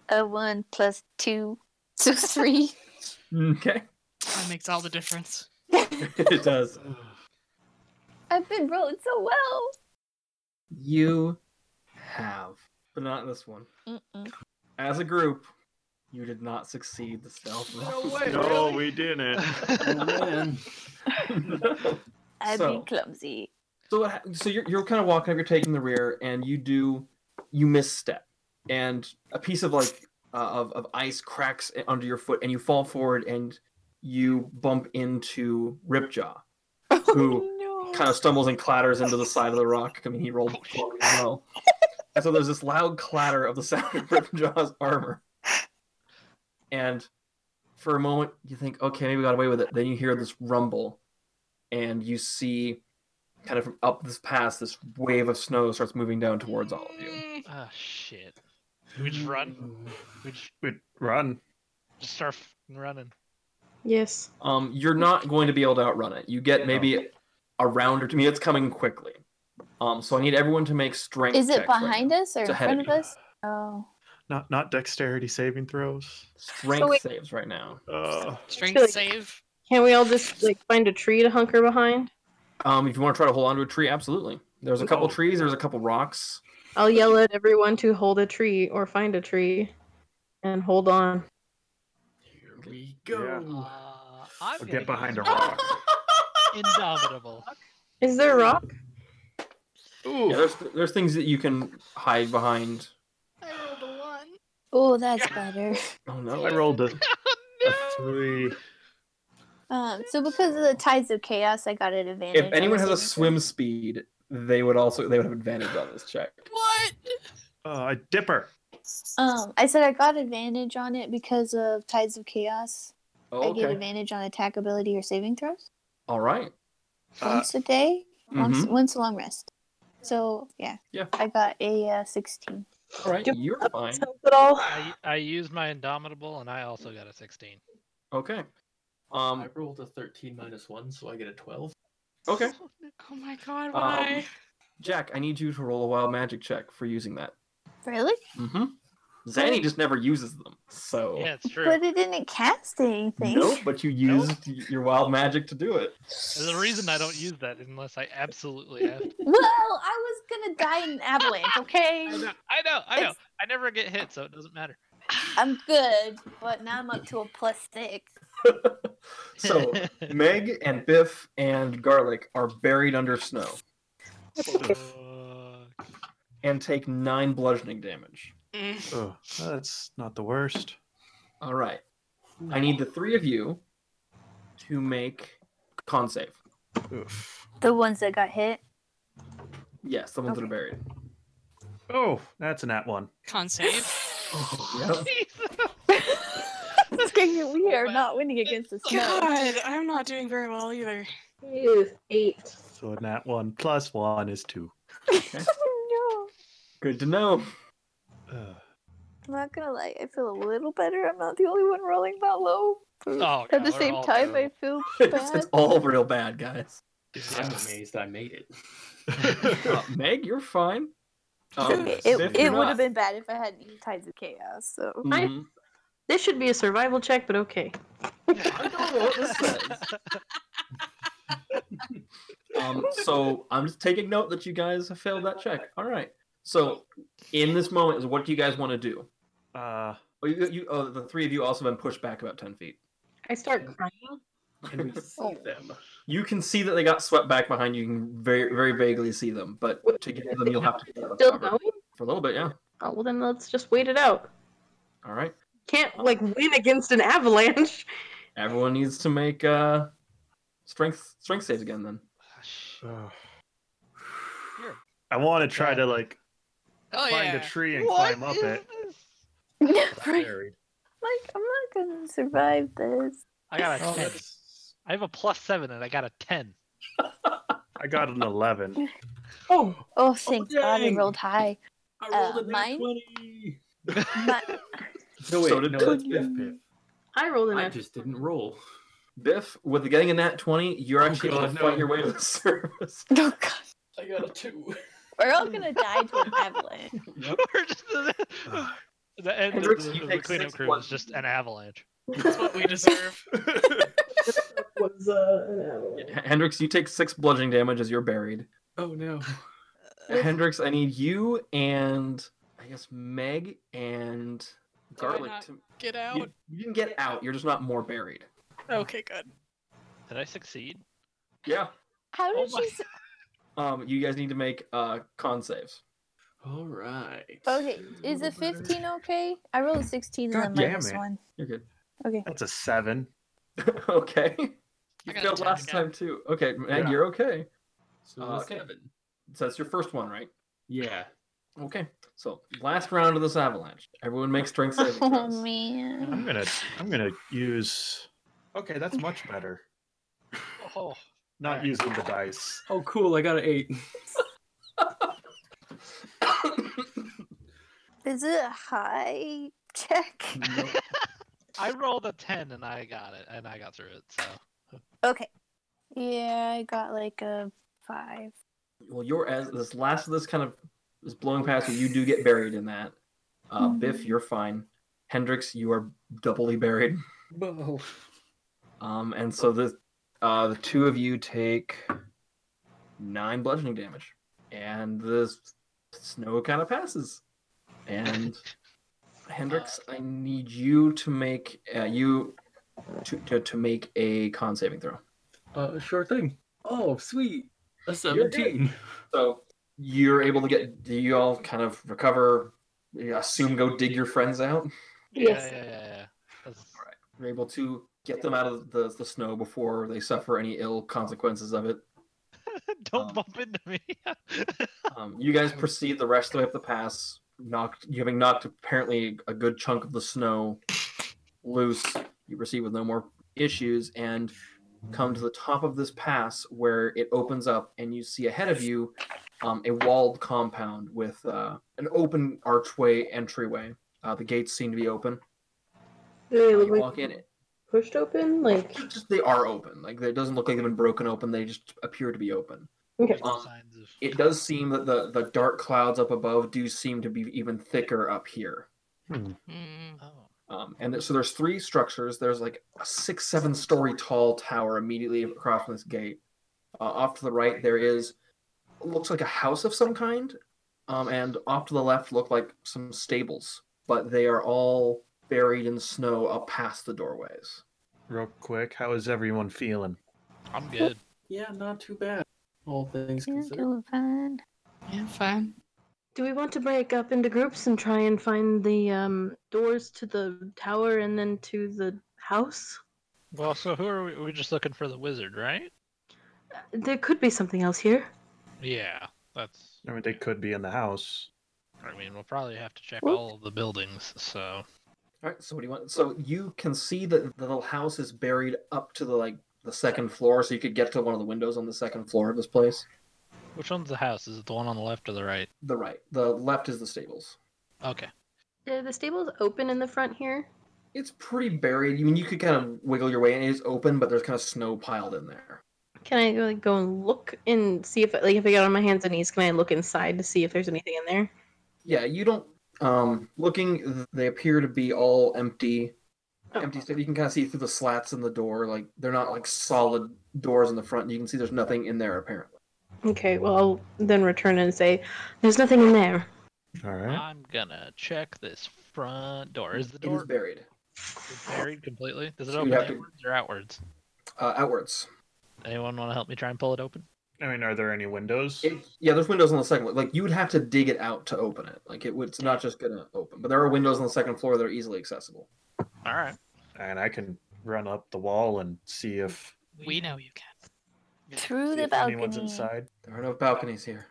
E: A one plus two, so three.
A: Okay.
I: that makes all the difference.
A: it does.
E: I've been rolling so well.
A: You have, but not this one.
E: Mm-mm.
A: As a group, you did not succeed the stealth roll.
F: way.
G: we didn't.
D: man.
E: I've
A: So-
E: been clumsy.
A: So what? hap- So you're you're kind of walking up. You're taking the rear, and you do you misstep, and a piece of like uh, of of ice cracks under your foot, and you fall forward, and you bump into Ripjaw, who
E: No.
A: kind of stumbles and clatters into the side of the rock. I mean, he rolled twelve as well. And so there's this loud clatter of the sound of Ripjaw's armor. And for a moment, you think, okay, maybe we got away with it. Then you hear this rumble, and you see kind of from up this pass, this wave of snow starts moving down towards all of you.
I: Mm,
F: Ah, shit. We just run. We just,
G: We'd run.
F: just start fucking running.
B: Yes.
A: Um, you're not going to be able to outrun it. You get maybe a round or two. I mean, it's coming quickly. Um, so I need everyone to make strength.
E: Is it
A: checks right
E: behind
A: now.
E: us or
A: It's
E: in
A: ahead
E: front
A: of
E: of
A: you.
E: us? Oh.
G: Not not dexterity saving throws.
A: Strength
E: So wait-
A: saves right now.
G: Uh,
I: Strength
B: like-
I: save.
B: Can't we all just like find a tree to hunker behind?
A: Um, if you want to try to hold onto a tree, absolutely. There's a couple trees. There's a couple rocks.
B: I'll yell at everyone to hold a tree or find a tree and hold on.
D: Here we
G: Yeah.
D: go.
F: Uh, I'm
G: I'll
F: gonna
G: get behind a
F: use
G: rock.
F: Indomitable.
B: Is there a rock?
A: Yeah, there's there's things that you can hide behind.
I: I rolled a one.
E: Oh, that's better.
A: Oh
G: I
A: no!
G: rolled a, a three.
E: Um, so because of the tides of chaos, I got an advantage.
A: If anyone
E: on
A: has a
E: the saving
A: swim speed, they would also they would have advantage on this check.
I: What?
G: Uh, a dipper.
E: throw. um, I said I got advantage on it because of tides of chaos.
A: Oh,
E: I get
A: okay.
E: advantage on attack ability or saving throws
A: All right.
H: Uh,
E: once a day, once
A: Mhm.
E: once a long rest. So yeah,
A: Yeah.
E: I got a uh, sixteen.
A: All right.
B: Do-
A: You're fine.
B: Help at all?
F: I, I used my Indomitable and I also got a 16.
A: Okay.
D: I
A: Um.
D: rolled a 13 minus 1, so I get a 12.
A: Okay. Um,
I: Oh my god, why?
A: Jack, I need you to roll a wild magic check for using that.
E: Really?
A: Mm-hmm. Zanny just never uses them, so
F: Yeah, it's true.
E: But it didn't cast anything.
A: nope. But you used
F: Nope.
A: y- your wild magic to do it.
F: There's a reason I don't use that unless I absolutely have to.
E: Well, I was gonna die in an avalanche. Okay,
F: I know, I know, I know.
E: It's-
F: I never get hit, so it doesn't matter.
E: I'm good, but now I'm up to a plus six.
A: So Meg and Biff and Garlic are buried under snow
F: Fuck.
A: and take nine bludgeoning damage.
I: Mm.
G: Oh, that's not the worst.
A: All right. I need the three of you to make con save.
G: Oof.
E: The ones that got hit.
A: Yes, the ones that are
E: Okay.
A: buried.
G: Oh, that's an at one.
I: Con save.
A: Yep.
E: we are
F: bad.
E: not winning against the snow.
I: God, I'm not doing very well either.
B: Ew, eight.
G: So an at one plus one is two.
E: no,
A: Good to know.
G: Uh,
E: I'm not gonna lie. I feel a little better. I'm not the only one rolling that low.
F: Oh,
E: At
F: God,
E: the
F: we're
E: same
F: all
E: time, I
F: terrible.
E: feel
A: It's,
E: bad.
A: it's all real bad, guys.
D: I'm amazed I made it.
A: Uh, Meg, you're fine. Um,
E: it
A: Biff,
E: it
A: you're
E: would
A: not.
E: have been bad if I hadn't used Tides of Chaos. So
B: I-
A: Mhm.
B: This should be a survival check, but okay.
A: I don't know what this says. um, so I'm just taking note that you guys have failed that check. All right. So in this moment, is what do you guys want to do?
G: uh,
A: Oh, you, you, oh, the three of you also been pushed back about ten feet.
B: I start crying.
D: Can we see
F: Oh,
D: them?
A: You can see that they got swept back behind you. You can very, very vaguely see them, but to get to them, you'll have to get out of
B: Still
A: cover.
B: going?
A: for a little bit. Yeah.
B: Oh well, then let's just wait it out.
A: All right.
B: Can't like win against an avalanche.
A: Everyone needs to make uh, strength strength saves again. Then.
G: uh,
F: You're-
G: I want to try to like
I: Oh
G: find
I: yeah.
G: a tree and
F: What
G: climb up
F: is
G: it.
F: this?
E: right.
G: Buried.
E: Like, I'm not gonna survive this.
F: I got a
G: Oh,
F: 10.
G: that's-
F: I have a plus 7 and I got a 10.
G: I got an eleven.
B: Oh,
E: Oh, thank God I
A: dang.
E: rolled high.
A: I
E: rolled Uh, a nat mine?
A: twenty.
E: My,
A: No wait,
D: So did
A: no,
D: Biff.
A: that's Biff. Biff.
B: I rolled an
D: I
B: nat.
D: just didn't roll.
A: Biff, with getting a nat 20, you're
D: Oh,
A: actually able
D: God,
A: to
D: no.
A: fight your way to the surface.
E: oh God,
D: I got a 2.
E: we're all gonna die to an avalanche.
F: We're just- the end of
A: Hendrix,
F: the,
A: you
F: of the
A: take
F: cleanup
A: six
F: crew
A: points.
F: was just an avalanche.
I: That's what we deserve.
B: was uh, an avalanche.
A: H- Hendrix, you take six bludgeoning damage as you're buried.
D: Oh no.
A: Hendrix, I need you and I guess Meg and
I: I
A: Garlic.
I: not
A: To,
I: Get
A: you,
I: out.
A: you can get out. You're just not more buried.
I: Okay, good.
F: Did I succeed?
A: Yeah.
E: How
F: Oh
E: did
F: my-
E: she? Su-
A: Um, you guys need to make uh con saves.
D: All right.
E: okay, is a 15 okay? I rolled a 16
G: God
E: and then minus
G: damn it.
E: one.
A: You're good.
E: Okay.
G: That's a seven.
A: okay. You
I: I got a
A: failed
I: 10
A: last
I: again.
A: time too. Okay, Meg,
G: Yeah.
A: you're okay.
D: So
A: Uh,
D: a
A: okay.
D: 7.
A: So that's your first one, right?
D: Yeah.
A: Okay. So last round of this avalanche. Everyone make strength saving
E: Oh
A: throws.
E: man.
G: I'm gonna I'm gonna use. Okay, that's much better.
F: Oh,
G: Not
F: Alright.
G: using the dice.
D: Oh cool, I got an 8.
E: Is it a high check?
F: I rolled a 10 and I got it and I got through it. So
E: Okay. Yeah, I got like a five.
A: well, your as this last of this kind of is blowing past you. You do get buried in that. Uh,
E: Mhm.
A: Biff, you're fine. Hendrix, you are doubly buried.
D: Whoa.
A: Um, and so the uh, the two of you take nine bludgeoning damage, and the snow kind of passes. And Hendrix, I need you to make uh, you to, to to make a con saving throw.
D: Uh, sure thing. Oh, sweet. A
A: You're
D: 17.
A: So you're able to get. Do you all kind of recover? I assume go dig your friends out.
F: Yeah,
E: Yes.
F: yeah, yeah, yeah. That's-
A: You're able to get them out of the, the snow before they suffer any ill consequences of it.
F: Don't
A: Um,
F: bump into me.
A: Um, you guys proceed the rest of the way up the pass, knocked you having knocked apparently a good chunk of the snow loose. You proceed with no more issues and come to the top of this pass where it opens up and you see ahead of you um, a walled compound with uh, an open archway entryway. Uh, the gates seem to be open.
B: Do they
A: You
B: look like
A: walk in,
B: pushed open? Like
A: just they are open. Like it doesn't look like they've been broken open. They just appear to be open.
F: There's
B: okay.
F: no
A: um,
F: signs of-
A: it does seem that the, the dark clouds up above do seem to be even thicker up here.
I: Mm.
F: Oh,
A: Um, and so there's three structures. There's like a six, seven story tall tower immediately across from this gate. Uh, off to the right, there is looks like a house of some kind, um, and off to the left look like some stables, but they are all buried in snow up past the doorways.
G: Real quick, how is everyone feeling?
F: I'm good.
D: Yeah, not too bad. All things
E: You're
D: considered.
E: doing fine.
I: Yeah, fine.
B: Do we want to break up into groups and try and find the um, doors to the tower and then to the house?
F: Well, so who are we? We're just looking for the wizard, right?
B: There could be something else here.
F: Yeah, that's.
G: I mean, they could be in the house.
F: I mean, we'll probably have to check
B: Well-
F: all of the buildings. So
A: All right. So what do you want? So you can see that the little house is buried up to the like the second floor, so you could get to one of the windows on the second floor of this place.
F: Which one's the house? Is it the one on the left or the right?
A: The right, the left is the stables.
F: Okay.
B: Are Uh, the stables open in the front here?
A: It's pretty buried. I mean, you could kind of wiggle your way in. It is open, but there's kind of snow piled in there.
B: Can I like go and look and see if like if I get on my hands and knees, can I look inside to see if there's anything in there?
A: Yeah, you don't. Um, looking, they appear to be all empty.
F: Oh.
A: Empty stuff. You can kind of see through the slats in the door. Like they're not like solid doors in the front. You can see there's nothing in there apparently.
B: Okay, well I'll then return and say, There's nothing in there.
G: All right.
F: I'm gonna check this front door. Is the
A: It is
F: door
A: buried
F: buried completely? Does it
A: So
F: open
A: you'd have to-
F: inwards or outwards?
A: uh, outwards.
F: Anyone want to help me try and pull it open?
G: I mean, are there any windows?
A: It, yeah, there's windows on the second. floor. Like you would have to dig it out to open it. Like it would, it's not just gonna open. But there are windows on the second floor that are easily accessible.
F: All right.
G: And I can run up the wall and see if,
I: We know you can.
G: see
E: Through the
G: if
E: balcony.
G: anyone's inside.
A: There are no balconies here.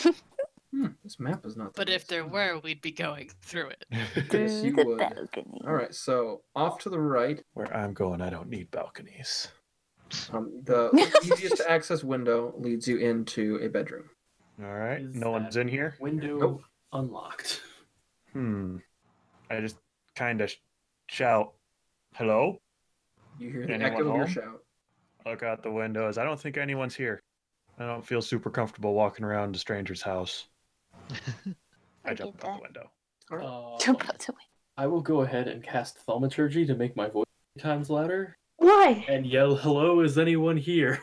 A: hmm, this map is not. the
I: But if
A: best.
I: there were, we'd be going through it.
A: Yes,
E: Through
A: you
E: the
A: would.
E: balcony.
A: all right, so off to the right,
G: Where I'm going, I don't need balconies.
A: um, the easiest to access window leads you into a bedroom.
G: All right.
D: Is
G: no one's
D: that-
G: in here.
D: Window
A: Nope.
D: unlocked.
G: Hmm. I just kind of shout, "Hello!"
A: You hear the
G: Anyone
A: echo of your
G: home?
A: shout.
G: Look out the windows. I don't think anyone's here. I don't feel super comfortable walking around a stranger's house. I
E: I
G: jump
E: get
G: out the
E: that.
G: window.
D: Uh,
E: Jump out the window.
D: I will go ahead and cast Thaumaturgy to make my voice three times louder
B: Why?
D: and yell, Hello, is anyone here?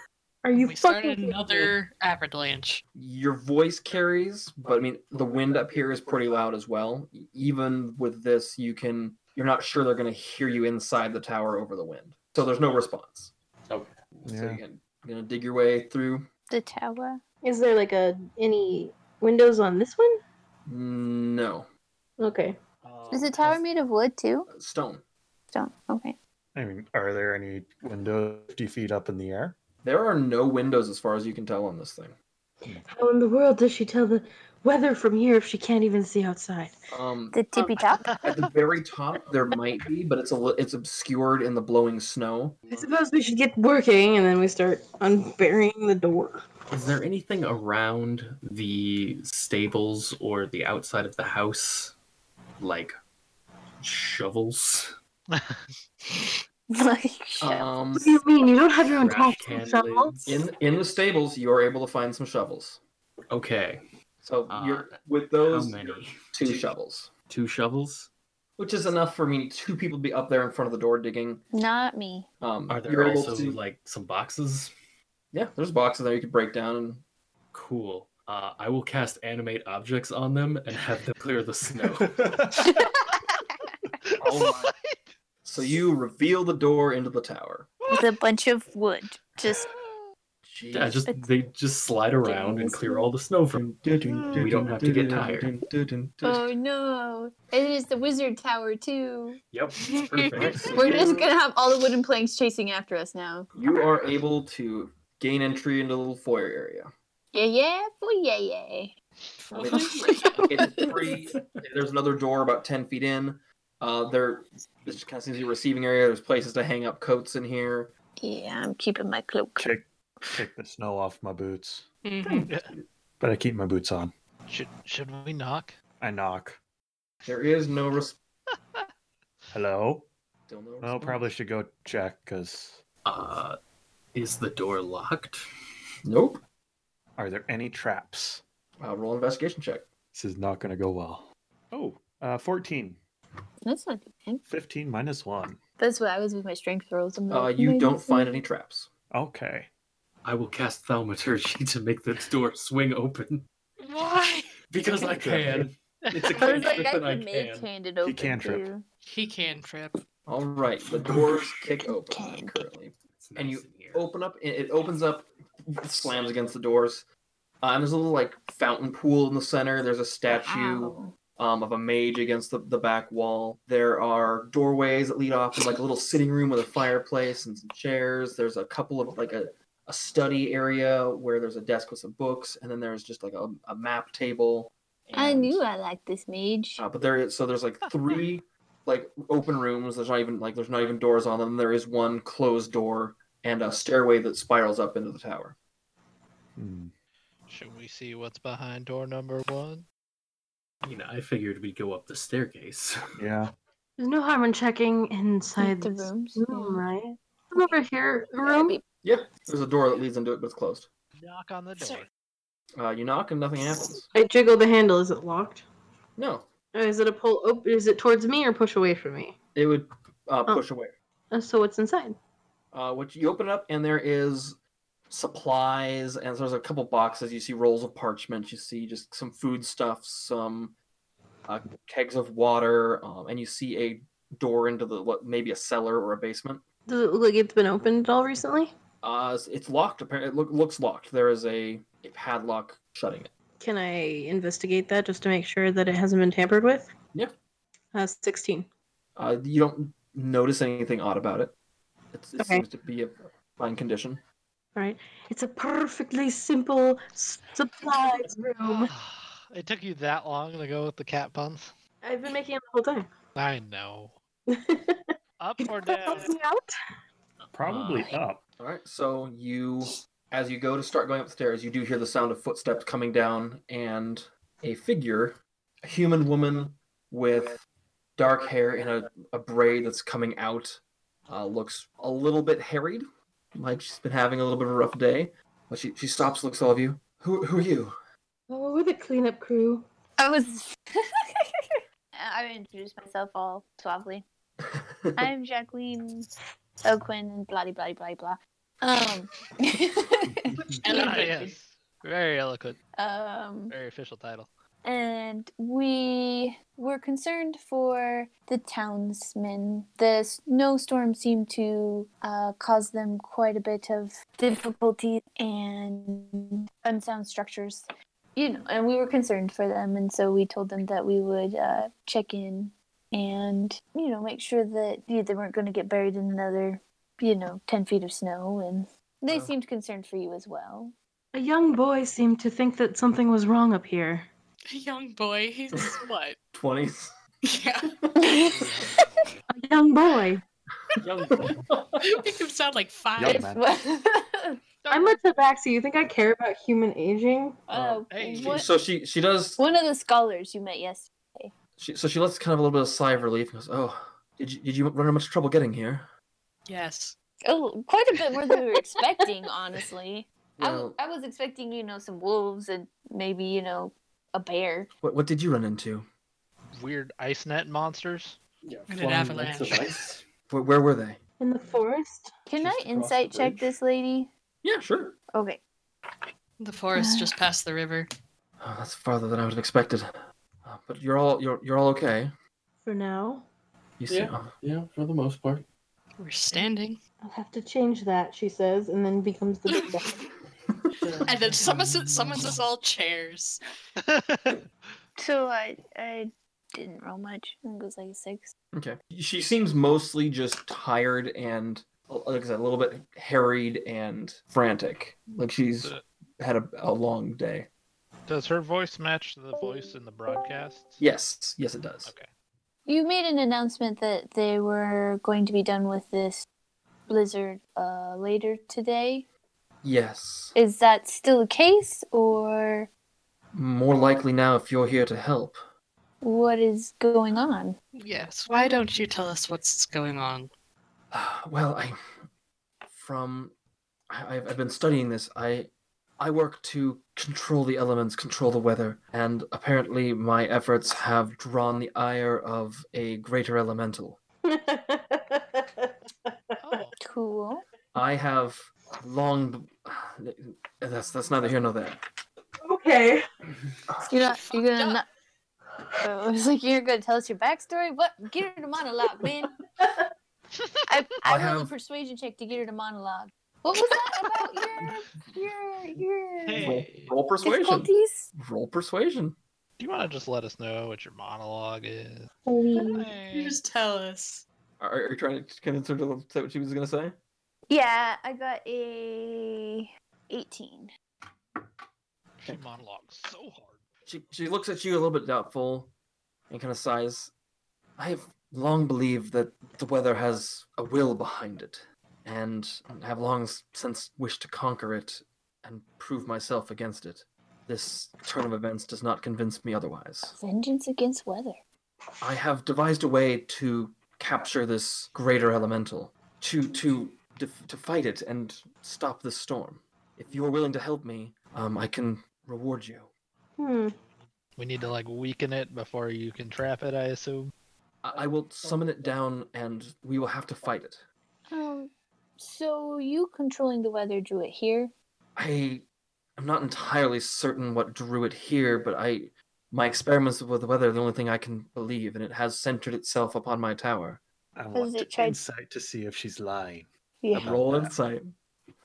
B: Are you fucking
I: we started
B: kidding me?
I: another avalanche.
A: Your voice carries, but I mean the wind up here is pretty loud as well. E, Even with this, you can you're not sure they're gonna hear you inside the tower over the wind. So there's no response.
D: Okay.
A: So
G: Yeah.
A: you're gonna, you're gonna dig your way through.
E: The tower.
B: Is there like a any windows on this one?
A: No
B: Okay.
D: Uh,
E: Is the tower made of wood too?
A: Uh, stone.
E: Don't. Okay.
G: I mean, are there any windows 50 feet up in the air?
A: There are no windows as far as you can tell on this thing.
B: How in the world does she tell the weather from here if she can't even see outside?
A: Um,
G: Oh.
E: The tippy top.
A: at the very top there might be, but it's a li- it's obscured in the blowing snow.
B: I suppose we should get working and then we start unburying the door.
D: Is there anything around the stables or the outside of the house? Like shovels?
E: like shovel.
A: Um,
B: What do you mean? You don't have your own
D: Trash
B: tax
D: can
B: shovel?
D: lids?
A: in in the stables, you are able to find some shovels.
D: Okay.
A: So
D: Uh,
A: you're with
D: How
A: those
D: many?
A: two shovels,
D: Two shovels?
A: which is enough for me two people to be up there in front of the door digging.
E: Not me.
A: Um,
D: Are there
A: you're able
D: also
A: to-
D: like some boxes?
A: yeah? There's boxes there you could break down and
D: Cool. Uh, I will cast animate objects on them and have them clear the snow.
A: Oh So you reveal the door into the tower.
E: With a bunch of wood. Just
D: yeah, just they just slide around and clear all the snow from.
A: we
D: don't have to get tired.
E: Oh no. It is the wizard tower too.
D: Yep. Perfect.
E: We're just gonna have all the wooden planks chasing after us now.
A: You are able to gain entry into the little foyer area.
E: Yeah yeah boy yeah yeah.
A: It's pretty. There's another door about ten feet in. Uh, there, this just kind of seems to be a receiving area. There's places to hang up coats in here.
E: Yeah, I'm keeping my cloak.
G: Kick, kick the snow off my boots.
I: Mhm.
G: But I keep my boots on.
F: Should should we knock?
G: I knock.
A: There is no res-
G: Hello?
A: still no.
G: Well,
A: response.
G: probably should go check because
D: Uh, is the door locked?
A: Nope.
G: are there any traps?
A: Uh, roll investigation check.
G: This is not going to go well. Oh, uh, 14.
E: That's not too bad.
G: 15 minus 1.
E: That's what I was with my strength rolls. I'm
A: Uh,
E: like,
A: you
E: "Maybe
A: don't
E: it's
A: find any traps.
G: Okay.
D: I will cast thaumaturgy to make this door swing open
I: Why?
D: because I can. It's a
E: not-" I was like,
D: cantrip
E: I
D: and I
E: can mage
D: can.
E: hand it open
G: cantrip.
E: too.
I: He can trip.
A: All right, the doors kick open
E: Can't.
A: currently.
D: It's
A: and
D: nice
A: you
D: in here.
A: open up it it opens up slams against the doors uh, and there's a little like fountain pool in the center there's a statue
E: Wow.
A: um, of a mage against the, the back wall there are doorways that lead off to like a little sitting room with a fireplace and some chairs there's a couple of like a, a study area where there's a desk with some books and then there's just like a, a map table
E: I
A: and-
E: knew I liked this mage.
A: uh, but there is so there's like three like open rooms. There's not even like there's not even doors on them. There is one closed door and a stairway that spirals up into the tower.
G: Hmm.
F: Should we see what's behind door number one?
D: You know, I figured we'd go up the staircase.
G: Yeah.
B: There's no harm in checking inside
E: The
B: this
E: rooms,
B: room,
E: yeah.
B: right? Come over here, room.
A: Yeah, there's a door that leads into it, but it's closed.
F: Knock on the door.
I: Sorry.
A: Uh, you knock and nothing happens.
B: I jiggle the handle. Is it locked?
A: No,
B: Or is it a pull? Op- is it towards me or push away from me?
A: it would uh,
B: Oh.
A: push away.
B: Uh, So what's inside?
A: Uh, which you open up and there is supplies and there's a couple boxes. You see rolls of parchment. You see just some food stuff, some uh, kegs of water, um, and you see a door into the what maybe a cellar or a basement.
B: Does it look like it's been opened at all recently?
A: Uh, it's- it's locked. Apparently, it look, looks locked. There is a, a padlock shutting it.
B: Can I investigate that just to make sure that it hasn't been tampered with?
A: Yeah.
B: Uh, 16.
A: Uh, you don't notice anything odd about it. It's, it
B: Okay.
A: seems to be a fine condition.
B: Right. It's a perfectly simple s- supplies
A: Um,
B: room.
F: it took you that long to go with the cat puns?
B: I've been making it the whole time.
F: I know.
B: Can
F: Up or
B: you
F: down?
B: help me out?
G: Probably
E: Ah.
G: up.
A: All right. So you, as you go to start going upstairs, you do hear the sound of footsteps coming down, and a figure, a human woman with dark hair and a, a braid that's coming out, uh, looks a little bit harried, like she's been having a little bit of a rough day. But she, she stops, looks at all of you. Who, who are you?
B: Oh, we're the cleanup crew.
E: I was. I introduced myself all suavely. I'm Jacqueline O'Quinn and blah blah blah blah. Um.
F: Ah, yes. Very eloquent.
E: Um.
F: Very official title.
E: and we were concerned for the townsmen. The snowstorm seemed to uh, cause them quite a bit of difficulty and unsound structures, you know, and we were concerned for them. And so we told them that we would uh, check in and, you know, make sure that you know, they weren't going to get buried in another, you know, 10 feet of snow. And they
A: Oh.
E: seemed concerned for you as well.
B: A young boy seemed to think that something was wrong up here.
I: A young boy. He's what?
A: 20s.
I: Yeah.
B: A young boy.
I: Make him sound like five.
G: Young man.
B: I'm a tabaxi. You think I care about human aging?
E: Oh,
F: hey.
E: what-
A: So she she does.
E: One of the scholars you met yesterday.
A: She, so she lets kind of a little bit of sigh of relief and goes, "Oh, did you, did you run into much trouble getting here?"
I: Yes.
E: Oh, quite a bit more than we were expecting, honestly. I w- I was expecting, you know, some wolves and maybe, you know, a bear.
A: What, what did you run into?
F: Weird ice net monsters.
D: Yeah,
I: an
D: flying
I: avalanche.
D: blocks of ice.
A: Where, where were they?
B: In the forest?
E: Can
D: Just
E: I
D: across the
E: insight check
D: bridge.
E: this lady?
D: yeah, sure.
E: Okay.
I: The forest just past the river.
A: Oh, that's farther than I would have expected. Uh, but you're all you're you're all okay.
B: For now.
A: You see,
D: Yeah.
A: oh,
D: Yeah, for the most part.
I: We're standing.
B: I'll have to change that, she says, and then becomes the big guy.
I: And then summons, summons us all chairs.
E: So I I didn't roll much. I think it was like a six.
A: okay. She seems mostly just tired and, uh, like I said, a little bit harried and frantic. Like she's had a, a long day.
F: Does her voice match the voice in the broadcasts?
A: Yes, yes, it does.
F: Okay.
E: You made an announcement that they were going to be done with this blizzard uh, later today.
A: Yes,
E: Is that still the case, or
A: more likely now if you're here to help.
E: what is going on?
I: Yes. Why don't you tell us what's going on?
A: Well, I from I, I've, I've been studying this. I I work to control the elements, control the weather, and apparently my efforts have drawn the ire of a greater elemental.
F: Oh,
E: Cool.
A: I have long. That's that's neither here nor there.
B: okay.
E: You're not. You're
I: Fucked
E: gonna. Not, I was like, you're gonna tell us your backstory. What? Get her to monologue, man. I I,
A: I
E: rolled a
A: have-
E: persuasion check to get her to monologue. What was that about your your your
F: Hey.
A: Roll persuasion.
E: difficulties?
A: Roll persuasion.
F: do you want to just let us know what your monologue is?
I: You just tell us.
A: Are, are you trying to convince her to say what she was going to say?
E: Yeah, I got a eighteen.
F: She monologues so hard.
A: She she looks at you a little bit doubtful, and kind of sighs. I have long believed that the weather has a will behind it, and have long s- since wished to conquer it and prove myself against it. This turn of events does not convince me otherwise.
E: Vengeance against weather.
A: I have devised a way to capture this greater elemental, to to def- to fight it and stop this storm. If you are willing to help me, um, I can reward you.
B: Hmm.
F: We need to like weaken it before you can trap it, I assume.
A: I, I will summon it down, and we will have to fight it.
E: Um, so you controlling the weather drew it here.
A: I am not entirely certain what drew it here, but I my experiments with the weather are the only thing I can believe, and it has centered itself upon my tower.
G: I
E: Has
G: want
E: it
G: to
E: tried-
G: insight to see if she's lying.
E: Yeah,
A: Roll insight.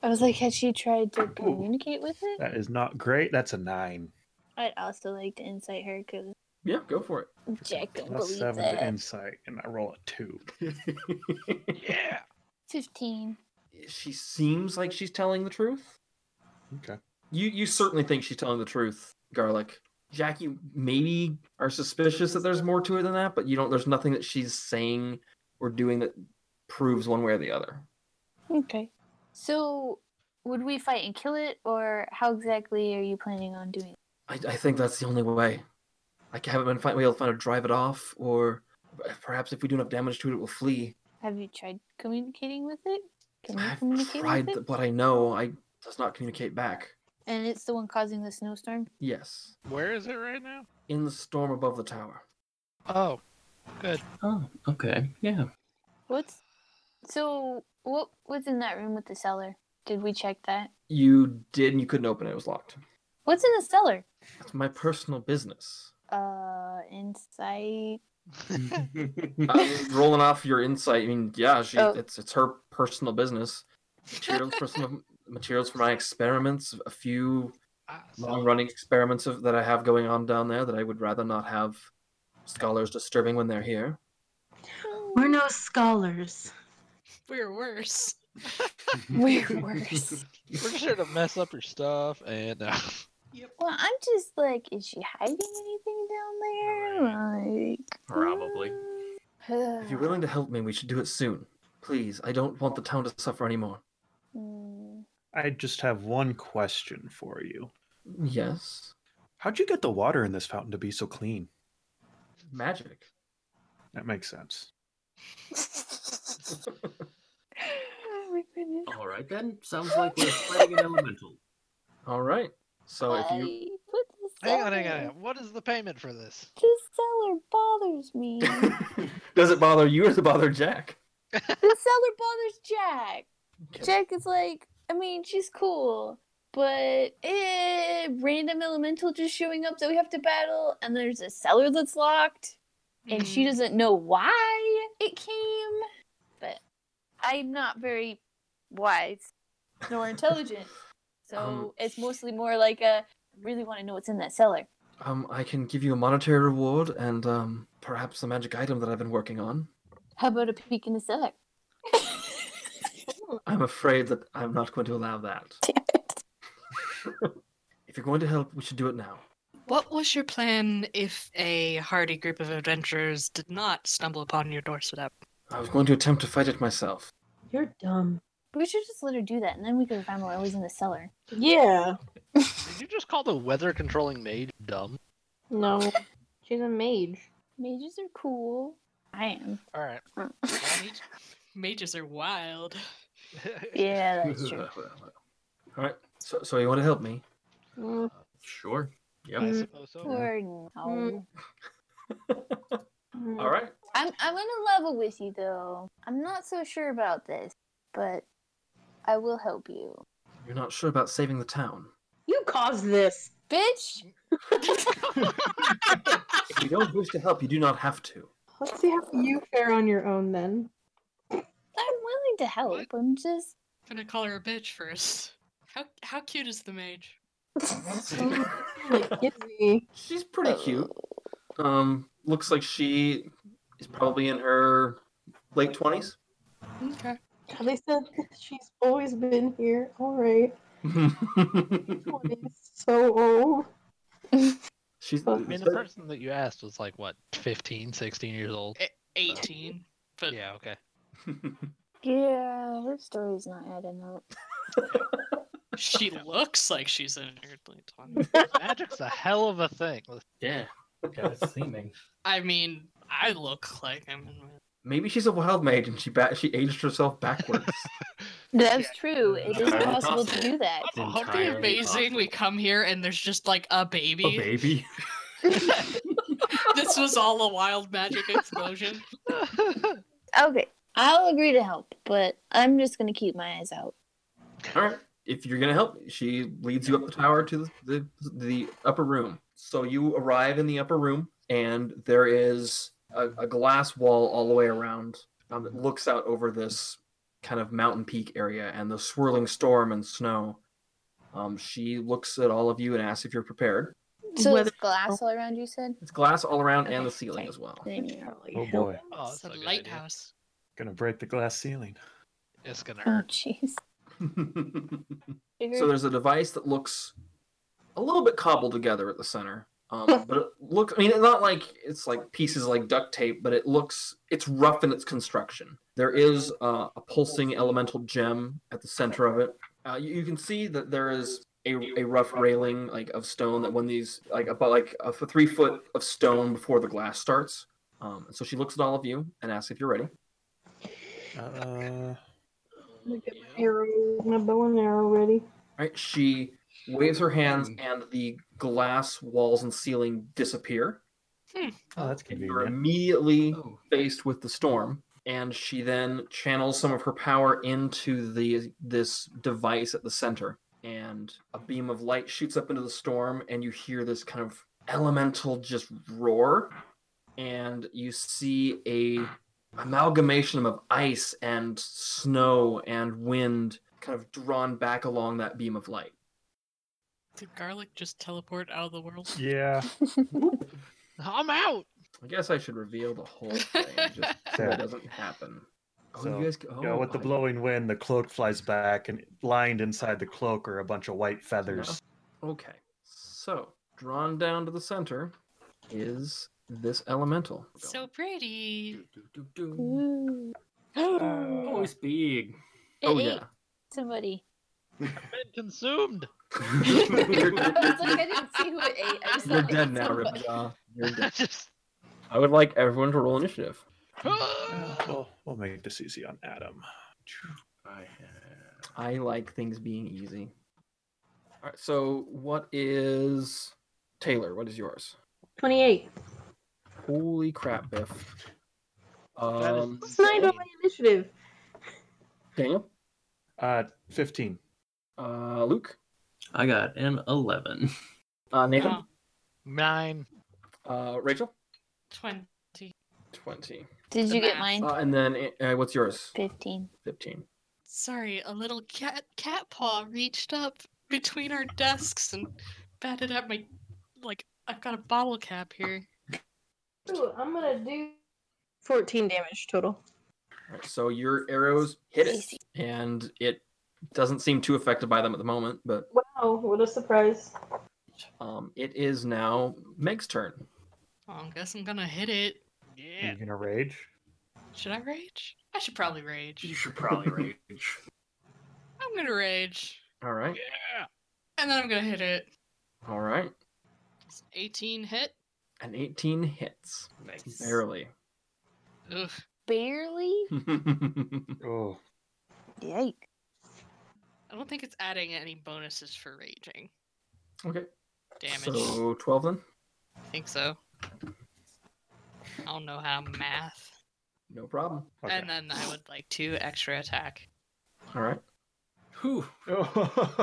E: I was like, had she tried to communicate with it?
G: That is not great. That's a nine.
E: I'd also like to insight her because
A: Yeah, go for
E: Jack don't
G: Plus
E: believe
G: seven to
E: that.
G: insight, and I roll a two.
A: it.
F: Yeah.
E: Fifteen.
A: she seems like she's telling the truth.
G: Okay.
A: You you certainly think she's telling the truth, Garlic. Jack, you maybe are suspicious that there's more to it than that, but you don't. There's nothing that she's saying or doing that proves one way or the other.
E: Okay. So, would we fight and kill it, or how exactly are you planning on doing? it?
A: I, I think that's the only way. I haven't been find, able to find a drive it off, or perhaps if we do enough damage to it, it will flee.
E: Have you tried communicating with it? Can you
A: I've
E: communicate
A: tried
E: with
A: th-
E: it?
A: what I know. I does not communicate back.
E: And it's the one causing the snowstorm.
A: Yes,
F: Where is it right now?
A: in the storm above the tower.
F: Oh, good.
D: Oh, okay. Yeah.
E: What's so? What was in that room with the cellar? Did we check that?
A: You did, and you couldn't open it. It was locked.
E: What's in the cellar?
A: That's my personal business.
E: Uh, insight.
A: I'm rolling off your insight. I mean, yeah, she,
E: Oh.
A: it's it's her personal business. Materials for some of, materials for my experiments. A few
F: Ah, so-
A: long running experiments of, that I have going on down there that I would rather not have scholars disturbing when they're here.
B: We're no scholars.
I: We're worse.
E: We're worse.
F: We're just here to mess up your stuff and uh,
E: well, I'm just like, is she hiding anything down there? Like, mm.
D: Probably.
A: If you're willing to help me, we should do it soon. Please, I don't want the town to suffer anymore.
E: Mm,
G: I just have one question for you.
A: Yes,
G: How'd you get the water in this fountain to be so clean?
A: magic.
G: That makes sense.
E: oh my goodness. Oh
D: All right then. Sounds like we're fighting an elemental.
A: All right. So if you
E: I- but the
F: Hang on, hang on,
E: seller-
F: hang on. What is the payment for this?
E: The seller bothers me. the
A: does it bother you or does it bother Jack?
E: seller bothers Jack.
A: Okay.
E: Jack is like, I mean, she's cool, but eh, random elemental just showing up that we have to battle, and there's a cellar that's locked, and
I: Hmm.
E: she
F: Mm-hmm.
E: doesn't know why it came. But I'm not very wise nor intelligent, so
A: Um,
E: it's mostly more like a really want to know what's in that cellar.
A: Um, I can give you a monetary reward and um, perhaps a magic item that I've been working on.
E: How about a peek in the cellar?
A: I'm afraid that I'm not going to allow that. if you're going to help, we should do it now.
I: What was your plan if a hardy group of adventurers did not stumble upon your doorstep?
A: I was going to attempt to fight it myself.
B: You're dumb.
E: We should just let her do that, and then we can find out what was in the cellar.
B: Yeah.
F: Did you just call the weather controlling mage dumb?
B: No. She's a mage.
E: Mages are cool. I am.
F: All right.
I: Mages are wild.
E: Yeah, that's true.
A: All right. So, so you want to help me?
B: Mm,
D: Sure. Yep.
F: I suppose Oh, so.
E: Or no.
B: Mm. mm.
A: All right.
E: I'm I'm gonna level with you though. I'm not so sure about this, but I will help you.
A: You're not sure about saving the town.
B: You caused this.
E: Bitch!
A: If you don't wish to help, you do not have to.
B: Let's see how you fare on your own then.
E: I'm willing to help. I'm just
I: I'm gonna call her a bitch first. How how cute is the mage?
B: Giddy.
A: She's pretty cute. Um, looks like she is probably in her late twenties.
I: Okay.
B: God, They said she's always been here. All right. so old.
A: She's
B: I
F: I mean, the person that you asked was like, what, 15, 16 years old?
I: 18. But
F: Yeah, okay.
E: Yeah, her story's not adding up.
I: she looks like she's in her late 20s.
F: Magic's a hell of a thing.
D: Yeah. Yeah, it's seeming.
I: I mean, I look like I'm in my
A: Maybe she's a wild mage and she ba- she aged herself backwards.
E: That's true. It is
D: Entirely
E: possible to
D: possible.
E: do that.
I: Oh, How be
D: Entirely
I: amazing we
D: possible.
I: come here and there's just like a baby.
A: Oh,
D: A baby.
I: this was all a wild magic explosion.
E: Okay. I'll agree to help, but I'm just gonna keep my eyes out.
A: All right. If you're gonna help, she leads you up the tower to the, the the upper room. So you arrive in the upper room, and there is a, a glass wall all the way around um, that looks out over this kind of mountain peak area and the swirling storm and snow. Um, she looks at all of you and asks if you're prepared.
E: So
B: Whether-
E: it's glass all around you said?
A: It's glass all around
E: Okay,
A: and the ceiling
E: okay.
A: as well.
E: Then you-
B: Probably
G: Oh
B: help.
G: boy,
F: Oh,
I: it's
F: that's
I: a
F: a good idea.
I: lighthouse.
G: gonna break the glass ceiling.
F: It's gonna
E: Oh
F: hurt.
E: jeez.
A: So there's a device that looks a little bit cobbled together at the center. Um, but it looks, I mean, it's not like it's like pieces like duct tape, but it looks, it's rough in its construction. There is uh, a pulsing elemental gem at the center of it. Uh, you, you can see that there is a, a rough railing like of stone that when these, like about like a f- three foot of stone before the glass starts. Um, and so she looks at all of you and asks if you're ready.
G: Uh,
B: Look at my arrow, my bow and arrow ready.
A: Right? She waves her hands, and the glass walls and ceiling disappear.
G: oh, that's
A: And you're
G: convenient.
A: immediately
D: Oh.
A: faced with the storm, and she then channels some of her power into the this device at the center, and a beam of light shoots up into the storm, and you hear this kind of elemental just roar, and you see a amalgamation of ice and snow and wind kind of drawn back along that beam of light.
I: Did garlic just teleport out of the world?
G: Yeah,
F: I'm out!
A: I guess I should reveal the whole thing just so
G: Yeah.
A: it doesn't happen. Oh,
G: So,
A: you guys. Oh,
G: yeah. With the
A: I-
G: blowing wind, the cloak flies back, and lined inside the cloak are a bunch of white feathers.
A: Okay. So, drawn down to the center is this elemental.
I: So pretty.
D: Do, do, do,
E: Oh,
D: do.
E: Ooh.
D: Always big.
A: oh
E: It
A: yeah.
E: ate Somebody.
F: Been consumed!
A: you're,
E: It's like I didn't see who it ate. I just
A: you're
E: thought it
A: dead
E: ate
A: now,
E: somebody.
A: Ripjaw. You're dead.
F: just.
A: I would like everyone to roll initiative.
G: Uh, we'll, we'll make this easy on Adam.
D: I have
A: I like things being easy. All right. So what is Taylor? What is yours?
B: 28.
A: Holy crap, Biff. Um,
B: Plus 9 to my initiative.
A: Daniel,
G: Uh, 15.
A: uh, Luke,
D: I got an 11.
A: uh, Nathan,
I: Ah,
J: Wow.
F: Nine.
A: uh, Rachel,
J: Twenty.
A: twenty,
E: Did
J: The
E: you get
J: math.
E: mine?
A: uh, and then uh, what's yours?
E: 15.
A: Fifteen.
I: Sorry, a little cat cat paw reached up between our desks and batted at my like I've got a bottle cap here.
B: Ooh, I'm going to do 14 damage total.
A: All right, so your arrows hit it, and it doesn't seem too affected by them at the moment. But
B: Wow, what a surprise.
A: um, it is now Meg's turn.
I: Oh, I guess I'm gonna hit it.
G: Are
F: Yeah.
G: you gonna rage?
I: Should I rage? I should probably
D: You
I: rage.
D: should probably rage.
I: I'm gonna rage.
A: All right.
F: Yeah.
I: And then I'm gonna hit it.
A: All right.
I: It's 18 hit.
A: An eighteen hits
F: Nice.
A: barely.
I: Ugh.
E: Barely?
G: Oh,
E: Yikes.
I: I don't think it's adding any bonuses for raging.
A: okay.
I: Damage.
A: So twelve then.
I: I think so. I don't know how math.
A: No problem.
G: okay.
I: And then I would like two extra attack.
A: All right.
D: Whew.
G: Oh.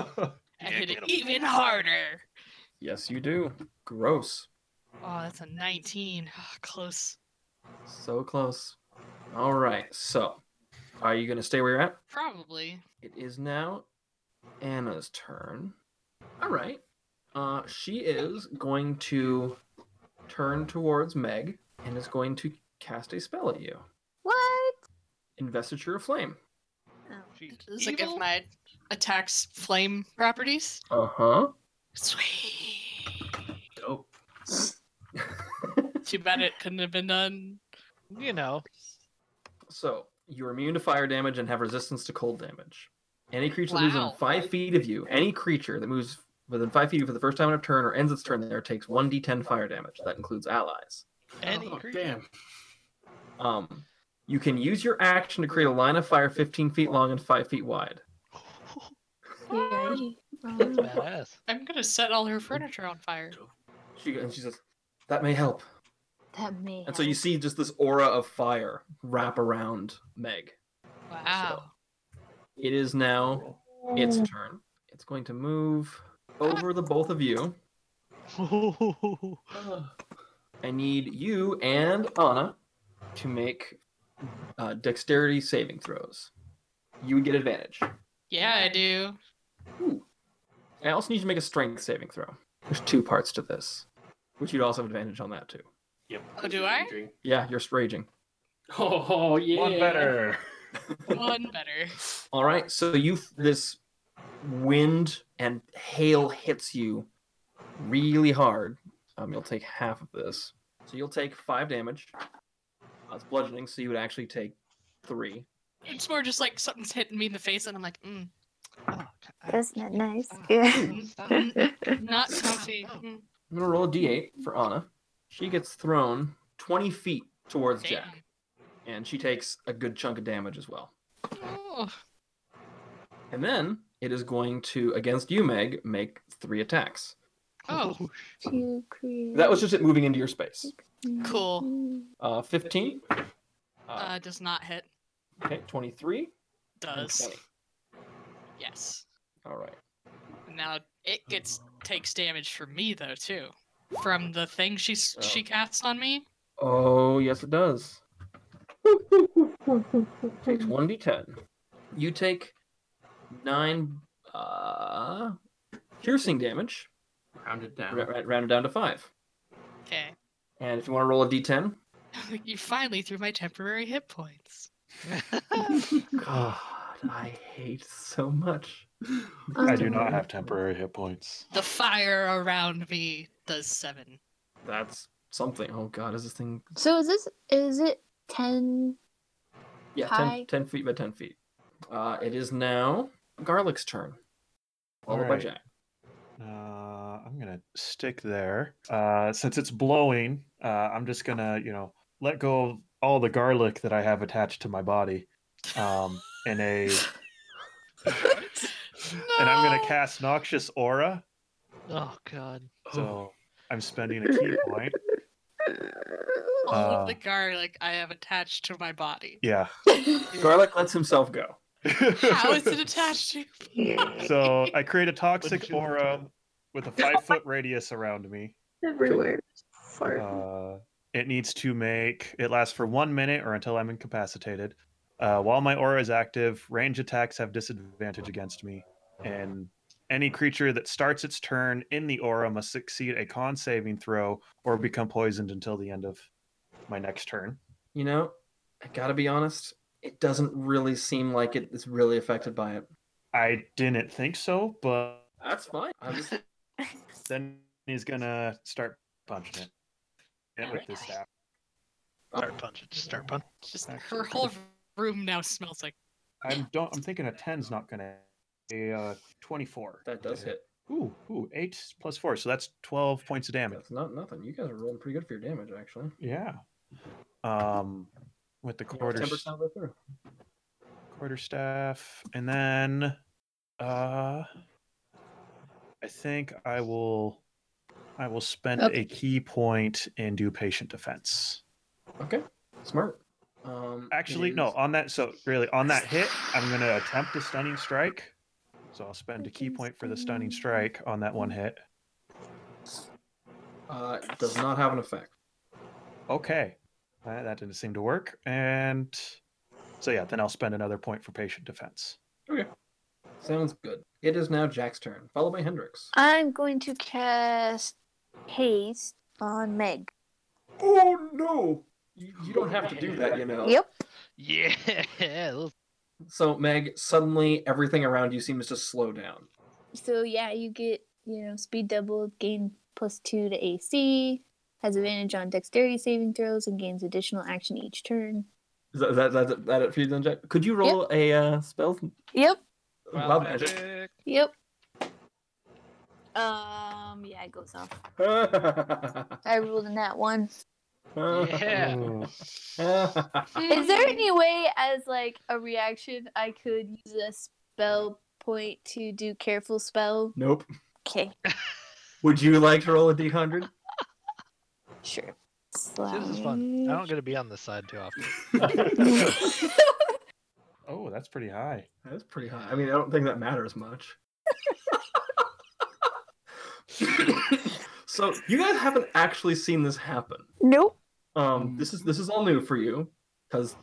I: I
H: Yeah,
I: hit
H: get
I: it
H: 'em.
I: even harder.
A: Yes, you do. Gross.
I: Oh, that's a 19. Ah, close.
A: So close. All right. So, are you going to stay where you're at?
I: Probably.
A: It is now Anna's turn. All right. Uh, she is going to turn towards Meg and is going to cast a spell at you.
E: What?
A: Investiture of Flame.
F: Jeez.
I: Does it give
F: Evil?
I: my attacks flame properties?
A: Uh huh.
I: Sweet.
D: Dope.
I: Too bad it couldn't have been done.
F: You know.
A: So, you're immune to fire damage and have resistance to cold damage. Any creature that moves
I: Wow.
A: within five feet of you, any creature that moves within five feet of you for the first time in a turn or ends its turn there takes 1d10 fire damage. That includes allies.
F: Any
D: oh,
F: creature.
D: damn.
A: Um, you can use your action to create a line of fire 15 feet long and 5 feet wide.
E: Yay.
F: That's badass.
I: I'm gonna set all her furniture on fire.
A: She, and she says, That may help.
E: That may.
A: And so you
E: help.
A: see just this aura of fire wrap around Meg.
I: Wow.
A: It is now its turn. It's going to move over the both of you.
I: Oh,
A: I need you and Anna to make uh, dexterity saving throws. You would get advantage.
I: Yeah, I do.
A: I also need you to make a strength saving throw. There's two parts to this, which you'd also have advantage on that too.
D: Yep.
I: Oh, do I?
A: Yeah, you're raging.
D: Oh, yeah.
G: One better.
I: One better.
A: All right, so you this wind and hail hits you really hard. Um, you'll take half of this, so you'll take five damage. That's bludgeoning, so you would actually take three.
I: It's more just like something's hitting me in the face, and I'm like, mm,
F: Oh, God.
E: That's not nice.
F: Ah,
E: Yeah.
F: mm, stop.
I: not comfy.
F: Oh.
I: Mm,
A: I'm gonna roll a d8 for Anna. She gets thrown 20 feet towards
I: damn.
A: Jack, and she takes a good chunk of damage as well.
I: Oh,
A: And then it is going to against you, Meg, make three attacks.
I: oh,
E: To create.
A: That was just it moving into your space.
I: cool.
A: Uh, 15.
I: Uh, does not hit.
A: Okay, 23. and
I: Does
A: 20.
I: yes.
A: All right.
I: Now it gets takes damage from me though too, from the thing she s she
A: Oh.
I: casts on me.
A: Oh, yes, it does. Takes 1d10. You take 9 uh, piercing damage,
D: Rounded down.
A: ra- ra- rounded down to 5.
I: Okay,
A: And if you want to roll a d10,
I: you finally threw my temporary hit points.
A: God, I hate so much. Um,
G: I do not have temporary hit points.
I: The fire around me does seven.
A: That's something. Oh, God, is this thing.
E: So is this. Is it 10?
A: Yeah,
E: Hi.
A: 10, 10 feet by 10 feet. Uh, it is now Garlic's turn. Followed by
G: Alright.
A: Jack.
G: Uh, I'm gonna stick there. Uh, since it's blowing, uh, I'm just gonna, you know, let go of all the garlic that I have attached to my body. Um, in a
I: no,
G: and I'm gonna cast Noxious Aura.
F: Oh god.
G: So I'm spending a key point.
I: All
G: Uh.
I: of the garlic I have attached to my body.
G: Yeah.
A: Oh. Garlic lets himself go.
I: How is it attached to? your body?
G: so I create a toxic
F: you like
G: aura with a five foot radius around me.
B: Everywhere. Fart.
G: Uh, it needs to make it lasts for one minute or until I'm incapacitated. Uh, while my aura is active, range attacks have disadvantage against me, and any creature that starts its turn in the aura must succeed a con saving throw or become poisoned until the end of my next turn.
A: You know, I gotta be honest, it doesn't really seem like it is really affected by it.
G: I didn't think so, but
A: That's fine. I'm just
G: then he's gonna start punching it. Yeah, with this staff.
F: Start punching. Just start punching.
I: Just her whole room now smells like.
G: I'm don't. I'm thinking a ten's not gonna. A uh, twenty-four.
A: that does hit.
G: Ooh, ooh, eight plus four, so that's twelve points of damage.
A: That's not nothing. You guys are rolling pretty good for your damage, actually.
G: Yeah. Um, with the quarter
A: Ten percent way through.
G: quarter staff, and then, uh, I think I will, I will spend
E: Okay.
G: a key point and do patient defense.
A: Okay, smart. Um,
G: Actually,
A: it
G: no.
A: is-
G: On that, so really on that hit, I'm gonna attempt a stunning strike. So I'll spend a key point for the stunning strike on that one hit.
A: Uh, it does not have an effect.
G: Okay. Uh, that didn't seem to work. And so, yeah, then I'll spend another point for patient defense.
A: Sounds good. It is now Jack's turn, followed by Hendrix.
E: I'm going to cast haste on Meg.
A: Oh no! You, you don't have to do that, you know.
E: Yep.
F: Yeah. let's-
A: So Meg, suddenly everything around you seems to slow down.
E: So yeah, you get you know speed double, gain plus two to AC, has advantage on dexterity saving throws, and gains additional action each turn.
A: Is that that that, that it for you then, Jack? Could you roll a uh, spell?
E: Yep.
F: Wild
A: Wild magic.
F: magic.
E: Yep. Um. Yeah, it goes off. I rolled in that one.
F: Yeah.
E: Is there any way, as like a reaction, I could use a spell point to do careful spell?
A: nope.
E: Okay,
A: Would you like to roll a d100?
E: sure.
F: This is fun. I don't get to be on this side too often.
E: Slash.
G: Oh, that's pretty high.
A: That's pretty high. I mean, I don't think that matters much. so you guys haven't actually seen this happen.
E: nope.
A: Um, this is this is all new for you because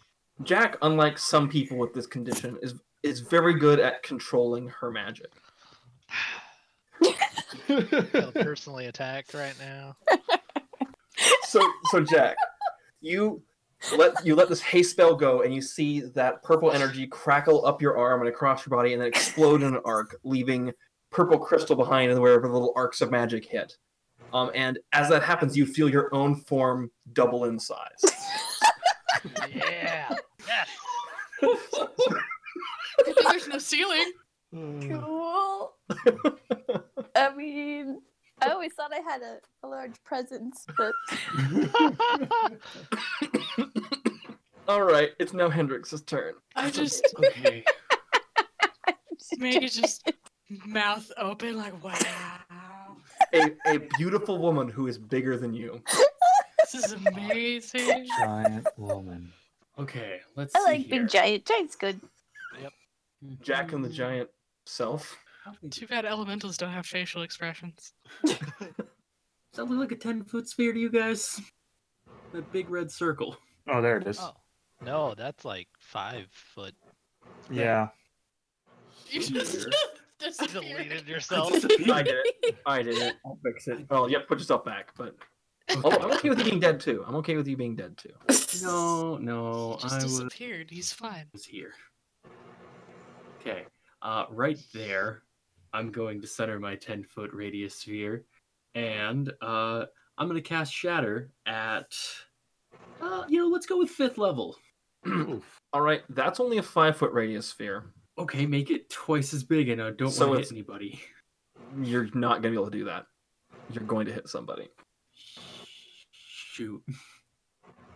A: Jack, unlike some people with this condition, is is very good at controlling her magic.
G: Oh,
F: Feel personally attacked right now.
A: So so Jack, you let you let this haste spell go, and you see that purple energy crackle up your arm and across your body, and then explode in an arc, leaving purple crystal behind, and wherever the little arcs of magic hit. Um, and as that happens, you feel your own form double in size.
F: Yeah. Yes.
I: Good thing There's no ceiling.
E: Cool. I mean, I always thought I had a, a large presence, but
A: All right, it's now Hendrix's turn.
I: I just
D: Okay.
I: make it just mouth open like wow.
A: A, a beautiful woman who is bigger than you.
I: This is amazing.
G: Giant woman.
D: Okay. Let's.
E: I
D: see
E: like
D: here.
E: Big Giant. Giant's good.
A: Jack and the Mm-hmm. giant self.
D: How big-
I: Too bad elementals don't have facial expressions.
D: Does that look like a ten foot sphere to you guys? That big red circle.
G: Oh, there it is.
F: Oh. No, that's like five foot.
G: yeah.
I: You just
D: Here.
I: disappeared.
F: Deleted yourself.
A: I did it. I did it. I'll fix it. Well, you have to put yourself back, but Although I'm okay with you being dead too. I'm okay with you being dead too.
D: No, no.
I: He
D: Oh, I
I: just
D: was
I: disappeared. He's fine.
D: is here. Okay, uh, right there, I'm going to center my 10 foot radius sphere, and uh, I'm going to cast Shatter at, uh, you know, let's go with fifth level.
A: All right, that's only a five foot radius sphere.
D: Okay, make it twice as big, and I don't
A: So
D: want to
A: it's-
D: hit anybody.
A: You're not gonna be able to do that. You're going to hit somebody.
D: Shoot.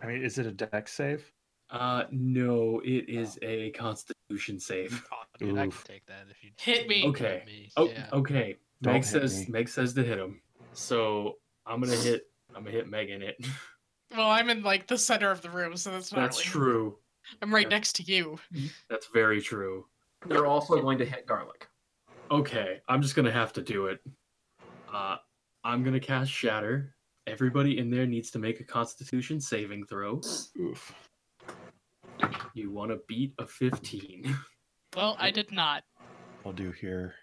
G: I mean, is it a deck save?
D: Uh, no, it is a Constitution save.
F: Oh, dude, I can
D: Oof.
F: take that if you
I: Hit me.
D: Okay.
F: Hit me.
D: Oh,
F: yeah.
D: okay.
G: Don't
D: Meg
G: hit
D: says
G: me.
D: Meg says to hit him. So I'm gonna hit. I'm gonna hit Meg in it.
I: Well, I'm in like the center of the room, so that's not
D: That's
I: really-
D: true.
I: I'm right
D: Yeah.
I: next to you.
D: That's very true.
A: They're also going to hit garlic.
D: Okay, I'm just gonna have to do it. Uh, I'm gonna cast Shatter. Everybody in there needs to make a Constitution saving throw.
H: Oof.
D: You want to beat a 15.
I: Well, I did not.
H: I'll do here.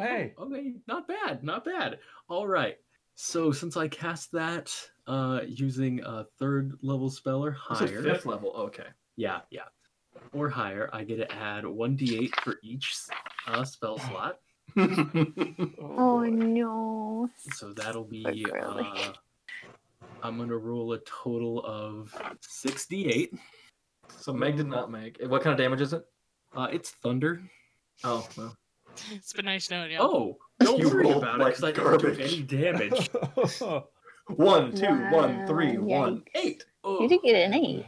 G: hey,
D: okay, not bad, not bad. All right. So since I cast that uh, using a third level spell or
A: This is
D: higher,
A: fifth level. Okay.
D: yeah, yeah, or higher, I get to add one d8 for each uh, spell slot.
E: Oh no.
D: So that'll
E: But
D: be.
E: Garlic.
D: Uh, I'm gonna roll a total of 68.
A: So Meg did not make. What kind of damage is it?
D: Uh, it's thunder.
A: Oh, well.
I: It's been nice knowing you.
D: Oh, don't
A: You
D: worry
A: rolled
D: about
A: like
D: it because I don't do
A: garbage.
D: any damage.
A: One, two, one,
E: Wow,
A: three, one,
E: yikes.
A: eight.
E: You
D: Oh,
E: did get an eight.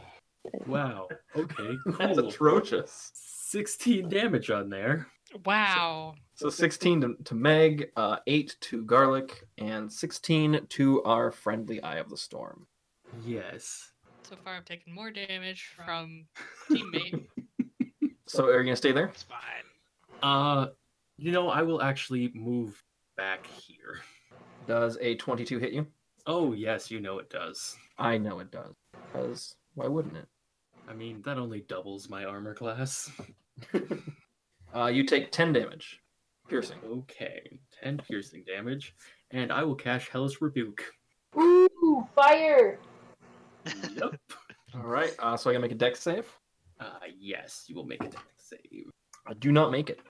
D: wow. Okay.
A: That's
D: cool.
A: atrocious.
D: 16 damage on there.
I: Wow.
A: So 16 to, to Meg, uh, 8 to Garlic, and 16 to our friendly Eye of the Storm.
D: Yes.
I: So far, I've taken more damage from teammate.
A: So are you going to stay there?
F: It's fine.
D: Uh, you know, I will actually move back here.
A: Does a 22 hit you?
D: Oh, yes, you know it does.
A: I know it does. Because why wouldn't it?
D: I mean, that only doubles my armor class.
A: Uh, you take 10 damage. Piercing.
D: Okay, 10 piercing damage, and I will cash Hellish Rebuke.
B: Ooh, fire!
D: Yep.
A: All right. Uh, so I got to make a dex save.
D: Uh, yes, you will make a deck save.
A: I do not make it.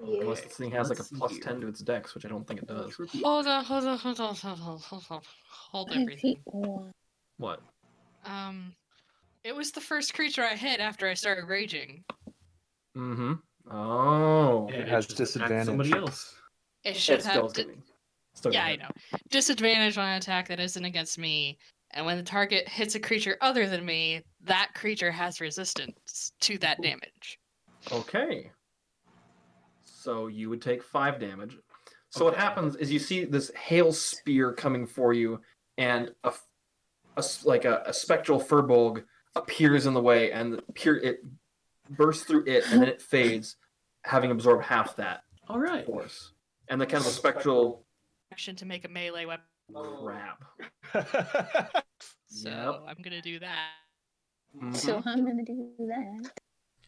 A: Unless
D: Okay,
A: this thing has like a
D: let's see
A: plus
D: here.
A: 10 to its dex, which I don't think it does.
I: Hold on, hold on, hold on, hold on, hold on. Hold everything.
A: What?
I: Um, it was the first creature I hit after I started raging.
A: Mm hmm. Oh.
D: And
G: has
D: just attack
G: disadvantage.
D: Somebody else.
I: It should
A: It's still
I: have.
A: going to be. Still
I: yeah,
A: gonna
I: I
A: hit.
I: know. Disadvantage on an attack that isn't against me, and when the target hits a creature other than me, that creature has resistance to that damage.
A: Okay. So you would take five damage. So what
D: Okay.
A: happens is you see this hail spear coming for you, and a, f- a s- like a, a spectral furbolg appears in the way, and the pier- it bursts through it, and then it fades, having absorbed half that
D: All right.
A: force. And the kind of a spectral
I: Action to make a melee weapon,
A: crab.
I: so I'm gonna do that.
A: Mm.
E: So I'm gonna do that.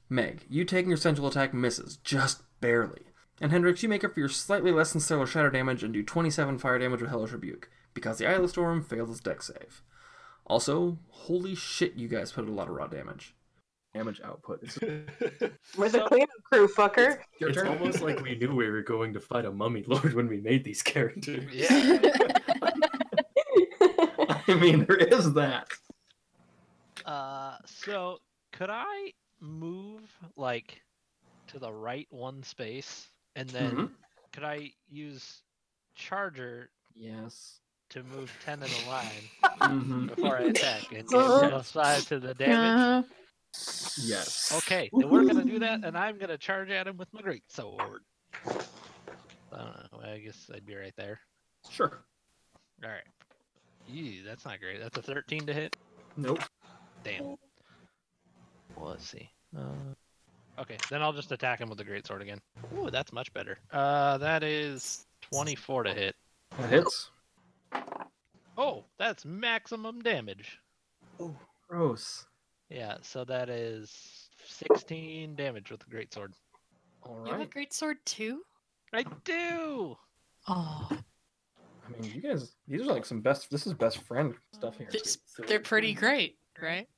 A: Meg, you taking your central attack misses, just barely. And Hendrix, you make up for your slightly less than stellar shatter damage and do 27 fire damage with Hellish Rebuke, because the Eye of the Storm failed its deck save. Also, holy shit, you guys put a lot of raw damage. Damage output. It's
B: We're the cleanup crew, fucker.
A: your
D: it's
A: turn.
D: almost like we knew we were going to fight a mummy lord when we made these characters.
F: Yeah.
A: I mean, there is that.
F: Uh, so could I move like to the right one space, and then
D: Mm-hmm.
F: could I use charger
A: Yes.
F: to move ten in a line
A: Mhm.
F: before I attack and
D: Oh.
B: Uh-huh.
F: get plus five to the damage?
A: Yes.
F: Okay, then we're gonna do that, and I'm gonna charge at him with my great sword. I don't know. I guess I'd be right there.
A: Sure.
F: All right. Ew, that's not great. That's a 13 to hit.
A: Nope.
F: Damn. Well, let's see. Uh, okay, then I'll just attack him with the great sword again. Ooh, that's much better. Uh, that is 24 to hit.
A: That hits.
F: Oh, that's maximum damage.
A: Oh, Gross.
F: Yeah, so that is 16 damage with the great sword.
A: All
I: You have a
A: right.
I: great sword too.
F: I do.
I: Oh,
A: I mean, you guys, these are like some best, this is best friend stuff here.
I: This- they're pretty great, right?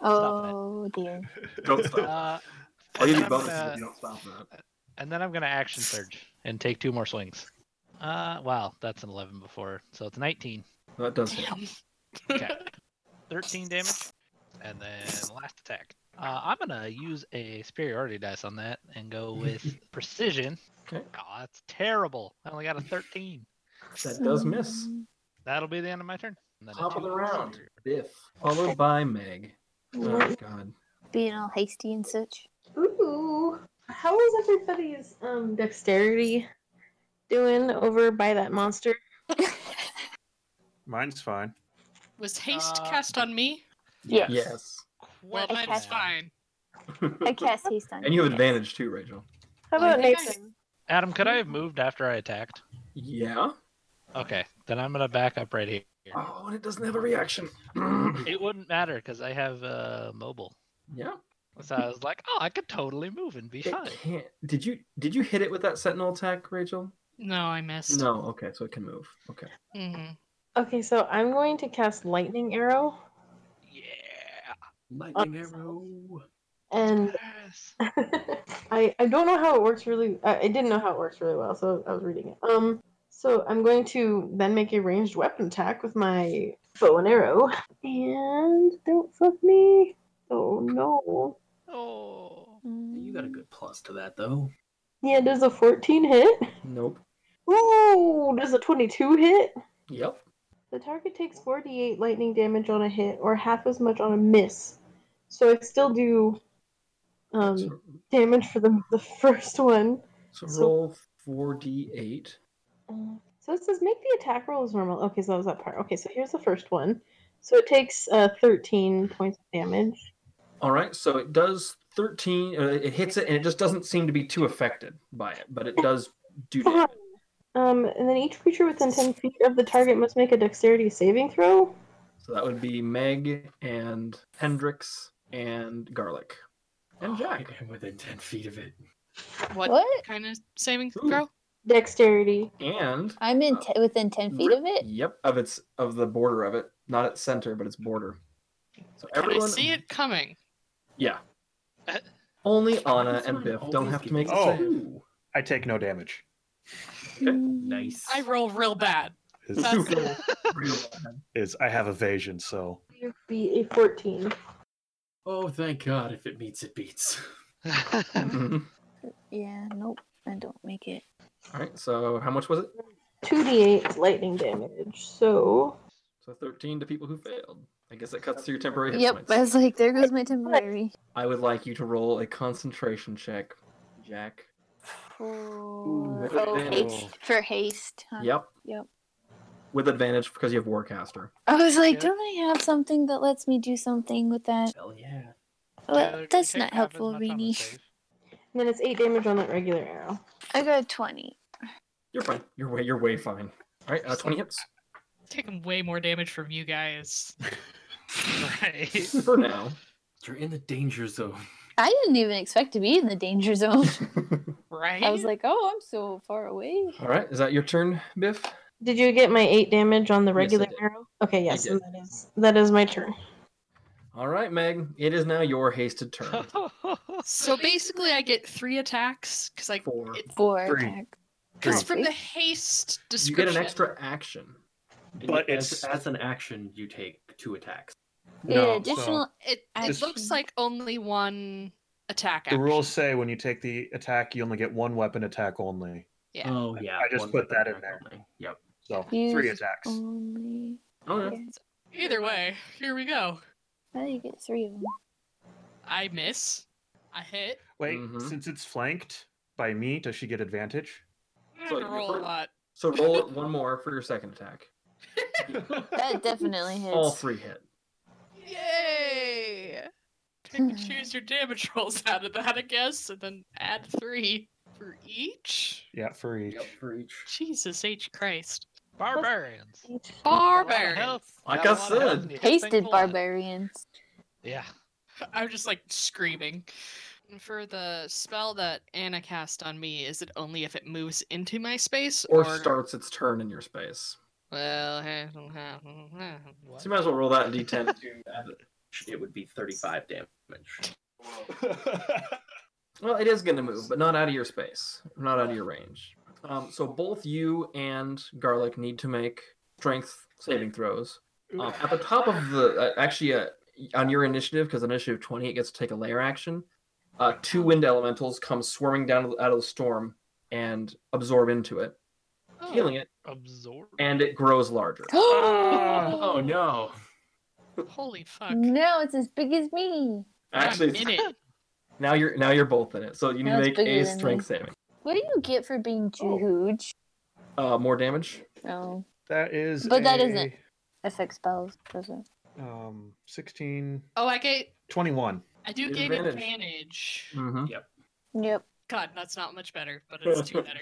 E: Oh dear.
A: don't stop.
F: Uh,
A: I'll give you
F: I'm
A: bonuses
F: gonna-
A: if you don't stop that.
F: and then I'm gonna action surge and take two more swings. Uh, wow, that's an 11 before, so it's 19.
A: That does hit.
I: Damn.
F: Okay. 13 damage. And then last attack. Uh, I'm going to use a superiority dice on that and go with precision.
A: Okay.
F: Oh, that's terrible. I only got a 13.
A: That does miss.
F: That'll be the end of my turn. And then a
C: Top of the
F: two
C: round.
F: for-
D: Biff, followed by Meg. Oh, God.
E: Being all hasty and such.
B: Ooh, how is everybody's um dexterity doing over by that monster?
G: Mine's fine.
I: Was haste
F: Uh,
I: cast on me?
E: Yes.
A: Yes.
I: Well,
F: Quite
I: mine's
F: bad.
I: fine.
E: I cast haste on
A: And you have advantage too, Rachel.
B: How about
I: I think I-
B: Nathan?
F: Adam, could I have moved after I attacked?
A: Yeah.
F: Okay, then I'm gonna back up right here.
A: Oh, and it doesn't have a reaction.
F: It wouldn't matter because I have uh, mobile.
A: yeah.
F: So I was like, oh, I could totally move and be
A: It
F: fine.
A: can't. Did you did you hit it with that sentinel attack, Rachel?
I: No, I missed.
A: No. Okay, so it can move. Okay.
I: Mhm.
B: Okay, so I'm going to cast lightning arrow,
F: Yeah.
D: Lightning arrow.
B: and
F: Yes.
B: I I don't know how it works really. I, I didn't know how it works really well, so I was reading it. Um, so I'm going to then make a ranged weapon attack with my bow and arrow, and don't fuck me. Oh no.
F: Oh.
E: Mm.
D: You got a good plus to that though.
B: Yeah, does a 14 hit?
A: Nope.
B: Ooh, does a 22 hit?
A: Yep.
B: The target takes 48 lightning damage on a hit or half as much on a miss. So I still do um,
A: so,
B: damage for the, the first one.
A: so
B: so-
A: roll four d eight.
B: Uh, So it says make the attack roll as normal. Okay, so that was that part. Okay, so here's the first one. So it takes uh, 13 points of damage.
A: All right. So it does thirteen. Uh, it hits it, and it just doesn't seem to be too affected by it, but it does do damage.
B: Um, and then each creature within 10 feet of the target must make a dexterity saving throw.
A: So that would be Meg and Hendrix and Garlic and Jack.
D: Oh, I'm within ten feet of it.
I: What,
E: What?
I: kind of saving
A: Ooh.
I: throw?
B: Dexterity.
A: And
E: I'm in t- within ten feet of it.
A: yep, of its of the border of it, not its center, but its border. So
I: Can I
A: everyone,
I: see it coming?
A: yeah.
F: Uh,
A: Only Anna
D: That's
A: and
D: fine,
A: Biff don't
D: always
A: have to
D: give
A: make
D: me
A: the
G: it
D: a
G: Oh.
A: save.
D: two.
G: I take no damage.
D: Nice.
I: I roll real bad.
G: Is,
I: That's
G: is I have evasion, so
B: You beat a 14.
D: Oh, thank God! If it meets, it beats.
A: Mhm.
E: Mm. Yeah. Nope. I don't make it.
A: All right. So how much was it?
B: 2d8 lightning damage. So
A: So thirteen to people who failed. I guess that cuts through your temporary hit
E: Yep.
A: points.
E: I was like, there goes my temporary.
A: I would like you to roll a concentration check, Jack.
E: For,
A: with
E: oh,
A: advantage.
E: haste. For haste. huh?
A: Yep.
E: Uh, Yep.
A: With advantage because you have Warcaster.
E: I was like,
F: Yeah.
E: don't I have something that lets me do something with that?
D: Hell yeah!
E: Well,
F: Tyler,
E: that's
F: take
E: not
F: half as
E: helpful,
F: much on the
E: Rainy.
F: save.
B: then it's 8 damage on that regular arrow.
E: I got a twenty.
A: You're fine. You're way. You're way fine. All right. Uh, Twenty hits
I: Taking way more damage from you guys.
F: Right.
A: for now.
D: You're in the danger zone.
E: I didn't even expect to be in the danger zone.
I: Right?
E: I was like, oh, I'm so far away.
A: All right. Is that your turn, Biff?
B: Did you get my eight damage on the
A: Yes, I
B: regular
A: did.
B: arrow? Okay, yes,
A: did.
B: and that is that is my turn.
A: All right, Meg. It is now your hasted turn.
I: so basically, I get three attacks because I
A: Four.
E: Four
G: Three.
E: attack.
I: because
E: Oh,
I: from
E: see?
I: the haste
A: You
I: description,
A: get an extra action.
D: And
G: But
D: as-
G: it's-
D: as an action, you take two attacks.
E: yeah,
G: no.
E: additional.
I: It, it
E: Just-
I: looks like only one attack.
G: so the
I: action.
G: rules say when you take the attack, you only get one weapon attack only.
I: Yeah.
D: Oh yeah.
G: I just
D: one
G: put that
D: attack
G: in there.
D: only. Yep. Oh,
G: So
E: Use
G: three attacks.
E: Only.
A: All right.
E: Okay.
I: Either way, here we go.
E: Now you get three of them.
I: I miss. I hit.
G: Wait,
D: Mm-hmm.
A: Mhm.
G: since it's flanked by me, does she get advantage?
I: I
A: So
I: have to
A: your
I: roll a
A: first-
I: lot.
A: So roll it one more for your second attack.
E: That definitely hits.
A: All three hit.
I: Yay! Pick and choose your damage rolls out of that, I guess, and then add three for each.
G: Yeah, for each.
D: Yep. For each.
I: Jesus H Christ.
F: Barbarians.
I: Barbarian.
A: Like I said.
E: Hasted barbarians.
F: Yeah.
I: I'm just like screaming. And For the spell that Anna cast on me, is it only if it moves into my space
A: Or starts its turn in your space.
I: Well,
A: So you might as well roll that in d10.
D: It would be thirty-five damage.
A: well, it is going to move, but not out of your space, not out of your range. Um, so both you and Garlic need to make strength saving throws. Um, at the top of the, uh, actually, uh, on your initiative, because initiative 20, it gets to take a layer action. Uh, two wind elementals come swarming down out of the storm and absorb into it. healing it,
F: Absorb.
A: and it grows larger.
E: Ah,
D: Oh no!
F: Holy fuck.
E: no, it's as big as me.
A: Actually,
F: I'm in
A: it's-
F: it.
A: now you're now you're both in it, so you need
E: Now
A: to
E: it's
A: make
E: bigger
A: a
E: than me.
A: strength saving.
E: What do you get for being Oh. too huge?
A: Uh, more damage.
E: No,
G: That is.
E: But that
G: a,
E: isn't. affect spells, does it?
G: Um, 16,
I: Oh, I get.
G: 21.
I: I do
A: Get
I: gain
A: advantage.
I: advantage.
A: Mm-hmm.
E: Yep.
I: God, that's not much better, but it's two better.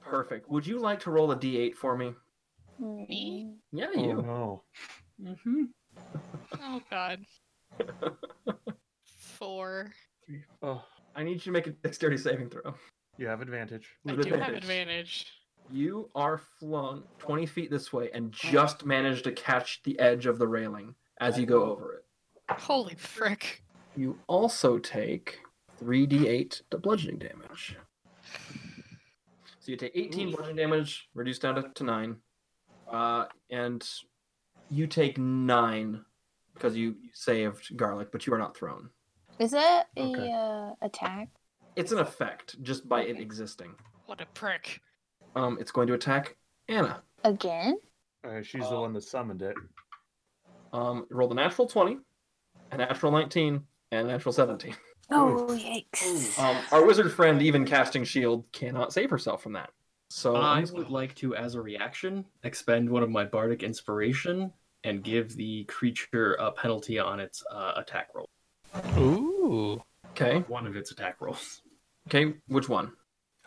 A: Perfect. Would you like to roll a d8 for me?
I: Me?
E: Mm.
A: Yeah,
G: Oh,
A: you.
G: no.
D: Mm-hmm.
A: hmm
I: Oh God. Four.
G: Oh,
A: I need you to make a dexterity saving throw.
G: you have advantage.
I: I
A: With
I: do have advantage.
A: You are flung 20 feet this way and just manage to catch the edge of the railing as you go over it.
I: Holy frick.
A: You also take 3d8 to bludgeoning damage. So you take 18 bludgeoning damage, reduced down to, to 9. Uh, and you take 9 because you saved garlic, but you are not thrown.
E: Is that a
A: Okay.
E: uh, attack?
A: It's an effect just by it
E: Okay.
A: existing.
I: What a prick.
A: Um, it's going to attack Anna.
E: Again?
G: Uh, she's the
D: Oh.
A: Uh,
G: one that summoned it.
A: Um, roll the natural 20, a natural 19, and a natural 17.
E: Oh, yikes.
A: Um, our wizard friend, even casting shield, cannot save herself from that. So
D: I would like to, as a reaction, expend one of my bardic inspiration and give the creature a penalty on its uh, attack roll.
F: Ooh.
A: okay,
D: One of its attack rolls.
A: okay, which one?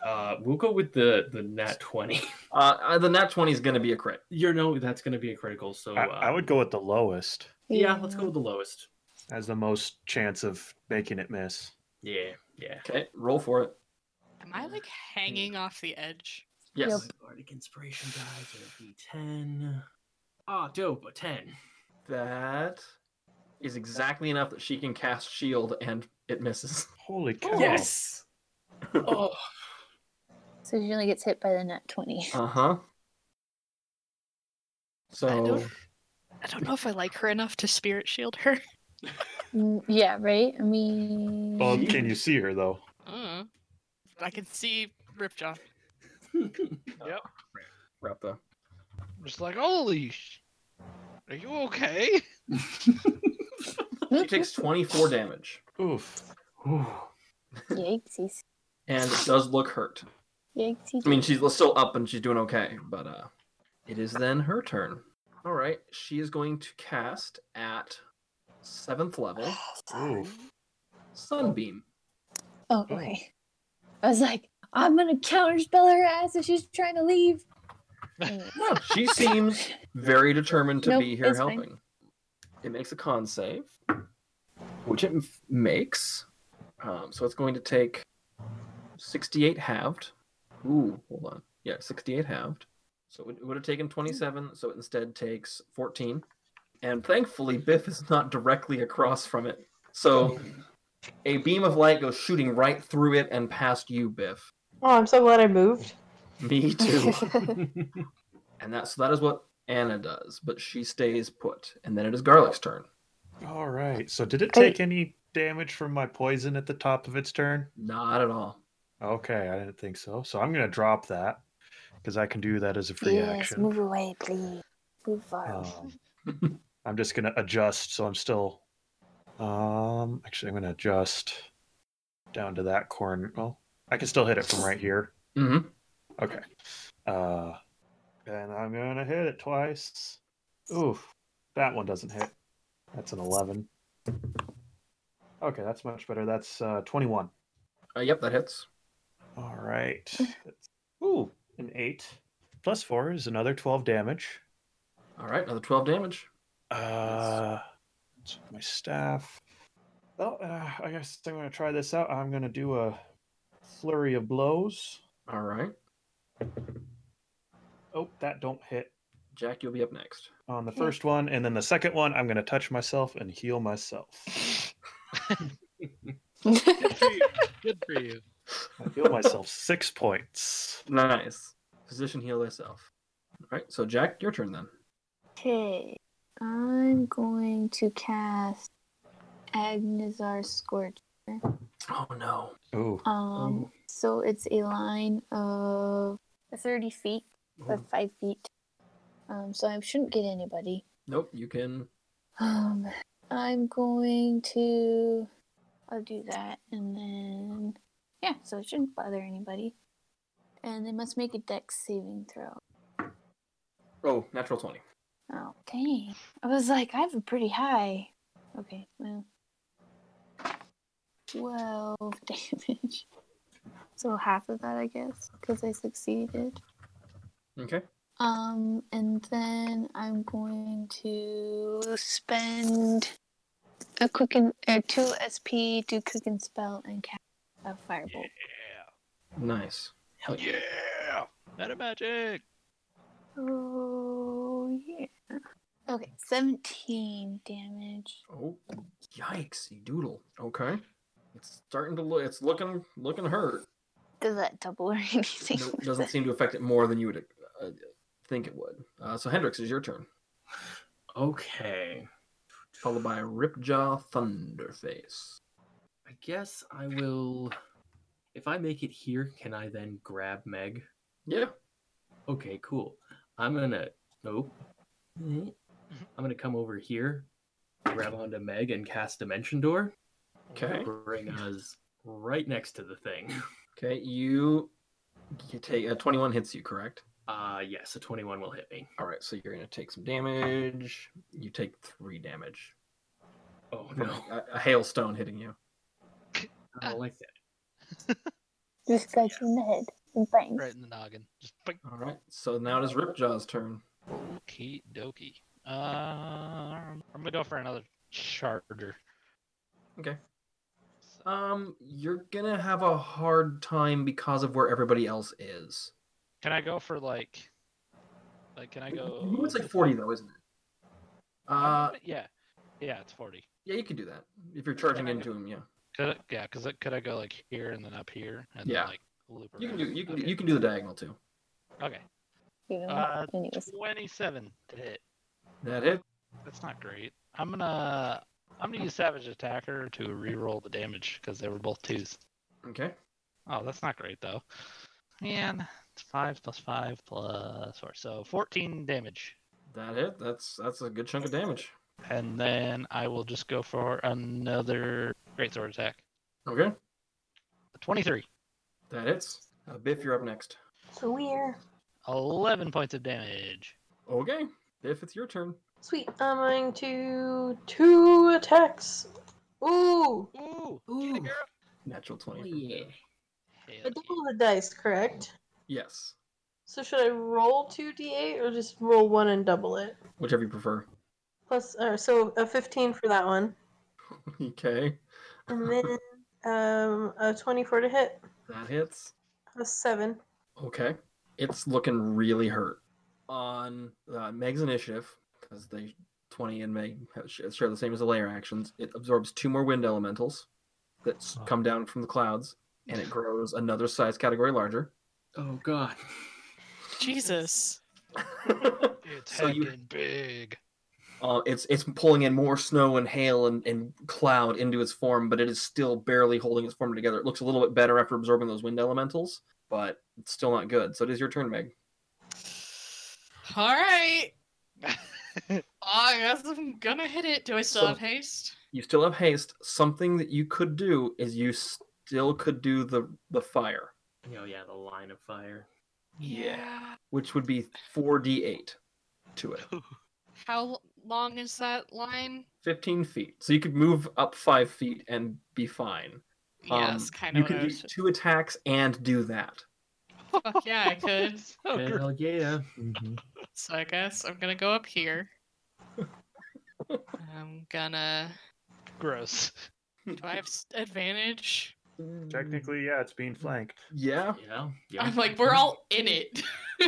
D: Uh, we'll go with the the nat twenty.
A: Uh, uh, the nat 20 is going to be a crit.
D: you know that's going to be a critical. So
G: I, I
D: um,
G: would go with the lowest
D: Yeah, let's go with the lowest.
G: as the most chance of making it miss.
D: Yeah, yeah.
A: Okay, roll for it.
I: Am I like hanging off the edge?
A: Yes.
E: Yep.
D: Bardic Oh inspiration dies at a ten. Ah, dope, a ten.
A: That is exactly enough that she can cast shield and it misses.
G: Holy cow.
D: Yes. oh,
E: So she only gets hit by the nat 20.
A: Uh huh. So
I: don't- I don't know if I like her enough to spirit shield her.
E: Mm, yeah, right? I mean.
G: Well, Oh, can you see her though?
I: Uh, I can see Ripjaw.
A: wrap the
F: Just like, holy sh- Are you okay?
A: She takes 24 damage
G: Oof.
E: Yikesies.
A: and it does look hurt.
E: Yikesies.
A: I mean, she's still up and she's doing okay, but uh, it is then her turn. All right, she is going to cast at seventh level
G: Oof.
A: Sunbeam.
E: Oh, okay. I was like, I'm going to counterspell her ass if she's trying to leave. Anyway.
A: No, she seems very determined to
E: Nope,
A: be here
E: it's fine.
A: helping. It makes a con save, which it m- makes. Um, so it's going to take 68 halved. Ooh, hold on. Yeah, 68 halved. So it would- it would have taken 27, so it instead takes 14. And thankfully, Biff is not directly across from it. So a beam of light goes shooting right through it and past you, Biff.
B: Oh, I'm so glad I moved.
A: Me too. And that so that is what Anna does, but she stays put. And then it is Garlic's turn.
G: All right. So did it
E: Hey.
G: take any damage from my poison at the top of its turn?
A: Not at all.
G: Okay, I didn't think so. So I'm gonna drop that because I can do that as a free
E: yes,
G: action.
E: move away, please. Move far. away.
G: Um, I'm just gonna adjust, so I'm still. Um, actually, I'm gonna adjust down to that corner. Well, I can still hit it from right here.
A: Mm-hmm.
G: Okay. Uh, and I'm gonna hit it twice. Oof, that one doesn't hit. That's an eleven. Okay, that's much better. That's uh, twenty-one.
A: Uh, yep, that hits.
G: All right. That's, ooh, an eight plus four is another twelve damage.
A: All right, another 12 damage.
G: Uh, it's my staff. Well, uh, I guess I'm gonna try this out. I'm gonna do a flurry of blows.
A: All right.
G: Oh, that don't hit.
A: Jack, you'll be up next.
G: on the first one, and then the second one, I'm going to touch myself and heal myself. Oh.
F: Good for you. Good for you.
G: I heal myself six points.
A: Nice. Position heal thyself. All right, so Jack, your turn then.
E: Okay, I'm going to cast Agnazar Scorch.
A: Oh, no.
G: Ooh,
E: Um, so it's a line of 30 feet by five feet. Um, so I shouldn't get anybody.
D: Nope, you can.
E: Um, I'm going to. I'll do that, and then yeah. So it shouldn't bother anybody. And they must make a Dex saving throw.
A: Oh, natural 20.
E: Oh, dang. I was like, I have a pretty high. Okay, well. 12 damage. So half of that, I guess, because I succeeded.
A: Okay.
E: Um, and then I'm going to spend a quicken, uh, two SP, do quick and spell, and cast a firebolt.
A: Nice. Hell yeah.
F: Yeah. Meta magic.
E: Oh yeah. Okay, 17 damage.
A: Oh, yikes, you doodle. Okay. It's starting to look, it's looking looking hurt.
E: Does that double or anything?
A: No,
E: with
A: doesn't
E: that?
A: seem to affect it more than you would uh, think it would. Uh, so, Hendrix, it's your turn.
D: Okay.
A: Followed by Ripjaw Thunderface.
D: I guess I will. If I make it here, can I then grab Meg?
A: Yeah.
D: Okay, cool. I'm gonna. Nope. I'm gonna come over here, grab onto Meg, and cast Dimension Door.
A: Okay.
D: Bring us right next to the thing.
A: Okay, you, you take uh, 21 hits you, correct?
D: Uh, yes, a 21 will hit me.
A: All right, so you're going to take some damage. You take three damage.
D: Oh,
A: from
D: no.
A: A, a hailstone hitting you.
D: I don't like that.
E: Just strikes in the head and bangs.
F: Right in the noggin. Just bing.
A: All right, so now it is Ripjaw's turn.
F: Okie dokie. Um, I'm gonna go for another charger.
A: Um, you're gonna have a hard time because of where everybody else is.
F: Can I go for like, like can I go?
A: The movement's like 40 though, isn't it? Uh,
F: yeah, yeah, it's forty.
A: yeah, you could do that if you're charging
F: Yeah.
A: into him. Yeah,
F: Could I, yeah, cause I, could I go like here and then up here and
A: Yeah.
F: then like loop around?
A: you can do you can
F: okay.
A: you can do the diagonal too.
F: Okay.
E: You know,
F: Uh,
E: anyways.
F: Twenty-seven to hit.
A: That hit.
F: That's not great. I'm gonna I'm gonna use Savage Attacker to reroll the damage because they were both twos.
A: Okay.
F: Oh, that's not great though. Man, it's five plus five plus four, so fourteen damage.
A: That hit. That's that's a good chunk of damage.
F: And then I will just go for another greatsword attack.
A: Okay.
F: Twenty-three.
A: That hits. Uh, Biff, you're up next.
B: Clear.
F: Eleven points of damage.
A: Okay. Biff, it's your turn.
B: Sweet. I'm going to two attacks. Ooh,
F: Ooh,
A: Ooh.
F: get it, girl.
A: Natural
I: Oh,
A: 20. for Biff.
F: Hell
B: I double the dice, correct?
A: Yes.
B: So should I roll two d8 or just roll one and double it?
A: Whichever you prefer.
B: Plus, uh, so a 15 for that one,
A: okay.
B: and then um, a 24 to hit,
A: That hits.
B: a seven.
A: Okay. It's looking really hurt. On uh, Meg's initiative, because they 20 and Meg have- sh- share the same as the layer actions, it absorbs two more wind elementals that s
F: Wow.
A: come down from the clouds, and it grows another size category larger.
D: Oh, God.
C: Jesus.
F: yeah. It's
A: So
F: heckin'
A: you-
F: big.
A: Uh, it's it's pulling in more snow and hail and, and cloud into its form, but it is still barely holding its form together. It looks a little bit better after absorbing those wind elementals, but it's still not good. So it is your turn, Meg.
I: All right. I guess I'm gonna hit it. Do I still
A: So-
I: have haste?
A: You still have haste. Something that you could do is you still could do the the fire,
D: Oh, yeah, the line of fire.
I: Yeah.
A: which would be four d eight to it,
I: How l- long is that line?
A: fifteen feet. So you could move up five feet and be fine. Um,
I: Yeah, that's kind
A: you
I: of
A: could
I: what
A: do
I: I was.
A: two attacks and do that.
I: Fuck yeah, I could.
F: Oh,
A: Oh,
D: Hell yeah.
G: Mm-hmm.
I: So I guess I'm gonna go up here. I'm gonna.
F: Gross.
I: Do I have s- advantage?
G: Technically, yeah, it's being flanked.
A: Yeah.
D: Yeah. Yeah.
I: I'm like, we're all in it.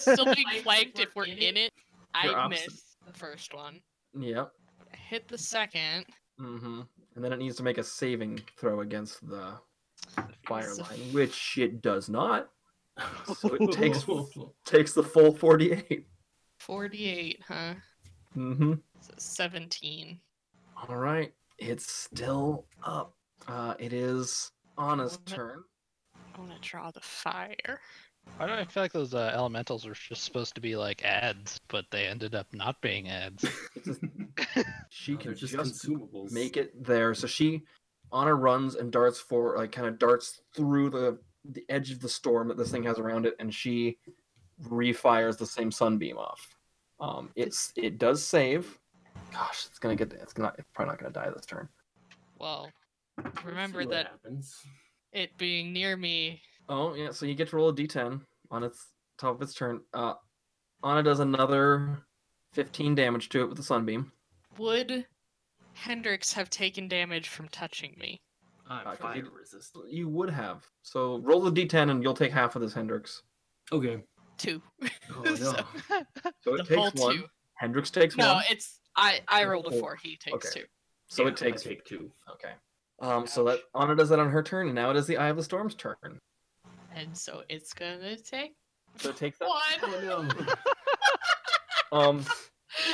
I: Still being flanked if we're in it.
A: You're
I: I
A: opposite.
I: missed the first one.
A: Yeah.
I: I hit the second.
A: Mm-hmm. And then it needs to make a saving throw against the fire
I: It's a-
A: line, which it does not. So it takes takes the full forty-eight.
I: 48, huh?
A: Mm-hmm.
I: So 17.
A: All right, it's still up. Uh, it is Anna's
I: One minute.
A: turn.
I: I want to draw the fire.
F: Why do I feel like those uh, elementals were just supposed to be like ads, but they ended up not being ads?
A: She
D: They're
A: can
D: just
A: just,
D: consumables.
A: make it there. So she, Anna runs and darts for like kind of darts through the the edge of the storm that this thing has around it, and she refires the same sunbeam off. Um, it's it does save. Gosh, it's gonna get it's gonna it's probably not gonna die this turn.
C: Well,
D: Let's
C: remember
D: see what
C: that
D: happens.
C: it being near me.
A: Oh yeah, so you get to roll a d10 on its top of its turn. Uh, Anna does another fifteen damage to it with the sunbeam.
C: Would Hendrix have taken damage from touching me?
D: I'm
A: Uh, 'cause
D: fire
A: you-
D: resistant.
A: You would have. So roll the d10 and you'll take half of this Hendrix.
D: Okay.
C: Two.
D: Oh no.
C: So-
A: So
C: the
A: it
C: whole
A: takes one.
C: two.
A: Hendrix takes
C: No,
A: one.
C: it's I. I
A: Take
C: rolled a
A: four.
C: four. He takes
A: Okay.
C: two.
A: So
D: Yeah,
A: it takes
D: I take two.
A: Okay. Um, so that Anna does that on her turn, and now it is the Eye of the Storm's turn.
C: And so it's gonna take
A: So it takes that.
C: one.
D: Oh no.
A: Um,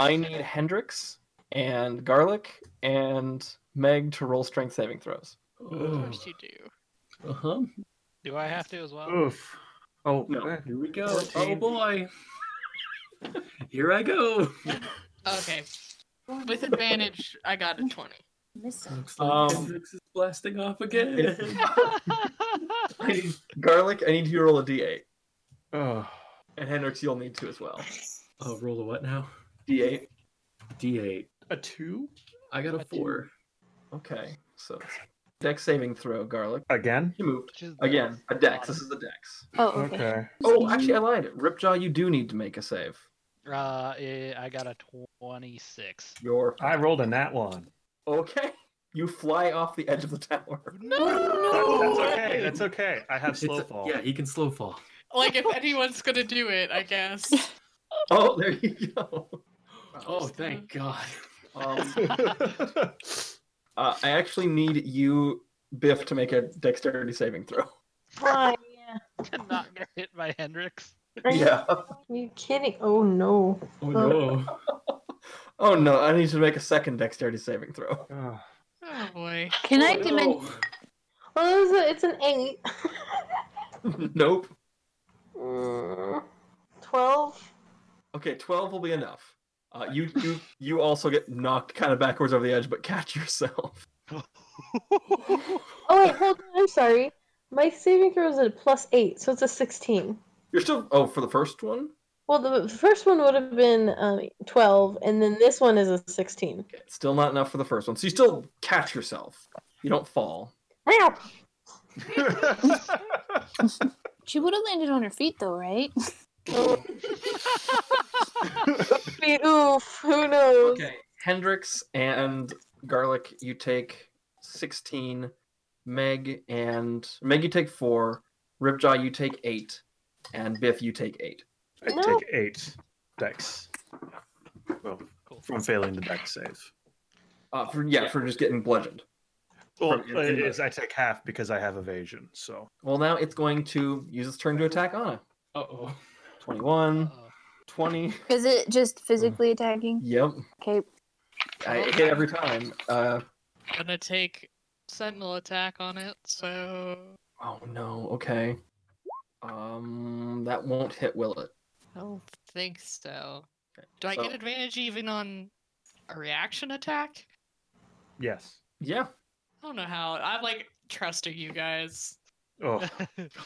A: I need Hendrix and Garlic and Meg to roll strength saving throws.
C: Of
D: Oh.
C: course you do.
D: Uh huh.
F: do I have to as well?
G: Oof. Oh
A: No.
G: eh,
D: Here we go. Oh
G: 14.
D: boy. Here I go.
C: Okay. With advantage, I got a twenty.
E: Missing.
D: Looks like
A: Um,
D: Hendrix is blasting off again.
A: I need Garlic. I need you to roll a D8,
G: Oh.
A: and Hendrix, you'll need to as well.
D: oh, roll a what now?
A: D8.
D: D8.
G: A two
D: I got a
F: A two.
D: four.
A: Okay. So it's Dex saving throw, Garlic.
G: again.
A: You moved
F: Which is the
A: again. A Dex. This
F: bottom.
A: is a Dex.
E: Oh, okay.
G: Okay.
A: Oh, actually, I lied. Ripjaw, you do need to make a save.
F: Uh, eh, I got a twenty-six.
A: Your
G: I rolled a nat one.
A: okay. You fly off the edge of the tower.
G: That- that's
C: No.
G: okay. That's okay. I have
D: It's
G: slow
D: a-
G: fall.
D: Yeah, he can slow fall.
C: Like if anyone's gonna do it, I guess.
A: Oh, there you go.
D: Oh, thank God.
A: Um, uh, I actually need you, Biff, to make a dexterity saving throw.
B: Why?
F: Not gonna hit by Hendrix.
B: Are you- Are you kidding? Oh no.
D: Oh no.
A: oh no, I need you to make a second dexterity saving throw.
G: Oh,
C: Oh boy.
E: Can I
D: Oh,
E: dimen-
D: no.
B: Well, it's, a, it's an eight.
A: nope.
B: Mm, Twelve.
A: Okay, twelve will be enough. Uh, you you you also get knocked kind of backwards over the edge, but catch yourself.
B: Oh wait, hold on. I'm sorry. My saving throw is a plus eight, so it's a sixteen.
A: You're still oh for the first one.
B: Well, the first one would have been um, twelve, and then this one is a sixteen.
A: Okay, still not enough for the first one. So you still catch yourself. You don't fall.
B: Meow.
E: She would have landed on her feet though, right?
B: Be Oof. Who knows?
A: Okay, Hendrix and Garlic, you take 16. Meg and Meg, you take four. Ripjaw, you take eight. And Biff, you take eight.
G: I
B: No.
G: take eight dex. Well,
F: Cool.
G: from failing the dex save.
A: Uh, for, yeah, for just getting bludgeoned.
G: Well, uh,
A: From-
G: it is. I take half because I have evasion. So
A: Well, now it's going to use its turn to attack Anna.
D: Uh-oh.
A: 21,
F: Uh-oh.
A: 20.
E: Is it just physically attacking?
A: Yep,
E: Okay.
A: I hit every time. Uh,
C: Gonna take sentinel attack on it. So
A: oh no, okay. Um, that won't hit, will it?
C: I don't think so.
A: Okay,
C: Do I
A: so-
C: get advantage even on a reaction attack?
G: yes.
A: Yeah.
C: I don't know how. I'm like trusting you guys.
G: Oh,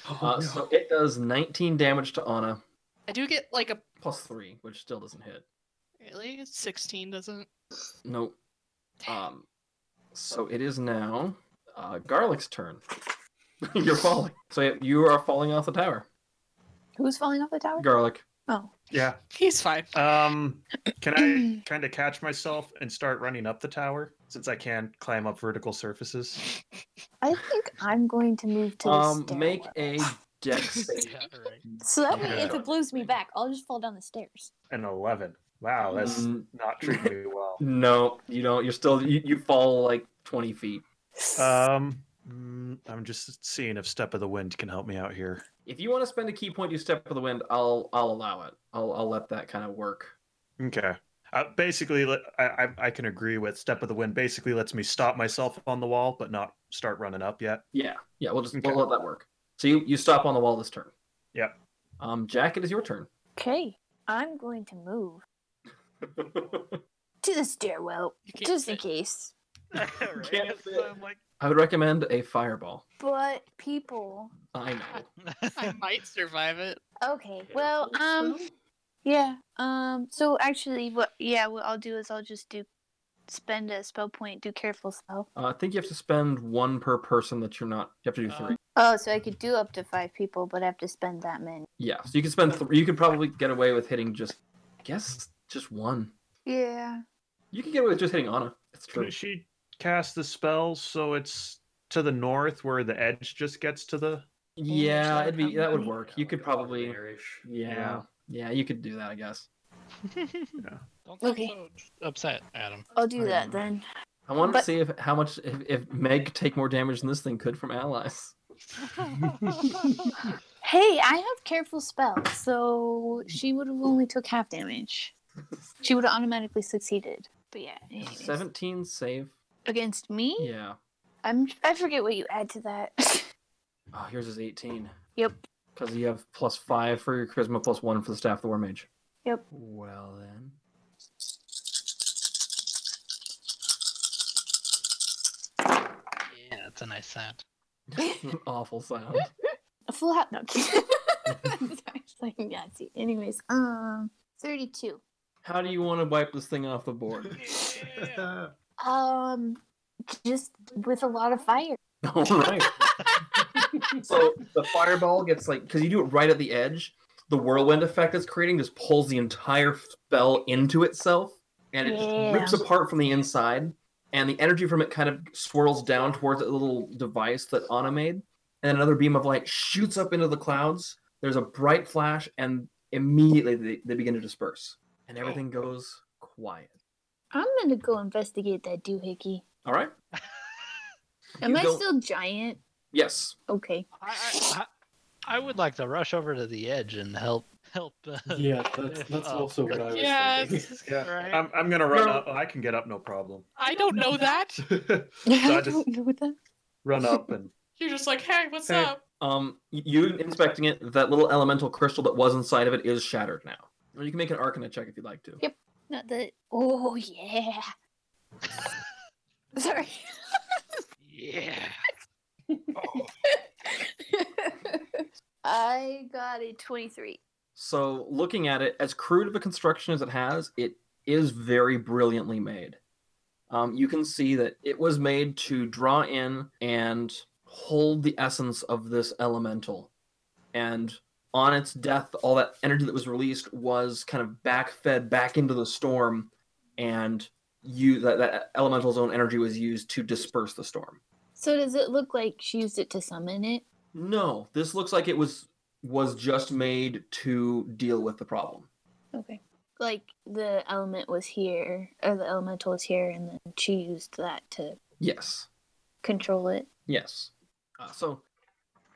A: Uh, So it does 19 damage to Anna,
C: I do get like a
A: plus three, which still doesn't hit.
C: really 16 doesn't.
A: Nope. Um, so it is now uh, Garlic's turn. You're falling. So you are falling off the tower,
E: Who's falling off the tower?
A: Garlic.
E: Oh.
G: yeah.
C: He's fine.
G: Um, can I kind of catch myself and start running up the tower since I can climb up vertical surfaces?
E: I think I'm going to move to the
A: Um,
E: stairwell.
A: make a dex. save.
F: Yeah, right.
E: So that way, if
G: Yeah.
E: it blows me back, I'll just fall down the stairs.
G: An eleven. Wow, that's
A: Mm,
G: not treating me well.
A: no, you don't. You're still. You, you fall like 20 feet. Uh,
G: Um, mm, I'm just seeing if Step of the Wind can help me out here.
A: If you want to spend a key point, you step of the wind. I'll I'll allow it. I'll I'll let that kind of work.
G: Okay. Uh, basically, let- I, I I can agree with Step of the Wind. Basically, lets me stop myself on the wall, but not start running up yet.
A: Yeah, yeah. We'll just
G: Okay.
A: we'll let that work. So you you stop on the wall this turn.
G: Yep.
A: Um, Jack, it is your turn.
E: Okay, I'm going to move to the stairwell
C: You can't
E: just in
C: fit.
E: case.
A: Can't
J: right? That's
A: fit.
J: why I'm like,
A: I would recommend a fireball.
E: But people,
A: I know.
C: I might survive it.
E: okay. Well, um, yeah. Um. So actually, what? Yeah. What I'll do is I'll just do spend a spell point. Do careful spell.
A: Uh, I think you have to spend one per person that you're not. You have to do
F: Uh,
A: three.
E: Oh, so I could do up to five people, but I have to spend that many.
A: Yeah, so you can spend three. You could probably get away with hitting just, I guess, just one.
E: Yeah.
A: You can get away with just hitting Anna. It's true.
G: Couldn't she cast the spell so it's to the north where the edge just gets to the?
A: Yeah,
E: Yeah,
A: it'd be that would work.
D: Yeah,
A: You
D: like
A: could
D: a
A: probably.
D: barbarish.
A: Yeah, yeah, you could do that. I guess.
F: Don't get
E: Okay.
F: so upset, Adam.
E: I'll do
A: Um,
E: that then.
A: I wanted to
E: But-
A: see if how much if, if Meg could take more damage than this thing could from allies.
E: Hey, I have careful spell, so she would have only took half damage. She would have automatically succeeded. But yeah. anyways.
A: Seventeen save.
E: against me.
A: Yeah.
E: I'm I forget what you add to that.
A: Oh, yours is eighteen.
E: Yep.
A: Because you have plus five for your charisma, plus one for the staff of the war mage.
E: Yep.
A: Well then.
F: Yeah, that's a nice sound.
A: That's an awful sound.
E: A full hat. No. I'm kidding. Sorry, it's like Nazi. Anyways, um, thirty-two.
A: How do you want to wipe this thing off the board?
J: yeah.
E: Um, just with a lot of fire.
A: All right. so the fireball gets like because you do it right at the edge, the whirlwind effect it's creating just pulls the entire spell into itself, and it
E: Yeah.
A: just rips apart from the inside, and the energy from it kind of swirls down towards the little device that Anna made, and then another beam of light shoots up into the clouds. There's a bright flash, and immediately they, they begin to disperse, and everything goes quiet.
E: I'm gonna go investigate that doohickey.
A: All right.
E: Am
A: You
E: I
A: go-
E: still giant?
A: Yes.
E: Okay.
F: I, I, I, I would like to rush over to the edge and help help. Uh,
D: yeah, that's that's
F: Oh.
D: also what I was
C: Yeah,
D: thinking.
C: it's-
F: Right?
G: I'm, I'm gonna run
A: No.
G: up. I can get up, no problem.
C: I don't know that.
E: I
G: just-
E: don't know that.
G: Run up and
C: You're just like, hey, what's
G: Hey.
C: up?
A: Um, y- you inspecting it, that little elemental crystal that was inside of it is shattered now. Or you can make an arcana check if you'd like to.
E: Yep. Not the. Oh yeah. Sorry.
F: yeah.
E: I got a twenty-three.
A: So, looking at it, as crude of a construction as it has, it is very brilliantly made. Um, you can see that it was made to draw in and hold the essence of this elemental. And on its death, all that energy that was released was kind of backfed back into the storm, and you that, that elemental's own energy was used to disperse the storm.
E: So does it look like she used it to summon it?
A: No, this looks like it was was just made to deal with the problem.
E: Okay. Like the element was here, or the elemental was here, and then she used that to
A: Yes.
E: control it.
A: Yes. Uh, so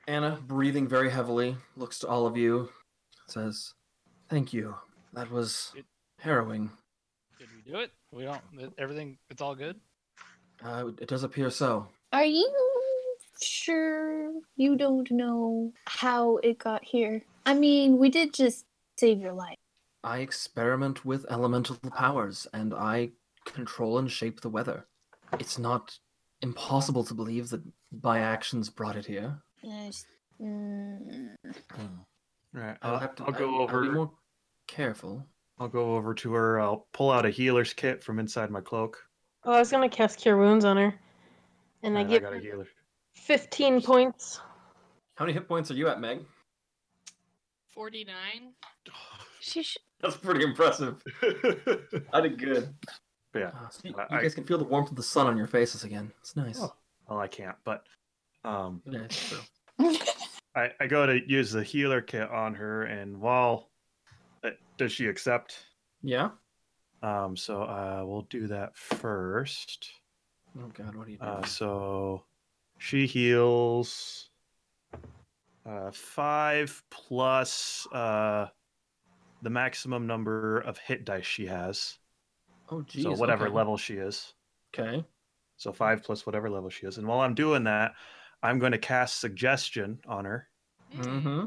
A: Anna, breathing very heavily, looks to all of you, says, "Thank you. That was harrowing.
F: Did we do it? We don't. Everything. It's all good.
A: Uh, it does appear so.
E: Are you sure you don't know how it got here? I mean, we did just save your life.
A: I experiment with elemental powers, and I control and shape the weather. It's not impossible to believe that my actions brought it here.
E: And I just- mm,
G: all right,
A: I'll
G: I'll,
A: have to.
G: I'll go
A: I'll be
G: over.
A: more careful."
G: I'll go over to her. I'll pull out a healer's kit from inside my cloak.
B: Well, Oh, I was gonna cast Cure Wounds on her, and I
G: And
B: give
G: got a
B: her
G: healer.
B: 15 points.
A: How many hit points are you at, Meg?
C: 49.
E: she sh-
A: That's pretty impressive. I did good.
G: But yeah,
A: Ah, you,
G: I-
A: you guys can feel the warmth of the sun on your faces again. It's nice.
G: Oh. well, I can't. But um,
A: Yeah, it's true.
G: I, I go to use the healer kit on her, and while uh, does she accept?
A: Yeah?
G: Um, so uh, we'll do that first.
A: Oh god, what are you doing?
G: Uh, so she heals uh, five plus uh, the maximum number of hit dice she has.
A: oh geez.
G: so whatever
A: okay.
G: level she is.
A: Okay.
G: So five plus whatever level she is. And while I'm doing that, I'm going to cast suggestion on her.
A: Mm-hmm.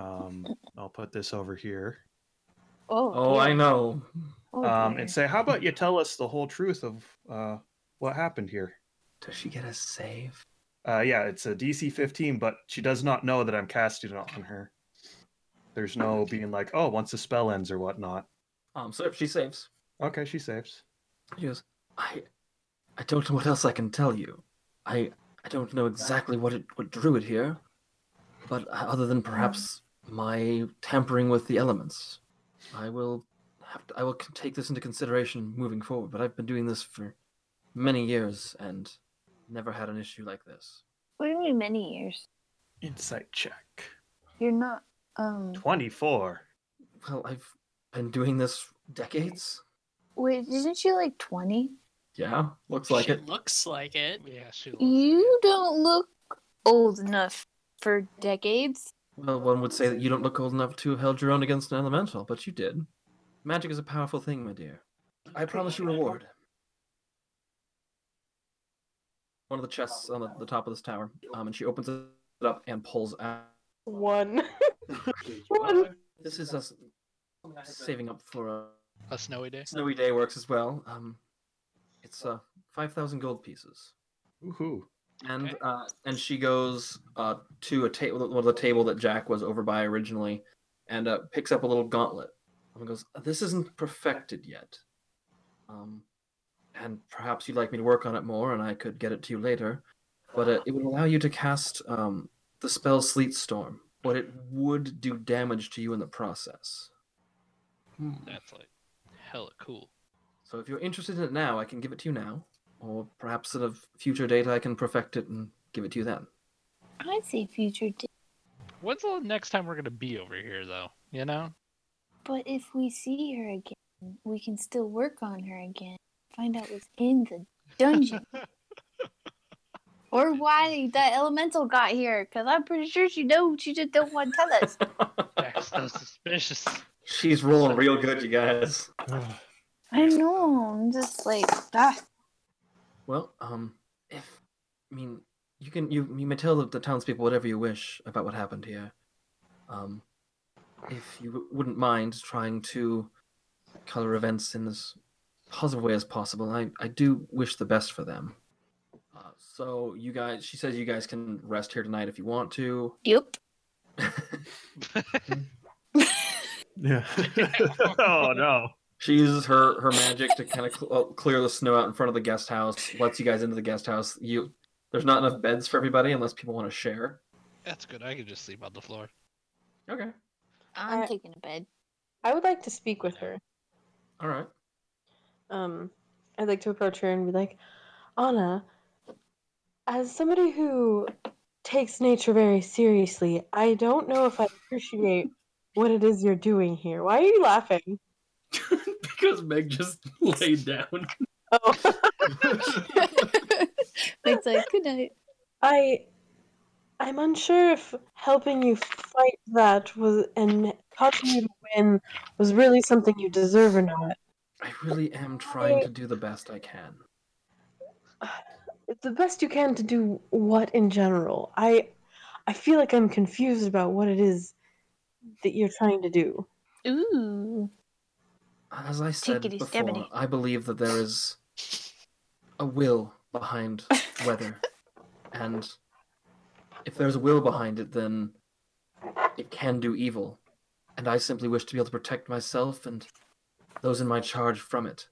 G: Um, I'll put this over here.
E: Oh,
A: Oh,
E: yeah.
A: I know.
E: Oh,
G: Um,
E: dear.
G: and say, how about you tell us the whole truth of uh, what happened here?
A: Does she get a save?
G: Uh, yeah, it's a DC 15, but she does not know that I'm casting it on her. There's no being like, oh, once the spell ends or whatnot.
A: Um, so she saves.
G: Okay, she saves.
A: She goes, I, I don't know what else I can tell you. I, I don't know exactly what it what drew it here, but uh, other than perhaps my tampering with the elements, I will have to, I will con- take this into consideration moving forward. But I've been doing this for many years and never had an issue like this.
E: What do you mean many years?
G: Insight check.
E: You're not. Um.
G: 24.
A: Well, I've been doing this decades.
E: Wait, isn't she like twenty?
A: Yeah, looks like
C: she
A: it.
C: looks like it.
F: Yeah, she looks
E: You don't look old enough for decades.
A: Well, one would say that you don't look old enough to have held your own against an elemental, but you did. Magic is a powerful thing, my dear. I promise you reward. One of the chests on the, the top of this tower, um, and she opens it up and pulls out.
B: One.
A: This is us saving up for a
F: a snowy day.
A: snowy day works as well. Um, it's uh, five thousand gold pieces.
G: Woohoo.
A: and
F: Okay.
A: uh, and she goes uh, to a table, one of the table that Jack was over by originally, and uh, picks up a little gauntlet and goes, "This isn't perfected yet, um, and perhaps you'd like me to work on it more, and I could get it to you later, but uh, it would allow you to cast um, the spell Sleet Storm, but it would do damage to you in the process.
F: That's like hella cool.
A: So if you're interested in it now, I can give it to you now, or perhaps at a future date I can perfect it and give it to you then."
E: I'd say future day,
F: When's the next time we're gonna be over here, though? You know,
E: but if we see her again, we can still work on her again. Find out what's in the dungeon. Or why that elemental got here, because I'm pretty sure she knows, she just don't want to tell us.
F: that's so suspicious.
A: She's rolling real good, you guys.
E: I know, I'm just like, ah.
A: Well, um, if I mean, you can you you may tell the, the townspeople whatever you wish about what happened here. Um, if you w- wouldn't mind trying to color events in as positive way as possible, I I do wish the best for them. Uh, so you guys, she says you guys can rest here tonight if you want to.
E: Yep.
G: Yeah. oh, no.
A: She uses her her magic to kind of cl- uh, clear the snow out in front of the guest house. Lets you guys into the guest house. You there's not enough beds for everybody unless people want to share.
F: That's good. I can just sleep on the floor.
A: Okay.
E: I'm
B: I-
E: taking a bed.
B: I would like to speak with her.
A: All right.
B: um, I'd like to approach her and be like, Anna, as somebody who takes nature very seriously, I don't know if I appreciate what it is you're doing here. Why are you laughing?
D: because Meg just laid down.
B: Oh,
E: It's like, good night.
B: I, I'm unsure if helping you fight that was and causing you to win was really something you deserve or not.
A: I really am trying to do the best I can.
B: the best you can to do what in general i i feel like i'm confused about what it is that you're trying to do
E: Ooh.
A: As I said
E: Tickety
A: before,
E: stabbity.
A: I believe that there is a will behind weather, and if there's a will behind it, then it can do evil. And I simply wish to be able to protect myself and those in my charge from it.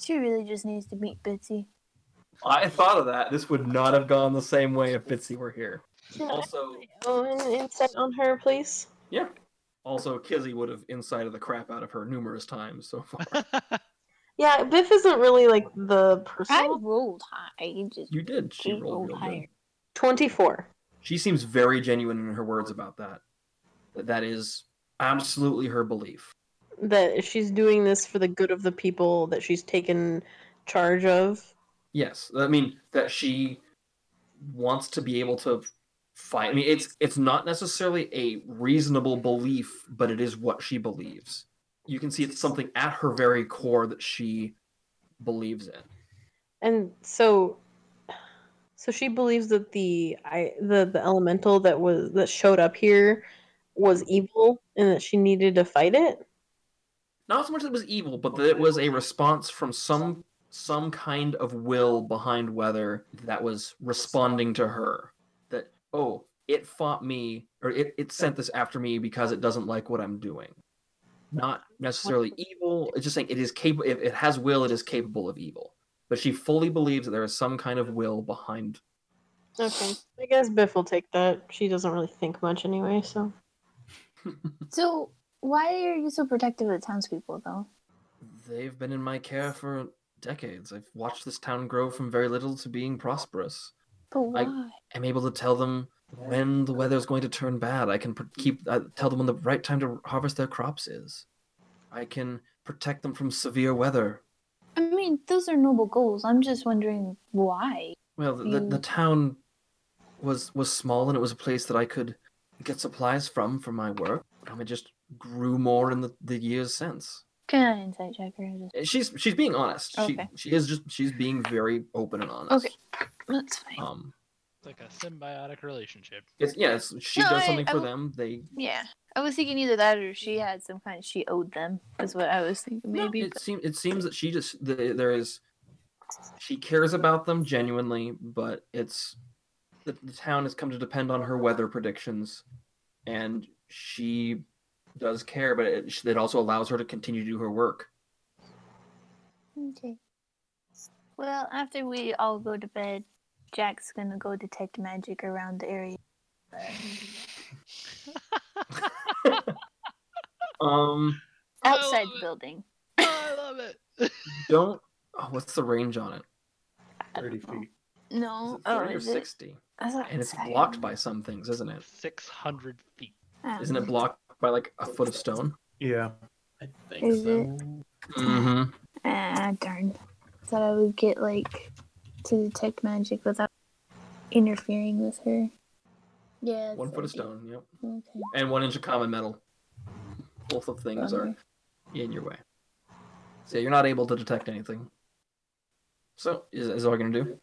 E: She really just needs to meet Bitsy.
A: I thought of that. This would not have gone the same way if Bitsy were here. Also,
B: oh insight on her please
A: yeah. Also, Kizzy would have incited the crap out of her numerous times so far.
B: yeah biff isn't really like the
E: I
B: person
E: rolled high. You just
A: You did. She
E: She rolled
A: rolled real good.
E: higher.
B: 24
A: She seems very genuine in her words about that. That that is absolutely her belief.
B: that she's doing this for the good of the people that she's taken charge of
A: Yes, I mean that she wants to be able to fight. I mean, it's it's not necessarily a reasonable belief, but it is what she believes. You can see it's something at her very core that she believes in.
B: and so so she believes that the i the the elemental that was that showed up here was evil and that she needed to fight it?
A: Not so much that it was evil, but that it was a response from some some kind of will behind weather that was responding to her. That oh, it fought me or it, it sent this after me because it doesn't like what I'm doing. Not necessarily evil. It's just saying it is capable if it has will, it is capable of evil. But she fully believes that there is some kind of will behind
B: Okay. I guess Biff will take that. She doesn't really think much anyway, so.
E: So why are you so protective of the townspeople, though?
A: They've been in my care for decades. I've watched this town grow from very little to being prosperous.
E: But why?
A: I- I'm able to tell them when the weather's going to turn bad. I can pr- keep uh, tell them when the right time to harvest their crops is. I can protect them from severe weather.
E: I mean, those are noble goals. I'm just wondering why.
A: Well, the, the, the
E: Mm.
A: town was was small and it was a place that I could get supplies from for my work. And it just grew more in the, the years since.
E: Kind of insight check or just
A: And She's she's being honest.
E: Okay.
A: She she is just she's being very open and honest.
E: Okay. that's fine.
A: Um.
F: It's like a symbiotic relationship.
A: It's yeah. It's, she
E: No,
A: does
E: I-
A: something
E: I
A: for
E: will-
A: them. They
E: Yeah, I was thinking either that or she had some kind. She owed them. Is what I was thinking.
A: No,
E: Maybe.
A: it seems it seems that she just th- there is she cares about them genuinely, but it's the, the town has come to depend on her weather predictions, and she does care, but it, it also allows her to continue to do her work.
E: Okay. Well, after we all go to bed, Jack's gonna go detect magic around the area.
A: Um,
F: I
E: Outside
F: love
E: the
F: it.
E: building.
F: I love it.
A: don't oh, what's the range on it?
G: Thirty feet.
A: Is
E: No.
A: it
E: Oh,
A: 30 or
E: is it?
A: sixty?
E: That's
A: And it's
E: outside.
A: blocked by some things, isn't it?
F: Six hundred feet.
E: Oh.
A: Isn't it blocked by like a foot of stone?
G: Yeah.
D: I think
E: Is
D: so.
E: it?
A: Mm-hmm.
E: Ah, darn. Thought I would get like to detect magic without interfering with her. Yeah. that's
A: One foot of
E: what
A: stone. Yep.
E: I did. Okay.
A: and one inch of common metal. Both of things are
E: Okay.
A: in your way. So you're not able to detect anything. So is, is all you're gonna do?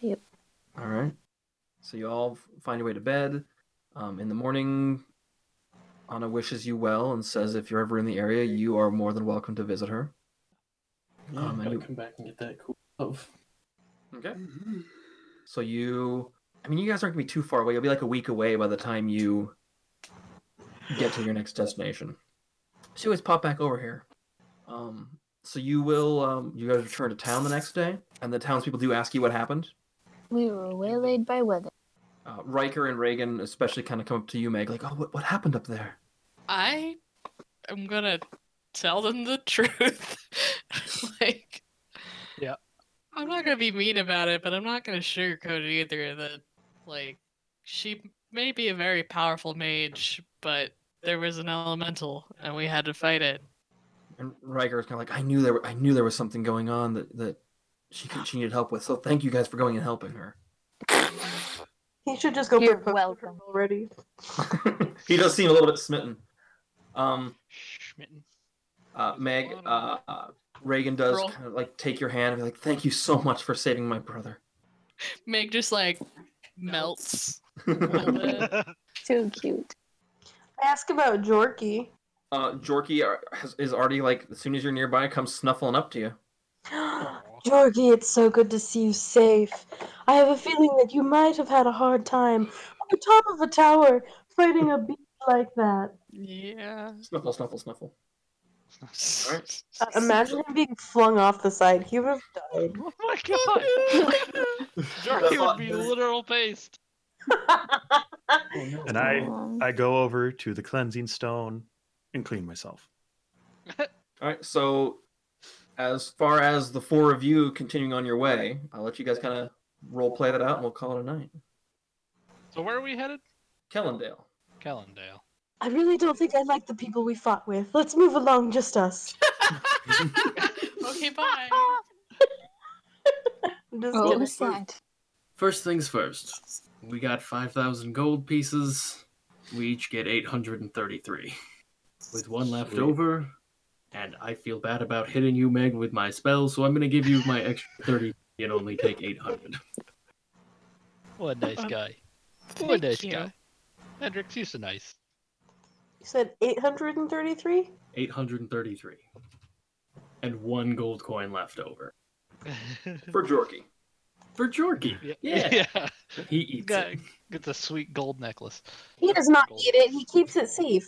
E: Yep.
A: All right. So you all find your way to bed. Um, in the morning, Anna wishes you well and says if you're ever in the area, you are more than welcome to visit her.
D: Yeah,
A: Um,
D: I'm
A: and
D: gonna
A: you-
D: come back and get that cool stuff.
A: Okay. So you, I mean, you guys aren't gonna be too far away. You'll be like a week away by the time you get to your next destination. So you always pop back over here. Um, so you will, um, you guys return to town the next day, and the townspeople do ask you what happened.
E: We were waylaid by weather.
A: Uh, Riker and Reagan especially kind of come up to you, Meg, like, "Oh, what, what happened up there?"
C: I am gonna tell them the truth. like,
F: Yeah.
C: I'm not gonna be mean about it, but I'm not gonna sugarcoat it either. That, like, she may be a very powerful mage, but there was an elemental, and we had to fight it.
A: And Riker is kind of like, "I knew there, were, I knew there was something going on that that she could, she needed help with. So thank you guys for going and helping her."
B: He should just go
E: You're
B: propose to her
E: welcome.
B: already.
A: he does seem a little bit smitten. Um,
F: Schmitten.
A: uh, Meg, uh, uh, Reagan does
C: Roll.
A: kind of like take your hand and be like, "Thank you so much for saving my brother."
C: Meg just like melts. a
A: uh,
C: little bit.
E: So cute.
B: Ask about Jorky.
A: Uh, Jorky are, has, is already like, as soon as you're nearby, comes snuffling up to you.
B: Jorky, it's so good to see you safe. I have a feeling that you might have had a hard time on the top of a tower fighting a beast like that.
C: yeah.
A: Snuffle, snuffle, snuffle.
B: Uh, imagine him being flung off the side. He would have died.
F: Oh my god! Jorky would be literal paste.
G: And I
E: Um,
G: I go over to the cleansing stone and clean myself.
A: All right, so as far as the four of you continuing on your way, I'll let you guys kind of role play that out, and we'll call it a night.
F: So where are we headed?
A: Kellendale.
F: Kellendale.
B: I really don't think I like the people we fought with. Let's move along, just us.
C: okay, bye.
B: I'm just
E: oh, it
B: kidding.
E: was sad.
D: First things first. We got 5,000 gold pieces. We each get 833. With one left
G: Sweet.
D: over, and I feel bad about hitting you, Meg, with my spells, so I'm going to give you my extra 30 and only take 800.
F: What a nice guy. What a
C: Thank
F: nice
C: you.
F: guy. Hendrix, you're so nice.
B: You said 833?
D: 833. And one gold coin left over. For Jorky. For Jorky.
F: yeah.
D: Yeah.
F: yeah.
D: He eats
F: Got,
D: it.
F: gets a sweet gold necklace.
B: He does not
F: Gold.
B: eat it. He keeps it safe.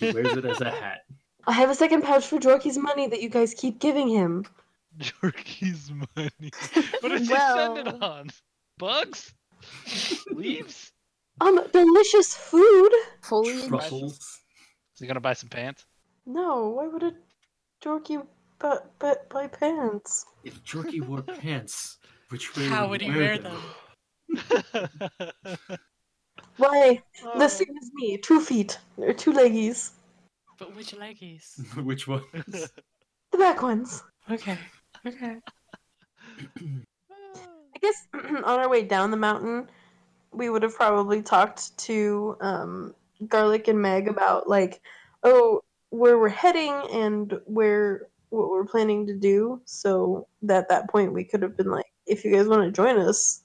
D: He wears it as a hat.
B: I have a second pouch for Jorky's money that you guys keep giving him.
F: Jorky's money. What did you send it
E: Well.
F: on? Bugs? Leaves?
B: Um, delicious food?
E: Foliage.
D: Truffles.
F: Is he gonna buy some pants?
B: No, why would a Jorky but but buy pants?
D: If Jorky wore pants, which way
C: How would he wear them?
B: Why?
F: Oh.
B: The same as me. Two feet. Or two leggies.
C: But which leggies?
D: them? which one?
B: The back ones.
C: Okay. Okay.
B: I guess on our way down the mountain, we would have probably talked to um, Garlic and Meg about like, oh, where we're heading and where what we're planning to do. So that at that point, we could have been like, if you guys want to join us,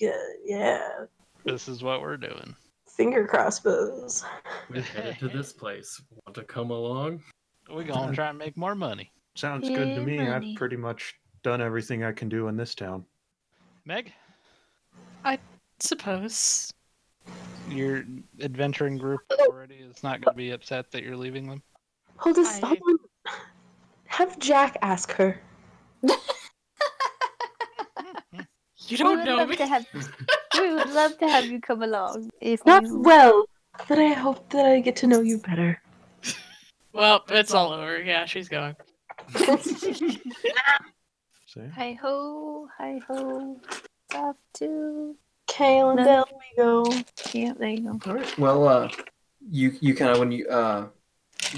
B: yeah, yeah,
F: this is what we're doing.
B: finger crossbows.
D: We're headed to this place. Want to come along?
F: We're
D: Uh,
F: gonna try and make more money.
G: Sounds good to
E: Yay,
G: me. I've
E: money.
G: pretty much done everything I can do in this town.
F: Meg,
C: Suppose.
F: your adventuring group
B: Oh.
F: already is not gonna be upset that you're leaving them.
B: Hold this.
C: I-
B: Hold on. Have Jack ask her.
C: You
E: We
C: don't
E: would
C: know
E: love
C: me.
E: to have. we would love to have you come along. If
B: Not
E: you...
B: well, but I hope that I get to know you better.
C: Well, it's all over. Yeah, she's going.
G: See?
E: Hi ho, hi ho. Off to.
B: Okay, Lindell, we go.
E: Yeah, there you go.
A: All right. Well, uh, you you kind of when you uh,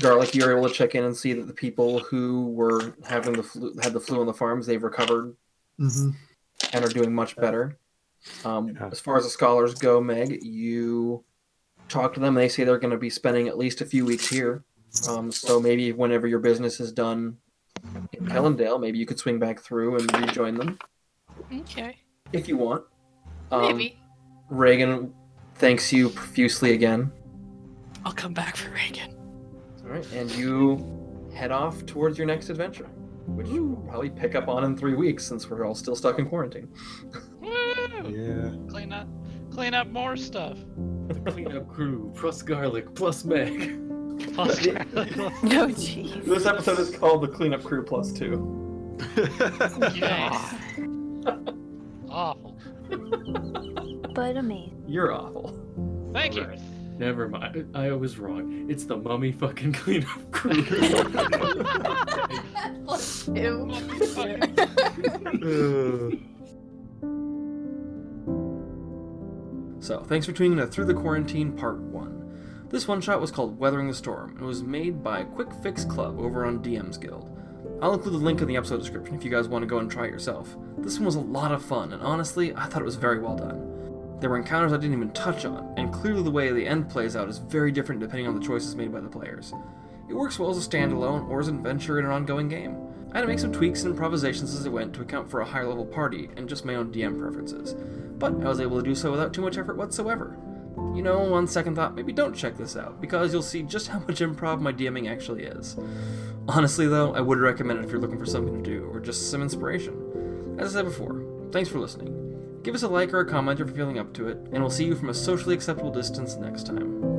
A: garlic, you're able to check in and see that the people who were having the flu had the flu on the farms, they've recovered
G: Mm-hmm.
A: and are doing much better. Um,
G: Yeah.
A: As far as the scholars go, Meg, you talk to them. They say they're going to be spending at least a few weeks here. Um, so maybe whenever your business is done in Kellendale, maybe you could swing back through and rejoin them
C: Okay.
A: if you want. Um,
C: Maybe.
A: Reagan thanks you profusely again.
C: I'll come back for Reagan.
A: All right, and you head off towards your next adventure, which we'll probably pick up on in three weeks since we're all still stuck in quarantine.
F: Woo!
G: Yeah.
F: Clean up, clean up more stuff.
D: The cleanup crew, plus garlic, plus Meg.
F: Plus,
E: No, jeez.
A: This episode is called The Cleanup Crew Plus Two.
G: 어.
F: yes. Awful.
E: But amazing.
A: You're awful.
F: Thank you.
D: Alright. Never mind. I was wrong. It's the mummy fucking cleanup crew.
F: Motherfucking
A: So, thanks for tuning in to Through the Quarantine Part 1. This one shot was called Weathering the Storm and was made by Quick Fix Club over on DM's Guild. I'll include the link in the episode description if you guys want to go and try it yourself. This one was a lot of fun, and honestly, I thought it was very well done. There were encounters I didn't even touch on, and clearly the way the end plays out is very different depending on the choices made by the players. It works well as a standalone or as an adventure in an ongoing game. I had to make some tweaks and improvisations as I went to account for a higher level party and just my own DM preferences, but I was able to do so without too much effort whatsoever. You know, on second thought, maybe don't check this out, because you'll see just how much improv my DMing actually is. Honestly, though, I would recommend it if you're looking for something to do or just some inspiration. As I said before, thanks for listening. Give us a like or a comment if you're feeling up to it, and we'll see you from a socially acceptable distance next time.